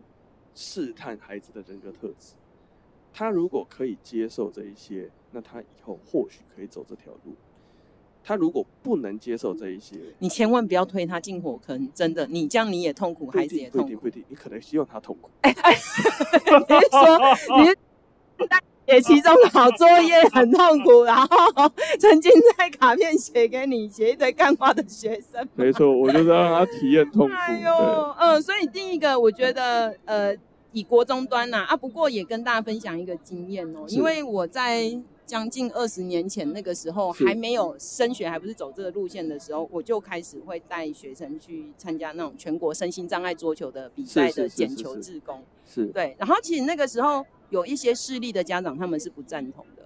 Speaker 1: 试探孩子的人格特质。他如果可以接受这一些，那他以后或许可以走这条路；他如果不能接受这一些，
Speaker 2: 你千万不要推他进火坑，真的，你这样你也痛苦，
Speaker 1: 不一
Speaker 2: 孩子
Speaker 1: 定不
Speaker 2: 也
Speaker 1: 一
Speaker 2: 痛
Speaker 1: 定
Speaker 2: 苦。
Speaker 1: 不一定，你可能希望他痛苦。
Speaker 2: 你是说 [LAUGHS] 你是写期中考作业很痛苦，然后曾经在卡片写给你写一堆干话的学生？
Speaker 1: 没错，我就是要让他体验痛苦。
Speaker 2: [LAUGHS] 哎呦
Speaker 1: 对，，
Speaker 2: 嗯，所以第一个我觉得呃，以国终端呐啊不过也跟大家分享一个经验哦，
Speaker 1: 是
Speaker 2: 因为我在。将近二十年前，那个时候
Speaker 1: 是
Speaker 2: 还没有升学，还不是走这个路线的时候，我就开始会带学生去参加那种全国身心障碍桌球的比赛
Speaker 1: 是是
Speaker 2: 的
Speaker 1: 是
Speaker 2: 捡
Speaker 1: 是
Speaker 2: 球
Speaker 1: 是
Speaker 2: 志工。
Speaker 1: 是
Speaker 2: 对，然后其实那个时候有一些势力的家长他们是不赞同的，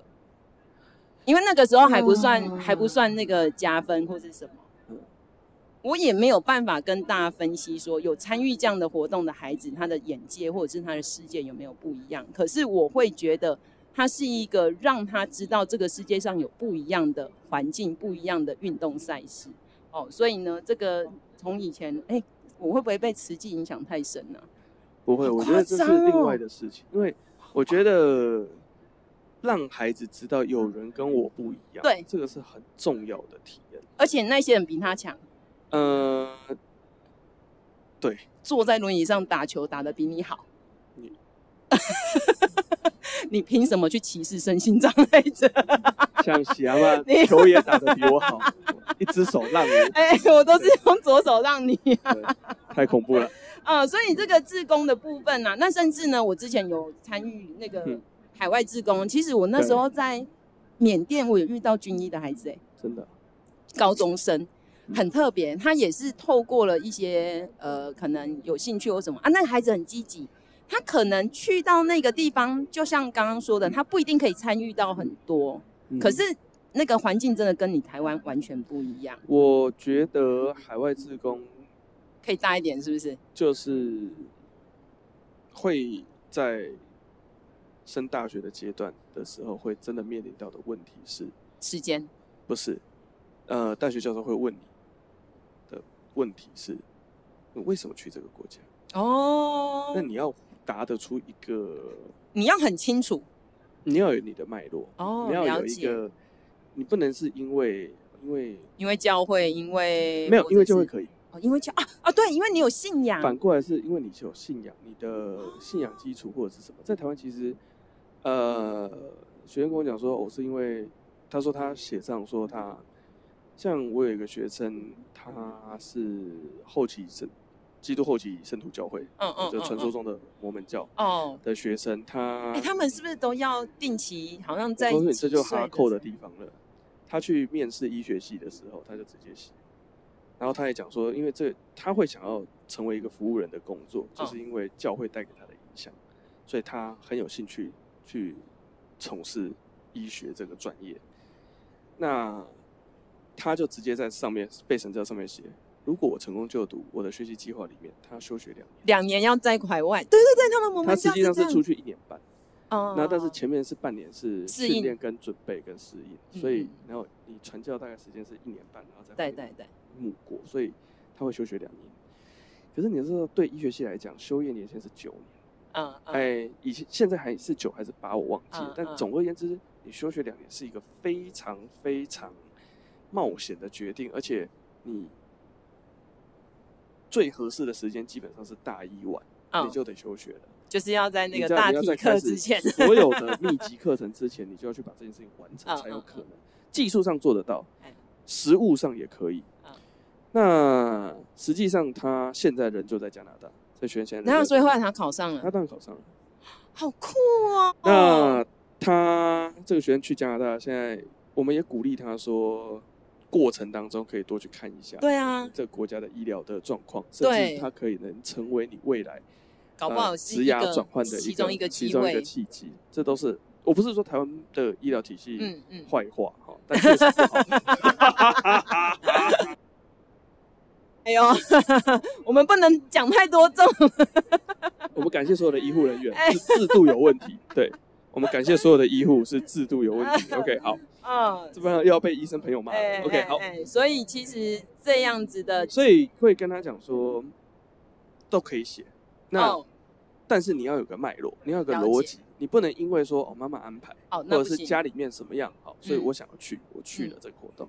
Speaker 2: 因为那个时候还不算、还不算那个加分或是什么
Speaker 1: 嗯。
Speaker 2: 我也没有办法跟大家分析说，有参与这样的活动的孩子，他的眼界或者是他的世界有没有不一样。可是我会觉得，它是一个让他知道这个世界上有不一样的环境、不一样的运动赛事哦。所以呢，这个从以前，哎，我会不会被慈济影响太深呢、
Speaker 1: 不会，
Speaker 2: 好
Speaker 1: 我
Speaker 2: 夸
Speaker 1: 觉得这是
Speaker 2: 张
Speaker 1: 另
Speaker 2: 哦
Speaker 1: 外的事情，因为我觉得让孩子知道有人跟我不一样，
Speaker 2: 对
Speaker 1: 这个是很重要的体验。
Speaker 2: 而且那些人比他强。
Speaker 1: 呃，对，
Speaker 2: 坐在轮椅上打球打得比你好
Speaker 1: 你，
Speaker 2: [LAUGHS] 你凭什么去歧视身心障碍
Speaker 1: [LAUGHS]
Speaker 2: 者？
Speaker 1: 像喜阿妈
Speaker 2: [LAUGHS] 你
Speaker 1: 球也打得比我好， [LAUGHS] 一只手让我，
Speaker 2: 哎、我都是用左手让你
Speaker 1: 太恐怖了。 [LAUGHS]
Speaker 2: 啊、所以这个志工的部分啊，那甚至呢，我之前有参与那个
Speaker 1: 嗯
Speaker 2: 海外志工，其实我那时候在缅甸，我有遇到军医的孩子、哎，
Speaker 1: 真的，
Speaker 2: 高中生，
Speaker 1: 嗯
Speaker 2: 很特别。他也是透过了一些呃，可能有兴趣或什么啊，那个孩子很积极。他可能去到那个地方，就像刚刚说的，他不一定可以参与到很多，
Speaker 1: 嗯
Speaker 2: 可是那个环境真的跟你台湾完全不一样。
Speaker 1: 我觉得海外志工
Speaker 2: 可以大一点，是不是？
Speaker 1: 就是会在升大学的阶段的时候，会真的面临到的问题是，
Speaker 2: 时间
Speaker 1: 不是，呃，大学教授会问你的问题是，你为什么去这个国家？
Speaker 2: 哦
Speaker 1: 那你要答得出一个，
Speaker 2: 你要很清楚
Speaker 1: 你要有你的脉络，
Speaker 2: 哦
Speaker 1: 你要
Speaker 2: 了
Speaker 1: 有一
Speaker 2: 解
Speaker 1: 个，你不能是因为因为
Speaker 2: 因为教会，因为
Speaker 1: 没有，因为就
Speaker 2: 或
Speaker 1: 会
Speaker 2: 者是
Speaker 1: 可以，
Speaker 2: 哦，因为就啊啊，对，因为你有信仰，
Speaker 1: 反过来是因为你是有信仰，你的信仰基础或者是什么，在台湾其实，呃，学生跟我讲说，我、哦是因为他说他写上说他，像我有一个学生，他是后期圣基督后期圣徒教会，
Speaker 2: 嗯嗯，
Speaker 1: 就传
Speaker 2: 嗯
Speaker 1: 说
Speaker 2: 嗯
Speaker 1: 中的摩门教
Speaker 2: 哦，
Speaker 1: 的学生，他
Speaker 2: 哎，他们是不是都要定期？好像在
Speaker 1: 我告诉你，这
Speaker 2: 几
Speaker 1: 就
Speaker 2: 岁
Speaker 1: 哈扣的
Speaker 2: 时
Speaker 1: 地方了。他去面试医学系的时候，他就直接写，然后他也讲说，因为这他会想要成为一个服务人的工作，就是因为教会带给他的影响，所以他很有兴趣去从事医学这个专业。那他就直接在上面被神教上面写，如果我成功就读，我的学习计划里面，他要休学两年，
Speaker 2: 两年要在海外，对对对，他们我
Speaker 1: 他
Speaker 2: 们
Speaker 1: 实
Speaker 2: 教
Speaker 1: 际上是
Speaker 2: 这样
Speaker 1: 出，去一年半。
Speaker 2: 哦
Speaker 1: 那但是前面是半年是
Speaker 2: 适
Speaker 1: 训
Speaker 2: 应
Speaker 1: 练跟准备跟适应，
Speaker 2: 嗯
Speaker 1: 所以
Speaker 2: 嗯
Speaker 1: 然后你传教大概时间是一年半，然后再
Speaker 2: 对
Speaker 1: 回
Speaker 2: 对对，
Speaker 1: 母国，所以他会休学两年。可是你知道，对医学系来讲，修业年限是九年，
Speaker 2: 嗯嗯，
Speaker 1: 哎，以前现在还是九还是八，我忘记了
Speaker 2: 嗯。
Speaker 1: 但
Speaker 2: 嗯
Speaker 1: 总而言之，你休学两年是一个非常非常冒险的决定，而且你最合适的时间基本上是大一晚，你
Speaker 2: 嗯，
Speaker 1: 就得休学了。
Speaker 2: 就是要在那
Speaker 1: 你
Speaker 2: 个
Speaker 1: 在
Speaker 2: 大
Speaker 1: 你要
Speaker 2: 体
Speaker 1: 在开
Speaker 2: 课
Speaker 1: 始
Speaker 2: 之前，
Speaker 1: 所有
Speaker 2: [LAUGHS]
Speaker 1: 的密集课程之前，你就要去把这件事情完成
Speaker 2: 嗯
Speaker 1: 才有可能
Speaker 2: 嗯。
Speaker 1: 技术上做得到
Speaker 2: 哎，
Speaker 1: 实物上也可以
Speaker 2: 嗯。
Speaker 1: 那实际上他现在人就在加拿大，在学现在人
Speaker 2: 然后
Speaker 1: 在
Speaker 2: 所以
Speaker 1: 加
Speaker 2: 后
Speaker 1: 拿
Speaker 2: 来他考上
Speaker 1: 大他
Speaker 2: 了，
Speaker 1: 当然考上了。
Speaker 2: 好酷哦，
Speaker 1: 那他这个学生去加拿大，现在我们也鼓励他说，过程当中可以多去看一下。
Speaker 2: 对啊，
Speaker 1: 这个国家的医疗的状况，甚
Speaker 2: 对
Speaker 1: 至它可以能成为你未来
Speaker 2: 搞不好
Speaker 1: 呃
Speaker 2: 是
Speaker 1: 职
Speaker 2: 一
Speaker 1: 涯
Speaker 2: 个
Speaker 1: 转换的
Speaker 2: 其中一个
Speaker 1: 其
Speaker 2: 机
Speaker 1: 中一个
Speaker 2: 会
Speaker 1: 契机，这都是我不是说台湾的医疗体系
Speaker 2: 嗯嗯，
Speaker 1: 坏话哈，但确实不好。
Speaker 2: 哎呦， [LAUGHS] 我们不能讲太多这种，
Speaker 1: 我们感谢所有的医护人员
Speaker 2: 哎
Speaker 1: 是制度有问题，对我们感谢所有的医护是制度有问题。OK，好，
Speaker 2: [LAUGHS] 嗯，
Speaker 1: 这边又要被医生朋友骂了。OK，好，
Speaker 2: 哎，所以其实这样子的，
Speaker 1: 所以会跟他讲说都可以写，那
Speaker 2: 哦
Speaker 1: 但是你要有个脉络，你要有个
Speaker 2: 了
Speaker 1: 逻
Speaker 2: 解
Speaker 1: 辑，你不能因为说哦妈妈安排。
Speaker 2: 哦，那
Speaker 1: 或者
Speaker 2: 不
Speaker 1: 是
Speaker 2: 行，
Speaker 1: 家里面什么样好，所以
Speaker 2: 嗯
Speaker 1: 我想要去，我去了
Speaker 2: 嗯
Speaker 1: 这个活动。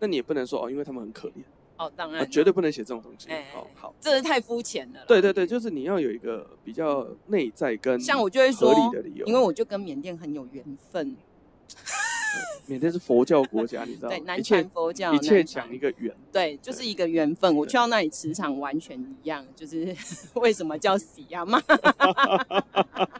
Speaker 1: 那你也不能说哦，因为他们很可怜，
Speaker 2: 哦，当
Speaker 1: 啊
Speaker 2: 然，
Speaker 1: 绝对，不能写这种东西
Speaker 2: 哎哎。
Speaker 1: 哦
Speaker 2: 哎，
Speaker 1: 好，
Speaker 2: 这是太肤浅了，
Speaker 1: 对对对，就是你要有一个比较内在跟
Speaker 2: 像我就会
Speaker 1: 合
Speaker 2: 说
Speaker 1: 理的理由，
Speaker 2: 因为我就跟缅甸很有缘分，
Speaker 1: 缅甸是佛教国家，你知道
Speaker 2: 对，
Speaker 1: 吗？一
Speaker 2: 南
Speaker 1: 切
Speaker 2: 传佛教，
Speaker 1: 一切
Speaker 2: 南
Speaker 1: 讲
Speaker 2: 传
Speaker 1: 一个缘，
Speaker 2: 对，就是一个缘分。我去到那里磁场完全一样，就是 [LAUGHS] 为什么叫喜亚妈。 [LAUGHS]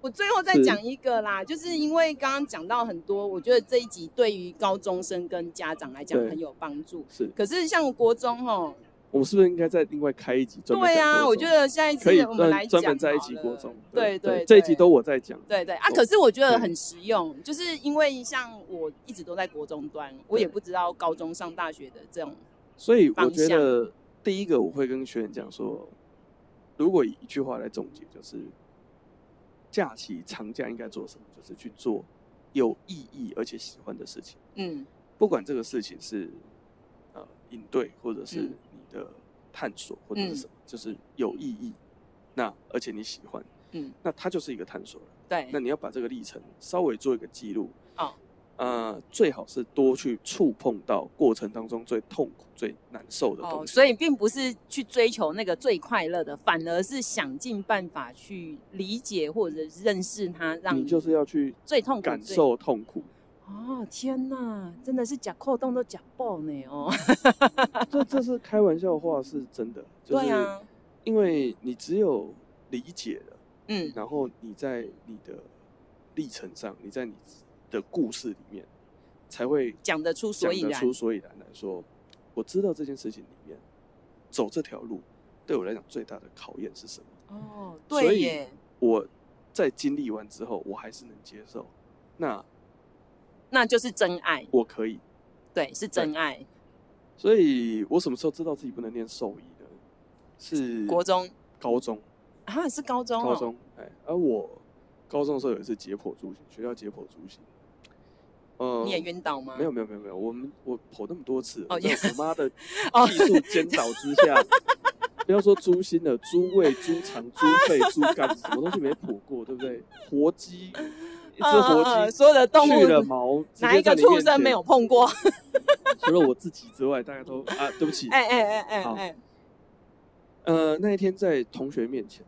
Speaker 2: 我最后再
Speaker 1: 是
Speaker 2: 讲一个啦，就是因为刚刚讲到很多，我觉得这一集对于高中生跟家长来讲
Speaker 1: 对
Speaker 2: 很有帮助。
Speaker 1: 是
Speaker 2: 可是像国中哦，
Speaker 1: 我们是不是应该再另外开一集专门讲
Speaker 2: 对
Speaker 1: 国
Speaker 2: 啊，
Speaker 1: 中
Speaker 2: 我觉得下一次
Speaker 1: 可以
Speaker 2: 我们来
Speaker 1: 专专门
Speaker 2: 讲
Speaker 1: 在一
Speaker 2: 好
Speaker 1: 起
Speaker 2: 了
Speaker 1: 国中，
Speaker 2: 对
Speaker 1: 对
Speaker 2: 对，，
Speaker 1: 这一集
Speaker 2: 对
Speaker 1: 都我在讲，
Speaker 2: 对对啊，
Speaker 1: 我
Speaker 2: 可是我觉得
Speaker 1: 对
Speaker 2: 很实用，就是因为像我一直都在国中端，我也不知道高中上大学的这种，
Speaker 1: 所以我
Speaker 2: 方
Speaker 1: 觉
Speaker 2: 向
Speaker 1: 得第一个我会跟学员讲说，如果以一句话来总结，就是假期长假应该做什么，就是去做有意义而且喜欢的事情，
Speaker 2: 嗯
Speaker 1: 不管这个事情是呃应对，或者是
Speaker 2: 嗯
Speaker 1: 你的探索，或者是
Speaker 2: 嗯
Speaker 1: 什么，就是有意义，那而且你喜欢，
Speaker 2: 嗯，
Speaker 1: 那它就是一个探索了。
Speaker 2: 对
Speaker 1: 那，你要把这个历程稍微做一个记录。
Speaker 2: 哦
Speaker 1: 呃，最好是多去触碰到过程当中最痛苦、最难受的
Speaker 2: 哦
Speaker 1: 东，西。
Speaker 2: 所以并不是去追求那个最快乐的，反而是想尽办法去理解或者认识它，让
Speaker 1: 你就是要去
Speaker 2: 最痛苦
Speaker 1: 感
Speaker 2: 最
Speaker 1: 受痛苦。
Speaker 2: 哦，天哪，真的是假扣动都假爆呢
Speaker 1: [LAUGHS]
Speaker 2: 哦，
Speaker 1: 这这是开玩笑话，是真
Speaker 2: [LAUGHS]
Speaker 1: 的。就是
Speaker 2: 对啊，
Speaker 1: 因为你只有理解了，
Speaker 2: 嗯
Speaker 1: 然后你在你的历程上，你在你的故事里面，才会
Speaker 2: 讲得出所以
Speaker 1: 讲得
Speaker 2: 然
Speaker 1: 出所以然来说，我知道这件事情里面走这条路对我来讲最大的考验是什么。
Speaker 2: 哦，
Speaker 1: 所
Speaker 2: 对
Speaker 1: 以
Speaker 2: 耶，
Speaker 1: 我在经历完之后，我还是能接受，那
Speaker 2: 那就是真爱，
Speaker 1: 我可以。
Speaker 2: 对，是真爱。
Speaker 1: 所以我什么时候知道自己不能念兽医呢？是
Speaker 2: 国中
Speaker 1: 高中，
Speaker 2: 啊，是高中、哦，
Speaker 1: 高中，哎，而、我高中的时候有一次解剖猪心，学校解剖猪心，呃，
Speaker 2: 你也晕倒吗？
Speaker 1: 没有没有没有没有，我们我剖那么多次了，
Speaker 2: 哦
Speaker 1: 在
Speaker 2: 也
Speaker 1: 我妈的
Speaker 2: 哦
Speaker 1: 技术监导之下，不要说猪心了，猪胃、猪肠、猪肺、猪肝，什么东西没剖过，对不对？活鸡，一只活
Speaker 2: 嗯嗯嗯
Speaker 1: 鸡，
Speaker 2: 所有的动
Speaker 1: 去了
Speaker 2: 物，
Speaker 1: 毛，直
Speaker 2: 哪
Speaker 1: 接
Speaker 2: 一
Speaker 1: 在
Speaker 2: 个
Speaker 1: 你
Speaker 2: 畜
Speaker 1: 面
Speaker 2: 生
Speaker 1: 前
Speaker 2: 没有？碰过？
Speaker 1: 除了我自己之外，大家都啊，对不起，
Speaker 2: 哎哎哎哎
Speaker 1: 好
Speaker 2: 哎，
Speaker 1: 呃，那一天在同学面前，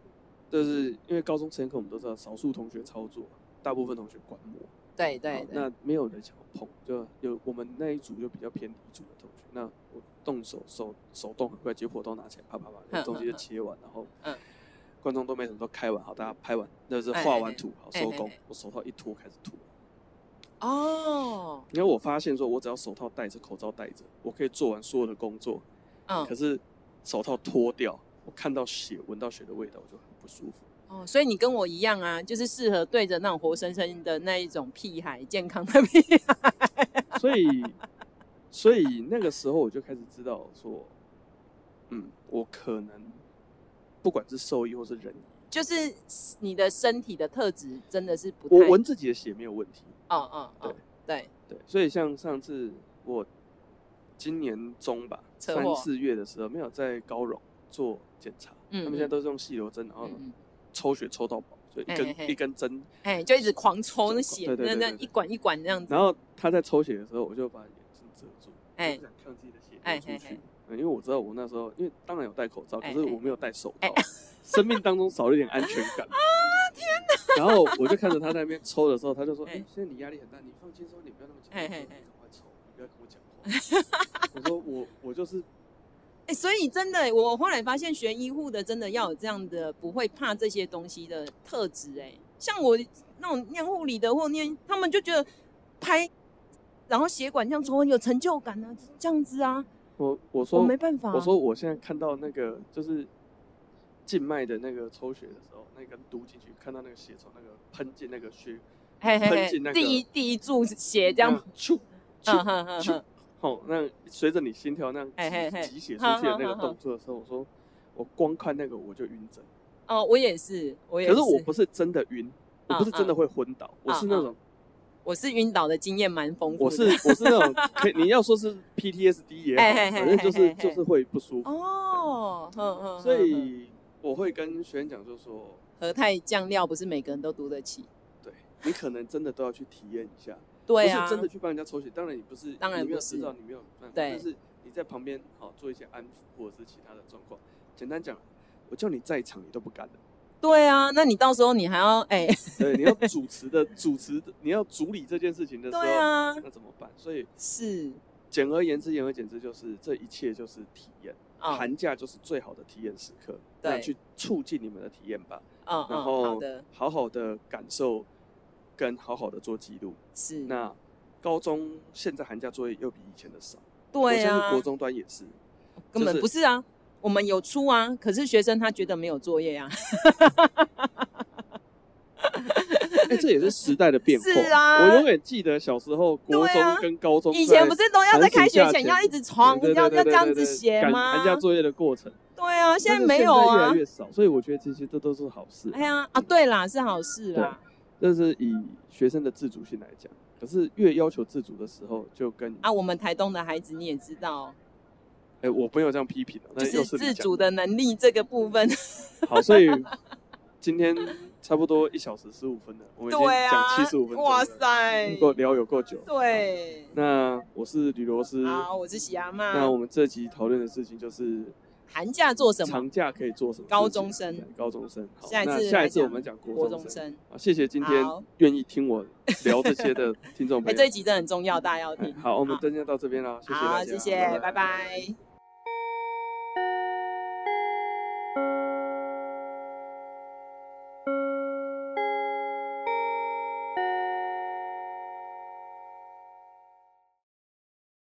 Speaker 1: 就是因为高中实验课我们都知道，少数同学操作，大部分同学观摩。
Speaker 2: 对
Speaker 1: 好
Speaker 2: 对对，
Speaker 1: 那没有人想要碰，就有我们那一组就比较偏理组的同学，那我动手手手动很快，结果都拿起来啪啪啪，
Speaker 2: 嗯
Speaker 1: 东西
Speaker 2: 嗯
Speaker 1: 就
Speaker 2: 嗯
Speaker 1: 切完，然后
Speaker 2: 嗯
Speaker 1: 观众都没什么，都开完好，大家拍完，那就是
Speaker 2: 哎
Speaker 1: 画
Speaker 2: 哎
Speaker 1: 完
Speaker 2: 哎
Speaker 1: 图好
Speaker 2: 哎
Speaker 1: 收
Speaker 2: 哎
Speaker 1: 工
Speaker 2: 哎，
Speaker 1: 我手套一脱开始吐，
Speaker 2: 哦，
Speaker 1: 因为我发现说我只要手套戴着，口罩戴着，我可以做完所有的工作，
Speaker 2: 嗯
Speaker 1: 可是手套脱掉，我看到血，闻到血的味道，我就很不舒服。
Speaker 2: 哦，所以你跟我一样啊，就是适合对着那种活生生的那一种屁孩，健康的屁孩。 [LAUGHS]
Speaker 1: 所以，所以那个时候我就开始知道说，嗯，我可能不管是兽医或是人医，
Speaker 2: 就是你的身体的特质真的是不太……
Speaker 1: 我闻自己的血没有问题。
Speaker 2: 哦哦哦，对，
Speaker 1: 对，所以像上次我今年中吧，
Speaker 2: 车祸
Speaker 1: 三四月的时候，没有在高荣做检查，
Speaker 2: 嗯
Speaker 1: 他们现在都是用细流针，然后
Speaker 2: 嗯嗯
Speaker 1: 抽血抽到饱，所以一
Speaker 2: 嘿
Speaker 1: 根
Speaker 2: 嘿
Speaker 1: 一根针。
Speaker 2: 哎、就一直狂抽那血，
Speaker 1: 对对对
Speaker 2: 那
Speaker 1: 对
Speaker 2: 那
Speaker 1: 对
Speaker 2: 一管一管那样子，
Speaker 1: 然后他在抽血的时候，我就把眼睛遮住，
Speaker 2: 哎
Speaker 1: 我不想看自己的血
Speaker 2: 哎
Speaker 1: 流出
Speaker 2: 嘿
Speaker 1: 去 [LAUGHS]
Speaker 2: 嘿。
Speaker 1: 嗯因为我知道我那时候，因为当然有戴口罩，可
Speaker 2: 哎
Speaker 1: 是我没有戴手套
Speaker 2: 哎哎，
Speaker 1: [LAUGHS] 生命当中少了一点安全
Speaker 2: [LAUGHS]
Speaker 1: 感。啊天哪！然后我就看着他在那边抽的时候，他就说：“
Speaker 2: 哎
Speaker 1: 哎，现在你压力很大，你放轻松，你不要那么紧张，
Speaker 2: 哎
Speaker 1: 我说
Speaker 2: 哎
Speaker 1: 你
Speaker 2: 哎
Speaker 1: 赶快抽，你不要跟我讲
Speaker 2: [LAUGHS]
Speaker 1: 话。”我说：“我我就是
Speaker 2: 哎、所以真的，我后来发现学医护的真的要有这样的不会怕这些东西的特质。哎，像我那种念护理的或念，他们就觉得拍，然后血管这样抽很有成就感啊，这样子啊，
Speaker 1: 我我说
Speaker 2: 我没办法、啊。
Speaker 1: 我说我现在看到那个就是静脉的那个抽血的时候，那根嘟进去，看到那个血从那个喷进那个血
Speaker 2: 嘿嘿
Speaker 1: 喷
Speaker 2: 嘿
Speaker 1: 进那，个
Speaker 2: 第一第一注血这样，
Speaker 1: 咻
Speaker 2: [LAUGHS] 嗯
Speaker 1: 咻
Speaker 2: 哼哼
Speaker 1: 咻
Speaker 2: 哼，
Speaker 1: [LAUGHS] 哦，那随着你心跳那
Speaker 2: 哎嘿
Speaker 1: 样
Speaker 2: 嘿
Speaker 1: 挤挤血出
Speaker 2: 好
Speaker 1: 去的
Speaker 2: 好
Speaker 1: 那个
Speaker 2: 好
Speaker 1: 动作的时候，我说我光看那个我就晕针，
Speaker 2: 哦，我也是，我也
Speaker 1: 可是我不是真的晕，我不是
Speaker 2: 嗯
Speaker 1: 真的会昏倒，我是那种
Speaker 2: 我是晕倒的经验蛮丰富的，
Speaker 1: 我是我是那种可以你要说是 PTSD 也好，
Speaker 2: 哎嘿嘿
Speaker 1: 反正就
Speaker 2: 嘿
Speaker 1: 是
Speaker 2: 嘿嘿
Speaker 1: 就是会不舒服，
Speaker 2: [LAUGHS] 哦，嗯哼哼，
Speaker 1: 所
Speaker 2: 哼哼
Speaker 1: 以我会跟学员讲，就是说
Speaker 2: 和泰酱料不是每个人都读得起，
Speaker 1: 对你可能真的都要去体验一下，
Speaker 2: 对啊，
Speaker 1: 不是真的去帮人家抽血，当然你不是，
Speaker 2: 当然
Speaker 1: 你没有
Speaker 2: 不是
Speaker 1: 知道，你没有办法，
Speaker 2: 对
Speaker 1: 但是你在旁边好、做一些安抚或者是其他的状况。简单讲，我叫你在场你都不敢的，
Speaker 2: 对啊，那你到时候你还要哎、 [LAUGHS]
Speaker 1: 对，你要主持的主持的，你要主理这件事情的时候，
Speaker 2: 对啊，
Speaker 1: 那怎么办？所以
Speaker 2: 是
Speaker 1: 简而言之，言而简之就是这一切就是体验，
Speaker 2: 啊，嗯
Speaker 1: 寒假就是最好的体验时刻，
Speaker 2: 对
Speaker 1: 那去促进你们的体验吧，
Speaker 2: 嗯，
Speaker 1: 然
Speaker 2: 嗯
Speaker 1: 后
Speaker 2: 好的，
Speaker 1: 好好的感受，跟好好的做记录。
Speaker 2: 是
Speaker 1: 那高中现在寒假作业又比以前的少。我
Speaker 2: 对
Speaker 1: 相信
Speaker 2: 啊，
Speaker 1: 国中端也是，
Speaker 2: 根
Speaker 1: 就
Speaker 2: 本
Speaker 1: 是
Speaker 2: 不是啊，我们有出啊，可是学生他觉得没有作
Speaker 1: [LAUGHS]
Speaker 2: 业啊，
Speaker 1: 哎、这也是时代的变化。
Speaker 2: [LAUGHS] 是啊
Speaker 1: 我永远记得小时候国
Speaker 2: 对啊
Speaker 1: 中跟高中在、
Speaker 2: 以前不是都要在开学
Speaker 1: 寒暑假
Speaker 2: 前
Speaker 1: 前
Speaker 2: 要一直床
Speaker 1: 对对
Speaker 2: 要
Speaker 1: 对
Speaker 2: 要
Speaker 1: 对
Speaker 2: 这样
Speaker 1: 对
Speaker 2: 子
Speaker 1: 对
Speaker 2: 写
Speaker 1: 赶
Speaker 2: 吗？
Speaker 1: 寒假作业的过程，
Speaker 2: 对啊，现
Speaker 1: 但
Speaker 2: 在
Speaker 1: 是
Speaker 2: 没有
Speaker 1: 越
Speaker 2: 啊
Speaker 1: 来，越少，所以我觉得这些这都是好事。
Speaker 2: 哎呀啊，对啦，是好事啦，
Speaker 1: 这是以学生的自主性来讲，可是越要求自主的时候，就跟
Speaker 2: 啊，我们台东的孩子你也知道，
Speaker 1: 哎、我没有这样批评的，但
Speaker 2: 就是
Speaker 1: 又
Speaker 2: 自
Speaker 1: 你
Speaker 2: 主
Speaker 1: 讲的。
Speaker 2: 的能力这个
Speaker 1: [LAUGHS]
Speaker 2: 部分，
Speaker 1: 好，所以今天差不多一小时十五分了，我们已经
Speaker 2: 对
Speaker 1: 讲
Speaker 2: 啊，
Speaker 1: 七十五分钟了，嗯
Speaker 2: 哇塞，
Speaker 1: 够聊有够久。
Speaker 2: 对，
Speaker 1: 那我是吕罗斯，
Speaker 2: 好，我是喜阿妈，
Speaker 1: 那我们这集讨论的事情就是
Speaker 2: 寒假做什么？
Speaker 1: 长假可以做什么事情？
Speaker 2: 高中生
Speaker 1: 对高中生。好，
Speaker 2: 下一次
Speaker 1: 那
Speaker 2: 来
Speaker 1: 下一次
Speaker 2: 讲
Speaker 1: 我们讲
Speaker 2: 国
Speaker 1: 国
Speaker 2: 中
Speaker 1: 生。
Speaker 2: 生。
Speaker 1: 好，谢谢今天
Speaker 2: 好
Speaker 1: 愿意听我聊这些的听众
Speaker 2: [LAUGHS] 哎、
Speaker 1: 朋友 [LAUGHS]
Speaker 2: 这一。集真的很重要，大家要
Speaker 1: 哎
Speaker 2: 听。
Speaker 1: 好，我们今天到这边了，谢谢大家，
Speaker 2: 好，谢谢，拜拜